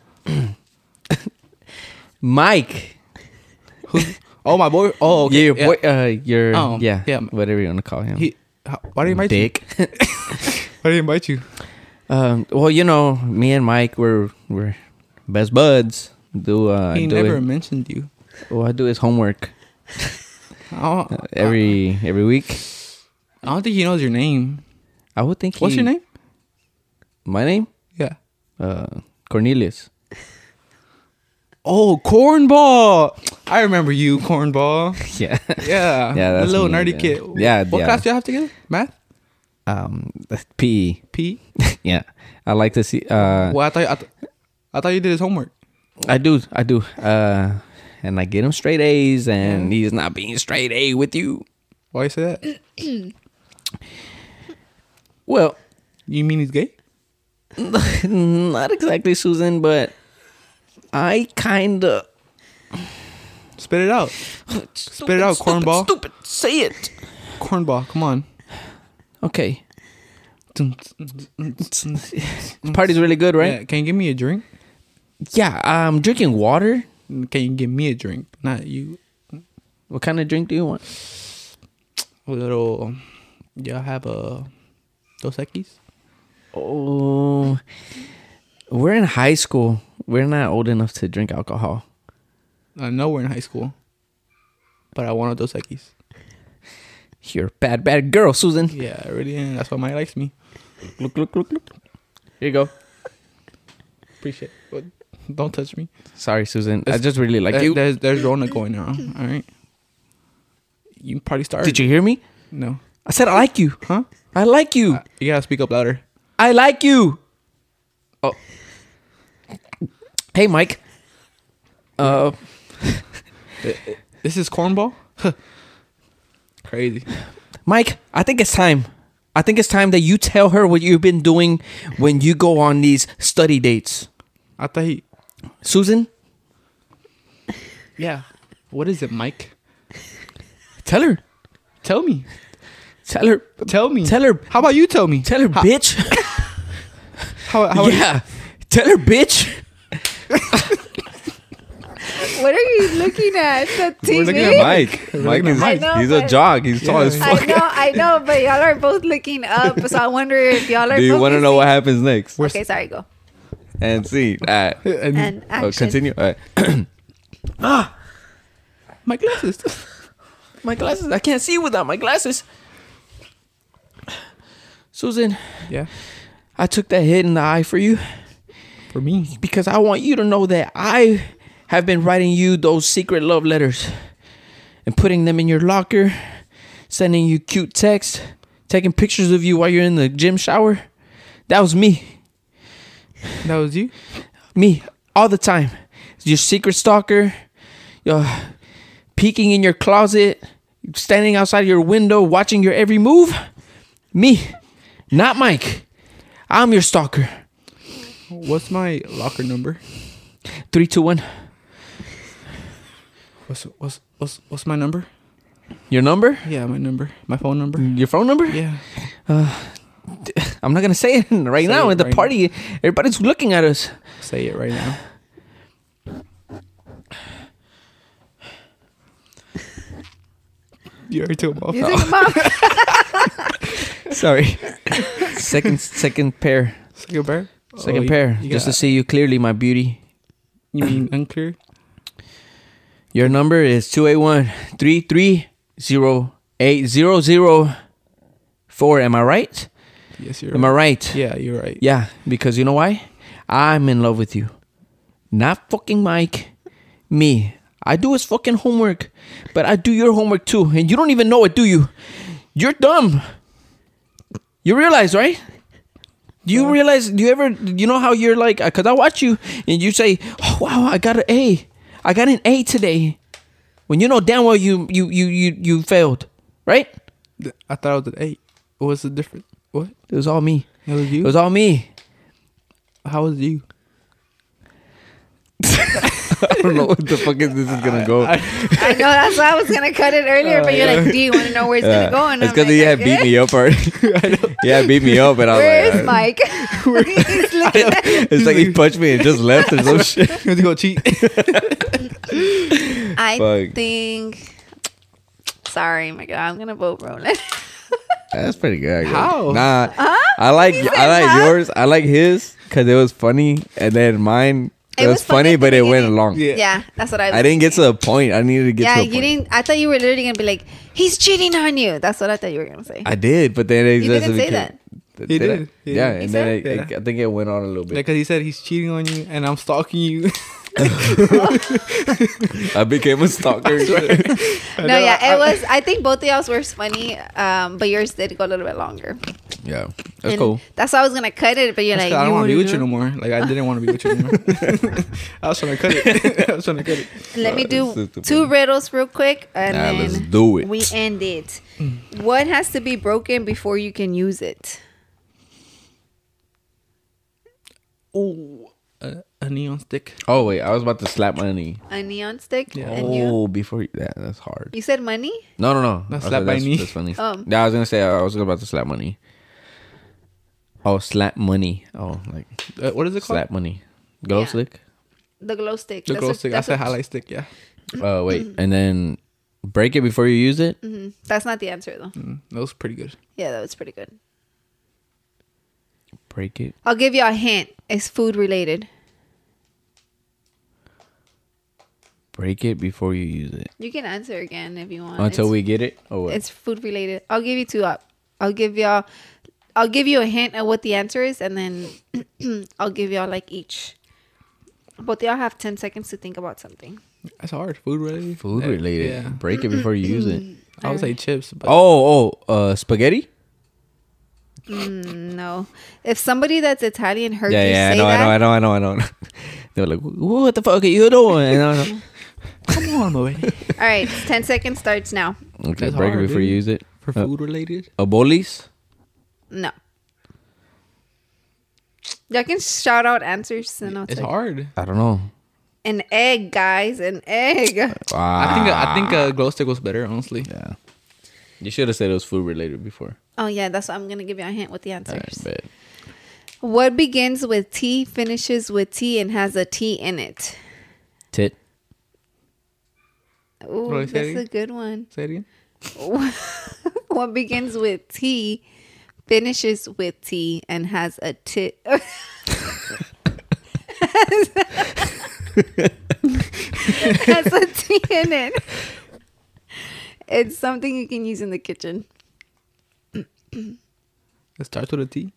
[SPEAKER 2] Mike.
[SPEAKER 3] Who's? Oh, my boy. Oh, okay.
[SPEAKER 2] Yeah, your boy. Uh, your
[SPEAKER 3] Oh,
[SPEAKER 2] yeah,
[SPEAKER 3] yeah.
[SPEAKER 2] whatever you want to call him.
[SPEAKER 3] He. how- Why did he invite
[SPEAKER 2] Dick.
[SPEAKER 3] you? Why did he invite you?
[SPEAKER 2] um, well, you know, me and Mike were we're best buds. Do uh,
[SPEAKER 3] he
[SPEAKER 2] do
[SPEAKER 3] never
[SPEAKER 2] it-
[SPEAKER 3] mentioned you.
[SPEAKER 2] well, I do his homework
[SPEAKER 3] I
[SPEAKER 2] uh,
[SPEAKER 3] don't,
[SPEAKER 2] every
[SPEAKER 3] Ah.
[SPEAKER 2] every week.
[SPEAKER 3] I don't think he knows your name.
[SPEAKER 2] I would think.
[SPEAKER 3] What's
[SPEAKER 2] he-
[SPEAKER 3] your name?
[SPEAKER 2] My name,
[SPEAKER 3] Yeah.
[SPEAKER 2] uh, Cornelius.
[SPEAKER 3] Oh, cornball. I remember you, cornball.
[SPEAKER 2] Yeah.
[SPEAKER 3] Yeah.
[SPEAKER 2] Yeah,
[SPEAKER 3] the
[SPEAKER 2] that's
[SPEAKER 3] little
[SPEAKER 2] me,
[SPEAKER 3] nerdy
[SPEAKER 2] yeah.
[SPEAKER 3] kid.
[SPEAKER 2] Yeah,
[SPEAKER 3] What
[SPEAKER 2] yeah.
[SPEAKER 3] class do you have together? Math?
[SPEAKER 2] um, P. E.
[SPEAKER 3] P?
[SPEAKER 2] yeah, I like to see. Uh,
[SPEAKER 3] well, I thought I, th- I thought you did his homework.
[SPEAKER 2] I do, I do. Uh, and I get him straight A's, and he's not being straight A with you.
[SPEAKER 3] Why you say that?
[SPEAKER 2] Well,
[SPEAKER 3] You mean he's gay?
[SPEAKER 2] not exactly, Susan, but I kind of
[SPEAKER 3] Spit it out. Spit it out, cornball.
[SPEAKER 2] Stupid, say it.
[SPEAKER 3] Cornball, come on.
[SPEAKER 2] Okay, party's really good,
[SPEAKER 3] Right?
[SPEAKER 2] right?
[SPEAKER 3] can you give me a drink?
[SPEAKER 2] Yeah, I'm drinking water.
[SPEAKER 3] Can you give me a drink? Not you.
[SPEAKER 2] What kind of drink do you want?
[SPEAKER 3] A little. Y'all have a Dos Equis?
[SPEAKER 2] Oh, we're in high school. We're not old enough to drink alcohol.
[SPEAKER 3] I know we're in high school, but I wanted Dos Equis.
[SPEAKER 2] You're a bad, bad girl, Susan. Here
[SPEAKER 3] Yeah, I really am. That's why Mike likes me.
[SPEAKER 2] Look, look, look, look. you go.
[SPEAKER 3] Appreciate it. But Don't touch me.
[SPEAKER 2] Sorry, Susan. I
[SPEAKER 3] It's-
[SPEAKER 2] just really like
[SPEAKER 3] There-
[SPEAKER 2] you.
[SPEAKER 3] There's, there's Rona going on. All right. You probably started.
[SPEAKER 2] Did you hear me?
[SPEAKER 3] No.
[SPEAKER 2] I said I like you.
[SPEAKER 3] Huh?
[SPEAKER 2] I like you.
[SPEAKER 3] You gotta speak up louder.
[SPEAKER 2] I like you. Oh. Hey, Mike. Uh,
[SPEAKER 3] This is cornball? Crazy.
[SPEAKER 2] Mike, I think it's time. I think it's time that you tell her what you've been doing when you go on these study dates.
[SPEAKER 3] I thought he.
[SPEAKER 2] Susan,
[SPEAKER 3] Yeah. What is it, Mike?
[SPEAKER 2] tell her.
[SPEAKER 3] Tell me.
[SPEAKER 2] Tell her.
[SPEAKER 3] Tell me.
[SPEAKER 2] Tell her.
[SPEAKER 3] How about you tell me?
[SPEAKER 2] Tell her,
[SPEAKER 3] How-
[SPEAKER 2] bitch.
[SPEAKER 3] How, how about
[SPEAKER 2] yeah. Tell her, bitch.
[SPEAKER 1] What are you looking at? The TV?
[SPEAKER 2] We're looking at Mike. Mike
[SPEAKER 3] looking at
[SPEAKER 2] is
[SPEAKER 1] Mike. I know,
[SPEAKER 2] he's a
[SPEAKER 1] but-
[SPEAKER 2] jog. He's tall
[SPEAKER 3] Yeah.
[SPEAKER 2] as
[SPEAKER 1] I
[SPEAKER 2] fuck.
[SPEAKER 1] know, I know, but y'all are both looking up, so I wonder if y'all are.
[SPEAKER 2] Do you
[SPEAKER 1] want to
[SPEAKER 2] know what happens next?
[SPEAKER 1] Okay, sorry, go.
[SPEAKER 2] And see. All right.
[SPEAKER 3] you? And
[SPEAKER 1] And
[SPEAKER 2] Oh,
[SPEAKER 1] action.
[SPEAKER 2] continue. All right.
[SPEAKER 3] my glasses.
[SPEAKER 2] My glasses. I can't see without my glasses. Susan,
[SPEAKER 3] yeah.
[SPEAKER 2] I took that hit in the eye for you
[SPEAKER 3] For me.
[SPEAKER 2] because I want you to know that I have been writing you those secret love letters and putting them in your locker, sending you cute texts, taking pictures of you while you're in the gym shower. That was me.
[SPEAKER 3] That was you?
[SPEAKER 2] Me. All the time. Your secret stalker, your peeking in your closet, standing outside your window, watching your every move. Me. Not Mike. I'm your stalker.
[SPEAKER 3] What's my locker number?
[SPEAKER 2] 321.
[SPEAKER 3] What's what's what's what's my number?
[SPEAKER 2] Your number?
[SPEAKER 3] Yeah, my number. My phone number.
[SPEAKER 2] Your phone number?
[SPEAKER 3] Yeah.
[SPEAKER 2] I'm not gonna say it right
[SPEAKER 3] Say
[SPEAKER 2] now
[SPEAKER 3] it
[SPEAKER 2] at the
[SPEAKER 3] right
[SPEAKER 2] party. Everybody's looking at us.
[SPEAKER 3] Say it right now. You already took them off.
[SPEAKER 1] You think about-
[SPEAKER 2] Sorry. second second pair.
[SPEAKER 3] Second pair.
[SPEAKER 2] Second
[SPEAKER 3] Oh,
[SPEAKER 2] pair.
[SPEAKER 3] You, you,
[SPEAKER 2] Just to
[SPEAKER 3] got-
[SPEAKER 2] see you clearly, my beauty.
[SPEAKER 3] you mean unclear?
[SPEAKER 2] Your number is 281 330 Am I right?
[SPEAKER 3] Yes, you're.
[SPEAKER 2] Am I
[SPEAKER 3] Right.
[SPEAKER 2] right?
[SPEAKER 3] Yeah, you're right.
[SPEAKER 2] Yeah, because you know why? I'm in love with you. Not fucking Mike. Me. I do his fucking homework, but I do your homework too. And you don't even know it, do you? You're dumb. You realize, right? Do you realize, do you ever, you know how you're like, because I watch you and you say, oh, wow, I got an A. I got an A today. When you know damn well you, you, you, you, you failed, right?
[SPEAKER 3] Th- I thought I was at eight. What's the difference? What?
[SPEAKER 2] It was all me.
[SPEAKER 3] It was
[SPEAKER 2] It
[SPEAKER 3] you.
[SPEAKER 2] was all me.
[SPEAKER 3] How was you?
[SPEAKER 2] I don't know what the fuck is this is going to go.
[SPEAKER 1] I know that's why I was gonna cut it earlier, but you're like, "Do you want to know where it's
[SPEAKER 2] Oh, Yeah.
[SPEAKER 1] gonna go?" And
[SPEAKER 2] it's
[SPEAKER 1] I'm
[SPEAKER 2] because
[SPEAKER 1] like,
[SPEAKER 2] he had beat me up already. yeah, beat me up, and I was
[SPEAKER 1] Where
[SPEAKER 2] like,
[SPEAKER 1] is Mike? He's looking at-
[SPEAKER 2] it's like he punched me and just left or some shit.
[SPEAKER 3] You want to go cheat?
[SPEAKER 1] I
[SPEAKER 2] Fuck.
[SPEAKER 1] think. Sorry, my God, I'm gonna vote Roland.
[SPEAKER 2] That's pretty good. I guess.
[SPEAKER 3] How?
[SPEAKER 2] Nah, I like
[SPEAKER 1] He said
[SPEAKER 2] I like
[SPEAKER 1] huh?
[SPEAKER 2] yours. I like his because it was funny, and then mine it,
[SPEAKER 1] It
[SPEAKER 2] was,
[SPEAKER 1] was funny
[SPEAKER 2] funny,
[SPEAKER 1] at
[SPEAKER 2] but
[SPEAKER 1] the
[SPEAKER 2] it went
[SPEAKER 1] beginning.
[SPEAKER 2] long.
[SPEAKER 3] Yeah.
[SPEAKER 1] yeah. that's what I.
[SPEAKER 2] I didn't get to a point. I needed to get
[SPEAKER 1] yeah,
[SPEAKER 2] to a
[SPEAKER 1] you
[SPEAKER 2] point.
[SPEAKER 1] didn't. I thought you were literally gonna be like, "He's cheating on you." That's what I thought you were gonna say.
[SPEAKER 2] I did, but then it
[SPEAKER 1] You
[SPEAKER 2] just
[SPEAKER 1] didn't say
[SPEAKER 2] became-
[SPEAKER 1] that.
[SPEAKER 2] Th-
[SPEAKER 3] He
[SPEAKER 2] I?
[SPEAKER 3] did. He
[SPEAKER 2] Yeah,
[SPEAKER 3] did.
[SPEAKER 1] He
[SPEAKER 2] and then
[SPEAKER 1] said?
[SPEAKER 2] it, it- I think it went on a little bit.
[SPEAKER 3] Because he said he's cheating on you, and I'm stalking you.
[SPEAKER 2] I became a stalker.
[SPEAKER 1] no, yeah, it was. I think both of y'all's were funny, um, but yours did go a little bit longer.
[SPEAKER 2] yeah, that's
[SPEAKER 1] And
[SPEAKER 2] cool.
[SPEAKER 1] That's why I was gonna cut it, but you're
[SPEAKER 3] That's 'cause
[SPEAKER 1] like,
[SPEAKER 3] I
[SPEAKER 1] you
[SPEAKER 3] don't want to be
[SPEAKER 1] wanna
[SPEAKER 3] with you no
[SPEAKER 1] do-
[SPEAKER 3] more. Like I didn't want to be with you anymore. I was trying to cut it. I was trying to cut it.
[SPEAKER 1] Let me
[SPEAKER 2] Uh,
[SPEAKER 1] do
[SPEAKER 2] this is
[SPEAKER 1] two riddles real quick, and
[SPEAKER 2] Nah,
[SPEAKER 1] then
[SPEAKER 2] let's do it.
[SPEAKER 1] we end it. What has to be broken before you can use it?
[SPEAKER 3] Oh, a, a neon stick.
[SPEAKER 2] Oh wait, I was about to slap my knee.
[SPEAKER 1] A neon stick.
[SPEAKER 3] Yeah.
[SPEAKER 1] And you,
[SPEAKER 2] Oh, before you, that, that's hard.
[SPEAKER 1] you said money.
[SPEAKER 2] No, no, no.
[SPEAKER 3] Not
[SPEAKER 2] I
[SPEAKER 3] slap
[SPEAKER 2] said
[SPEAKER 3] my
[SPEAKER 2] that's,
[SPEAKER 3] knee.
[SPEAKER 2] That's funny.
[SPEAKER 1] Um.
[SPEAKER 2] yeah, I was gonna say I was about to slap money. Oh, slap money. Oh, like
[SPEAKER 3] Uh, what is it called?
[SPEAKER 2] slap money. Glow
[SPEAKER 1] Yeah.
[SPEAKER 2] stick.
[SPEAKER 1] the glow stick.
[SPEAKER 3] The glow
[SPEAKER 1] what-
[SPEAKER 3] stick. I said
[SPEAKER 1] what-
[SPEAKER 3] highlight stick. Yeah.
[SPEAKER 2] Oh wait, and then break it before you use it.
[SPEAKER 1] Mhm. That's not the answer though.
[SPEAKER 3] Mm, that was pretty good.
[SPEAKER 1] Yeah, that was pretty good.
[SPEAKER 2] Break it.
[SPEAKER 1] I'll give you a hint. It's food related.
[SPEAKER 2] Break it before you use it.
[SPEAKER 1] You can answer again if you want.
[SPEAKER 2] Until
[SPEAKER 1] Uh, It's-
[SPEAKER 2] we get it. Oh, what?
[SPEAKER 1] It's food related. I'll give you two up. I'll give y'all. I'll give you a hint at what the answer is, and then I'll give y'all like each. But y'all have ten seconds to think about something.
[SPEAKER 3] That's hard. Food related.
[SPEAKER 2] food
[SPEAKER 3] Yeah. Mm-hmm.
[SPEAKER 2] related.
[SPEAKER 3] Yeah.
[SPEAKER 2] Break it before you use it.
[SPEAKER 3] I would say chips. But
[SPEAKER 2] Oh, oh, uh, spaghetti.
[SPEAKER 1] Mm, no, if somebody that's Italian heard
[SPEAKER 2] yeah,
[SPEAKER 1] you
[SPEAKER 2] yeah, I
[SPEAKER 1] say
[SPEAKER 2] know,
[SPEAKER 1] that,
[SPEAKER 2] I know, I know, I know, I know. they were like, "What the fuck are you doing?" And I was like,
[SPEAKER 3] come on, boy.
[SPEAKER 1] all right, ten seconds starts now.
[SPEAKER 2] okay,
[SPEAKER 3] That's
[SPEAKER 2] break
[SPEAKER 3] hard,
[SPEAKER 2] it before you
[SPEAKER 3] dude.
[SPEAKER 2] use it.
[SPEAKER 3] For
[SPEAKER 2] Uh,
[SPEAKER 3] food related.
[SPEAKER 2] Abolis.
[SPEAKER 1] No, y'all can shout out answers, and I'll
[SPEAKER 3] It's
[SPEAKER 1] tell you.
[SPEAKER 3] hard.
[SPEAKER 2] I don't know.
[SPEAKER 1] An egg, guys, an egg.
[SPEAKER 3] I think I think
[SPEAKER 2] Ah.
[SPEAKER 3] uh, glow stick was better, honestly.
[SPEAKER 2] yeah. You should have said it was food related before.
[SPEAKER 1] Oh yeah, that's what I'm gonna give you a hint with the
[SPEAKER 2] All
[SPEAKER 1] answers.
[SPEAKER 2] right, bet.
[SPEAKER 1] What begins with T, finishes with T, and has a T in it?
[SPEAKER 2] Tit.
[SPEAKER 1] Ooh,
[SPEAKER 3] Roy City?
[SPEAKER 1] that's a good one.
[SPEAKER 3] Say it again.
[SPEAKER 1] What begins with T, finishes with T, and has a tit? has a T in it. It's something you can use in the kitchen.
[SPEAKER 3] It starts with a T.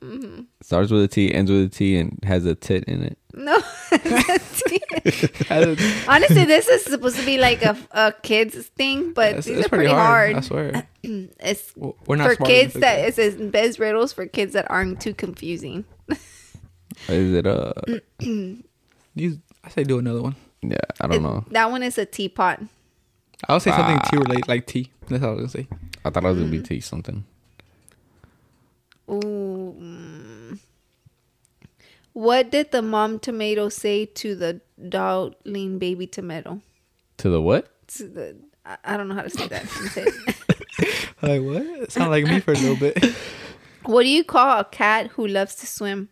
[SPEAKER 2] Starts with a T, ends with a T, and has a tit in it.
[SPEAKER 1] No, it's a T.
[SPEAKER 3] That's,
[SPEAKER 1] honestly, this is supposed to be like a, a kids thing, but
[SPEAKER 3] that's
[SPEAKER 1] these are pretty hard.
[SPEAKER 3] I swear.
[SPEAKER 1] It's
[SPEAKER 3] W- We're not
[SPEAKER 1] for
[SPEAKER 3] smart
[SPEAKER 1] kids
[SPEAKER 3] enough to
[SPEAKER 1] that
[SPEAKER 3] do
[SPEAKER 1] it says best riddles for kids that aren't too confusing.
[SPEAKER 2] Is it uh?
[SPEAKER 1] Mm.
[SPEAKER 3] You, I say do another one.
[SPEAKER 2] Yeah, I don't
[SPEAKER 1] It-
[SPEAKER 2] know.
[SPEAKER 1] That one is a teapot.
[SPEAKER 3] I would say something T related, like T. That's all I was gonna say.
[SPEAKER 2] I thought I was gonna
[SPEAKER 1] Mm.
[SPEAKER 2] be T something.
[SPEAKER 1] Ooh. mm. What did the mom tomato say to the darling baby tomato?
[SPEAKER 2] To the what?
[SPEAKER 1] To the I I don't know how to say that. Let me say it.
[SPEAKER 3] Like what? It sounded like me for a little bit.
[SPEAKER 1] what do you call a cat who loves to swim?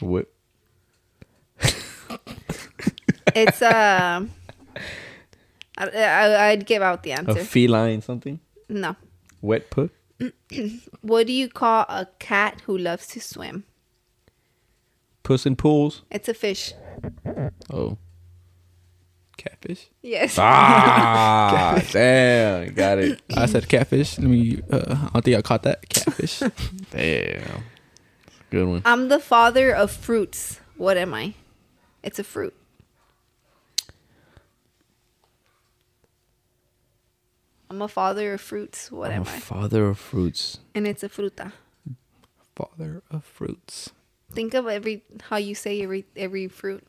[SPEAKER 2] What?
[SPEAKER 1] It's um. I, I, I'd give out the
[SPEAKER 2] A
[SPEAKER 1] answer.
[SPEAKER 2] feline something?
[SPEAKER 1] no.
[SPEAKER 2] Wet put?
[SPEAKER 1] What do you call a cat who loves to swim?
[SPEAKER 2] Puss in pools?
[SPEAKER 1] It's a fish.
[SPEAKER 2] Oh.
[SPEAKER 3] Catfish.
[SPEAKER 1] Yes.
[SPEAKER 2] Ah, damn. Got it.
[SPEAKER 3] I said catfish. Let me. Uh, I don't think I caught that. Catfish.
[SPEAKER 2] Damn. Good one.
[SPEAKER 1] I'm the father of fruits. What am I? It's a fruit. I'm a father of fruits. What
[SPEAKER 2] I'm a
[SPEAKER 1] am I?
[SPEAKER 2] father of fruits.
[SPEAKER 1] And it's a fruta.
[SPEAKER 3] Father of fruits.
[SPEAKER 1] Think of every how you say every every fruit.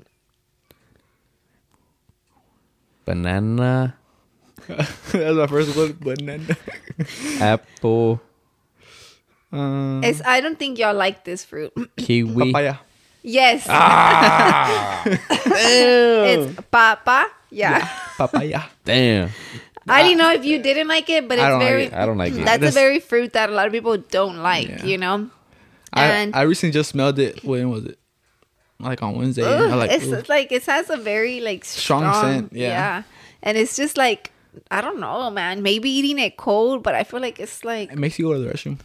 [SPEAKER 2] Banana,
[SPEAKER 3] That's my first one. Banana.
[SPEAKER 2] apple, Mm.
[SPEAKER 3] Um,
[SPEAKER 1] It's I don't think y'all like this fruit.
[SPEAKER 2] kiwi.
[SPEAKER 3] papaya.
[SPEAKER 1] yes.
[SPEAKER 2] Ah.
[SPEAKER 1] it's papa. Yeah.
[SPEAKER 3] Papaya.
[SPEAKER 2] Damn.
[SPEAKER 1] I didn't know if you didn't like it, but it's
[SPEAKER 2] I don't
[SPEAKER 1] very
[SPEAKER 2] like it. I don't like it.
[SPEAKER 1] that's a
[SPEAKER 3] That's-
[SPEAKER 1] very fruit that a lot of people don't like,
[SPEAKER 3] Yeah.
[SPEAKER 1] you know?
[SPEAKER 3] I,
[SPEAKER 1] And-
[SPEAKER 3] I recently just smelled it. When was it? Like on Wednesday. and
[SPEAKER 1] Ugh,
[SPEAKER 3] I like.
[SPEAKER 1] it's
[SPEAKER 3] ooh.
[SPEAKER 1] it's like it has a very like strong,
[SPEAKER 3] Strong scent, yeah.
[SPEAKER 1] and it's just like I don't know, man. Maybe eating it cold, but I feel like it's like
[SPEAKER 3] It makes you go to the restroom.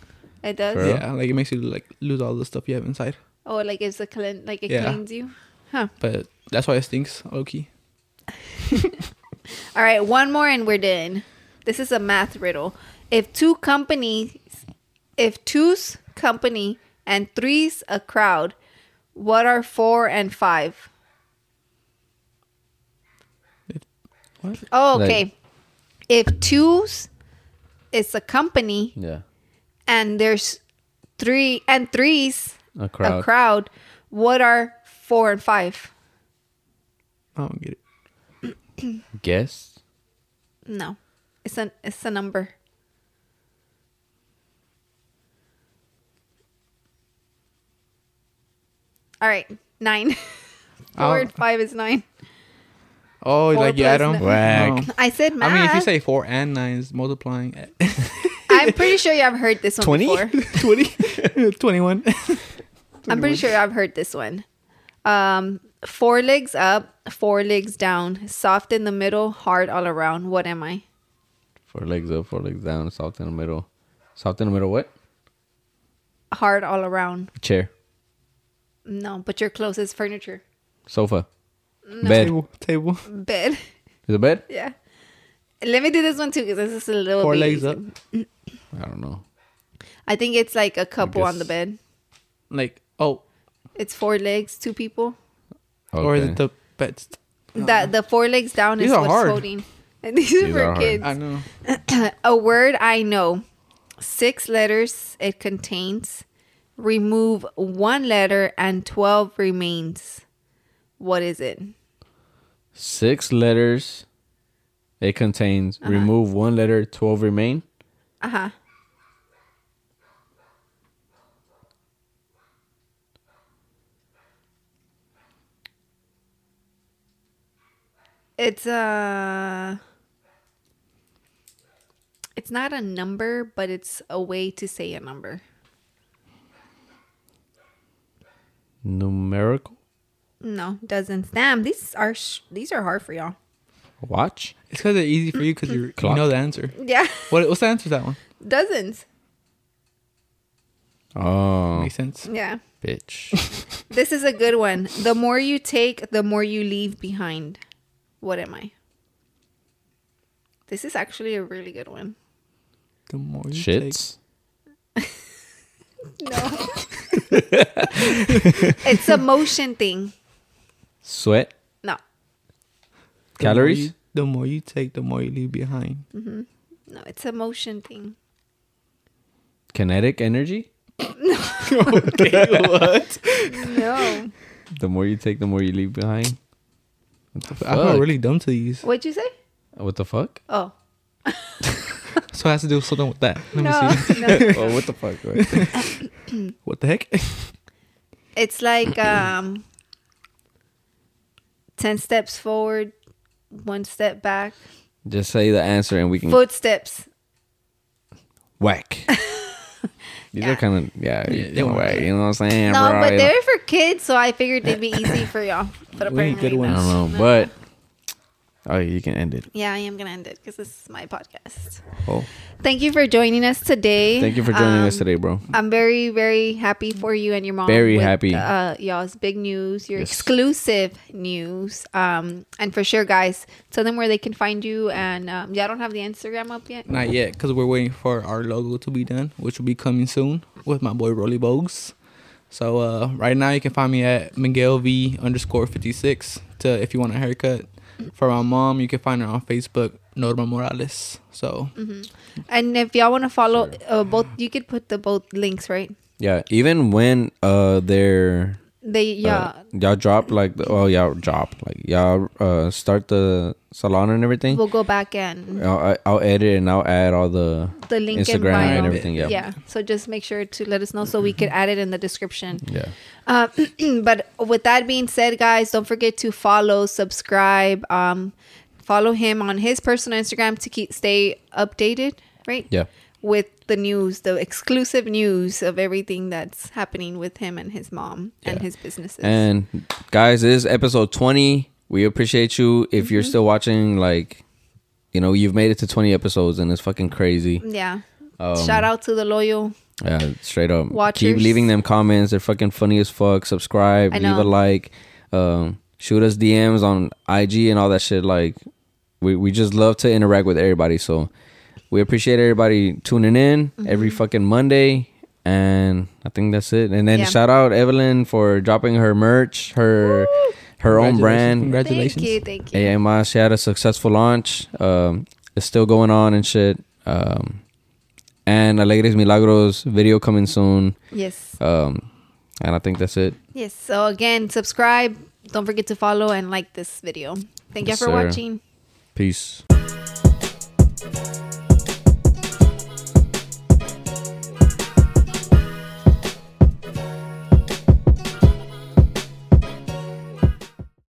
[SPEAKER 1] it does.
[SPEAKER 2] For real?
[SPEAKER 3] Yeah, like it makes you like lose all the stuff you have inside.
[SPEAKER 1] Oh, like it's a clean, like it
[SPEAKER 3] Yeah.
[SPEAKER 1] cleans you. Huh.
[SPEAKER 3] But that's why it stinks, Loki.
[SPEAKER 1] All right, one more and we're done. This is a math riddle. If two companies, if two's company and three's a crowd, what are four and five?
[SPEAKER 3] What?
[SPEAKER 1] Oh,
[SPEAKER 2] Like-
[SPEAKER 1] okay. if two's is a company
[SPEAKER 2] Yeah.
[SPEAKER 1] and there's three and three's
[SPEAKER 2] A crowd.
[SPEAKER 1] a crowd, what are four and five?
[SPEAKER 3] I don't get it.
[SPEAKER 2] Guess.
[SPEAKER 1] No, it's an it's a number. All right, nine. Four
[SPEAKER 3] I'll-
[SPEAKER 1] and five is nine.
[SPEAKER 3] Oh,
[SPEAKER 1] Four
[SPEAKER 3] like you add
[SPEAKER 1] plus
[SPEAKER 3] them?
[SPEAKER 1] no-
[SPEAKER 2] Whack.
[SPEAKER 1] I said math. I
[SPEAKER 3] I mean, if you say four and nine is multiplying.
[SPEAKER 1] am pretty sure you have heard this one
[SPEAKER 2] 20?
[SPEAKER 1] before.
[SPEAKER 3] 20? 21.
[SPEAKER 1] I'm pretty sure I've heard this one. Um, four legs up, four legs down, soft in the middle, hard all around. What am I?
[SPEAKER 2] Four legs up, four legs down, soft in the middle. Soft in the middle, what?
[SPEAKER 1] Hard all around.
[SPEAKER 2] Chair,
[SPEAKER 1] No, but your closest furniture.
[SPEAKER 2] sofa, bed.
[SPEAKER 3] Table. Table.
[SPEAKER 1] Bed.
[SPEAKER 2] Is it bed?
[SPEAKER 1] yeah. Let me do this one too because this is a little.
[SPEAKER 3] Four
[SPEAKER 1] bit
[SPEAKER 3] legs
[SPEAKER 1] easy.
[SPEAKER 3] up.
[SPEAKER 2] I don't know.
[SPEAKER 1] I think it's like a couple on the
[SPEAKER 2] guess-
[SPEAKER 1] bed.
[SPEAKER 3] Like oh,
[SPEAKER 1] It's four legs, two people.
[SPEAKER 3] or is
[SPEAKER 2] Okay.
[SPEAKER 3] it the bed?
[SPEAKER 1] That the four legs down
[SPEAKER 3] Uh-huh. These
[SPEAKER 1] is
[SPEAKER 3] are
[SPEAKER 1] what's
[SPEAKER 3] hard.
[SPEAKER 1] holding. And these, are
[SPEAKER 2] These
[SPEAKER 1] for
[SPEAKER 2] are hard.
[SPEAKER 1] kids.
[SPEAKER 3] I know.
[SPEAKER 1] a word I know. Six letters it contains. Remove one letter and 12 remains. What is it?
[SPEAKER 2] six letters? It contains
[SPEAKER 3] Uh-huh.
[SPEAKER 2] remove one letter, twelve remain.
[SPEAKER 1] Uh huh. It's uh It's not a number, but it's a way to say a number.
[SPEAKER 2] Numerical
[SPEAKER 1] No, doesn't. Damn, these are sh- these are hard for y'all.
[SPEAKER 2] watch.
[SPEAKER 3] It's because they're easy for you because you
[SPEAKER 2] Clock.
[SPEAKER 3] know the answer.
[SPEAKER 1] Yeah,
[SPEAKER 3] What what's the answer to that one?
[SPEAKER 1] dozens.
[SPEAKER 2] Oh,
[SPEAKER 3] Makes sense.
[SPEAKER 1] Yeah.
[SPEAKER 2] bitch.
[SPEAKER 1] This is a good one. The more you take, the more you leave behind. What am I? This is actually a really good one.
[SPEAKER 3] The more you take.
[SPEAKER 2] Shits.
[SPEAKER 1] No. it's a motion thing.
[SPEAKER 2] Sweat.
[SPEAKER 1] No,
[SPEAKER 3] the more
[SPEAKER 2] Calories?
[SPEAKER 3] you- the more you take, the more you leave behind.
[SPEAKER 1] no, it's a motion thing.
[SPEAKER 2] Kinetic energy.
[SPEAKER 3] okay, what?
[SPEAKER 1] No.
[SPEAKER 2] The more you take, the more you leave behind. What the
[SPEAKER 3] I feel
[SPEAKER 2] fuck?
[SPEAKER 3] really dumb to these.
[SPEAKER 1] What'd you say?
[SPEAKER 2] What the fuck?
[SPEAKER 1] Oh.
[SPEAKER 3] So it has to do something with that. Let me
[SPEAKER 1] No.
[SPEAKER 3] see.
[SPEAKER 1] no.
[SPEAKER 2] oh, what the fuck? What?
[SPEAKER 3] What the heck?
[SPEAKER 1] It's like um 10 steps forward, 1 step back.
[SPEAKER 2] Just say the answer and we
[SPEAKER 3] Mm.
[SPEAKER 2] can
[SPEAKER 1] Footsteps.
[SPEAKER 2] whack. These
[SPEAKER 1] Yeah.
[SPEAKER 2] are kind of yeah,
[SPEAKER 3] Yeah,
[SPEAKER 2] you
[SPEAKER 3] they
[SPEAKER 2] know,
[SPEAKER 3] were-
[SPEAKER 2] whack, you know what I'm saying?
[SPEAKER 1] No,
[SPEAKER 2] bro?
[SPEAKER 1] but
[SPEAKER 2] You
[SPEAKER 1] they're for kids, so I figured they'd be easy for y'all. But
[SPEAKER 3] We need
[SPEAKER 1] apparently,
[SPEAKER 3] good
[SPEAKER 1] not.
[SPEAKER 2] know, I
[SPEAKER 3] ones.
[SPEAKER 2] don't know, but oh, you can end it.
[SPEAKER 1] Yeah, I am gonna end it because this is my podcast.
[SPEAKER 2] Oh,
[SPEAKER 1] Thank you for joining us today.
[SPEAKER 2] thank you for joining us
[SPEAKER 1] Um,
[SPEAKER 2] today, bro.
[SPEAKER 1] I'm very, very happy for you and your mom.
[SPEAKER 2] Very
[SPEAKER 1] with,
[SPEAKER 2] happy.
[SPEAKER 1] Uh, y'all's big news, your
[SPEAKER 2] Yes.
[SPEAKER 1] exclusive news. Um, and for sure, guys, tell them where they can find you. And um, yeah, I don't have the Instagram up yet.
[SPEAKER 3] Not yet, because we're waiting for our logo to be done, which will be coming soon with my boy Rolly Bogues. So uh, right now you can find me at Miguel V underscore fifty six to if you want a haircut. For my mom, you can find her on Facebook, Norma Morales. So
[SPEAKER 1] Mm-hmm. And if y'all want to follow uh, both, you could put the both links, right?
[SPEAKER 2] Yeah, even when uh they're
[SPEAKER 1] They
[SPEAKER 2] uh,
[SPEAKER 1] yeah.
[SPEAKER 2] y'all drop like the, oh y'all drop like y'all uh start the salon and everything.
[SPEAKER 1] We'll go back and
[SPEAKER 2] I'll, I- I'll edit and I'll add all the
[SPEAKER 1] the link in
[SPEAKER 2] Instagram
[SPEAKER 1] bio.
[SPEAKER 2] and everything. Yeah, Mm-hmm.
[SPEAKER 1] yeah. So just make sure to let us know so we could add it in the description.
[SPEAKER 2] yeah.
[SPEAKER 1] Uh, but with that being said, guys, don't forget to follow, subscribe, um, follow him on his personal Instagram to keep stay updated, right?
[SPEAKER 2] Yeah.
[SPEAKER 1] With the news, the exclusive news of everything that's happening with him and his mom and
[SPEAKER 2] Yeah.
[SPEAKER 1] his businesses.
[SPEAKER 2] And guys, this is episode 20. We appreciate you. If
[SPEAKER 1] Mm-hmm.
[SPEAKER 2] you're still watching, like, you know, you've made it to 20 episodes and it's fucking crazy.
[SPEAKER 1] yeah.
[SPEAKER 2] um,
[SPEAKER 1] Shout out to the loyal.
[SPEAKER 2] Yeah, straight up. Keep
[SPEAKER 1] Watchers.
[SPEAKER 2] leaving them comments. They're fucking funny as fuck. Subscribe,
[SPEAKER 1] I
[SPEAKER 2] leave a
[SPEAKER 1] know.
[SPEAKER 2] like, um, shoot us DMs on IG and all that shit. Like, we, we just love to interact with everybody. So we appreciate everybody tuning in every
[SPEAKER 1] Mm-hmm.
[SPEAKER 2] fucking Monday. And I think that's it. And then
[SPEAKER 1] Yeah.
[SPEAKER 2] shout out Evelyn for dropping her merch, her her own
[SPEAKER 3] Congratulations.
[SPEAKER 2] brand.
[SPEAKER 3] Congratulations.
[SPEAKER 1] Thank you. Thank you.
[SPEAKER 2] AMI. She had a successful launch. Um, it's still going on and shit. Um, and Alegres Milagros video coming soon.
[SPEAKER 1] Yes.
[SPEAKER 2] Um, and I think that's it.
[SPEAKER 1] Yes. So again, subscribe. Don't forget to follow and like this video. Thank you
[SPEAKER 2] Yes,
[SPEAKER 1] for
[SPEAKER 2] sir.
[SPEAKER 1] watching.
[SPEAKER 2] Peace.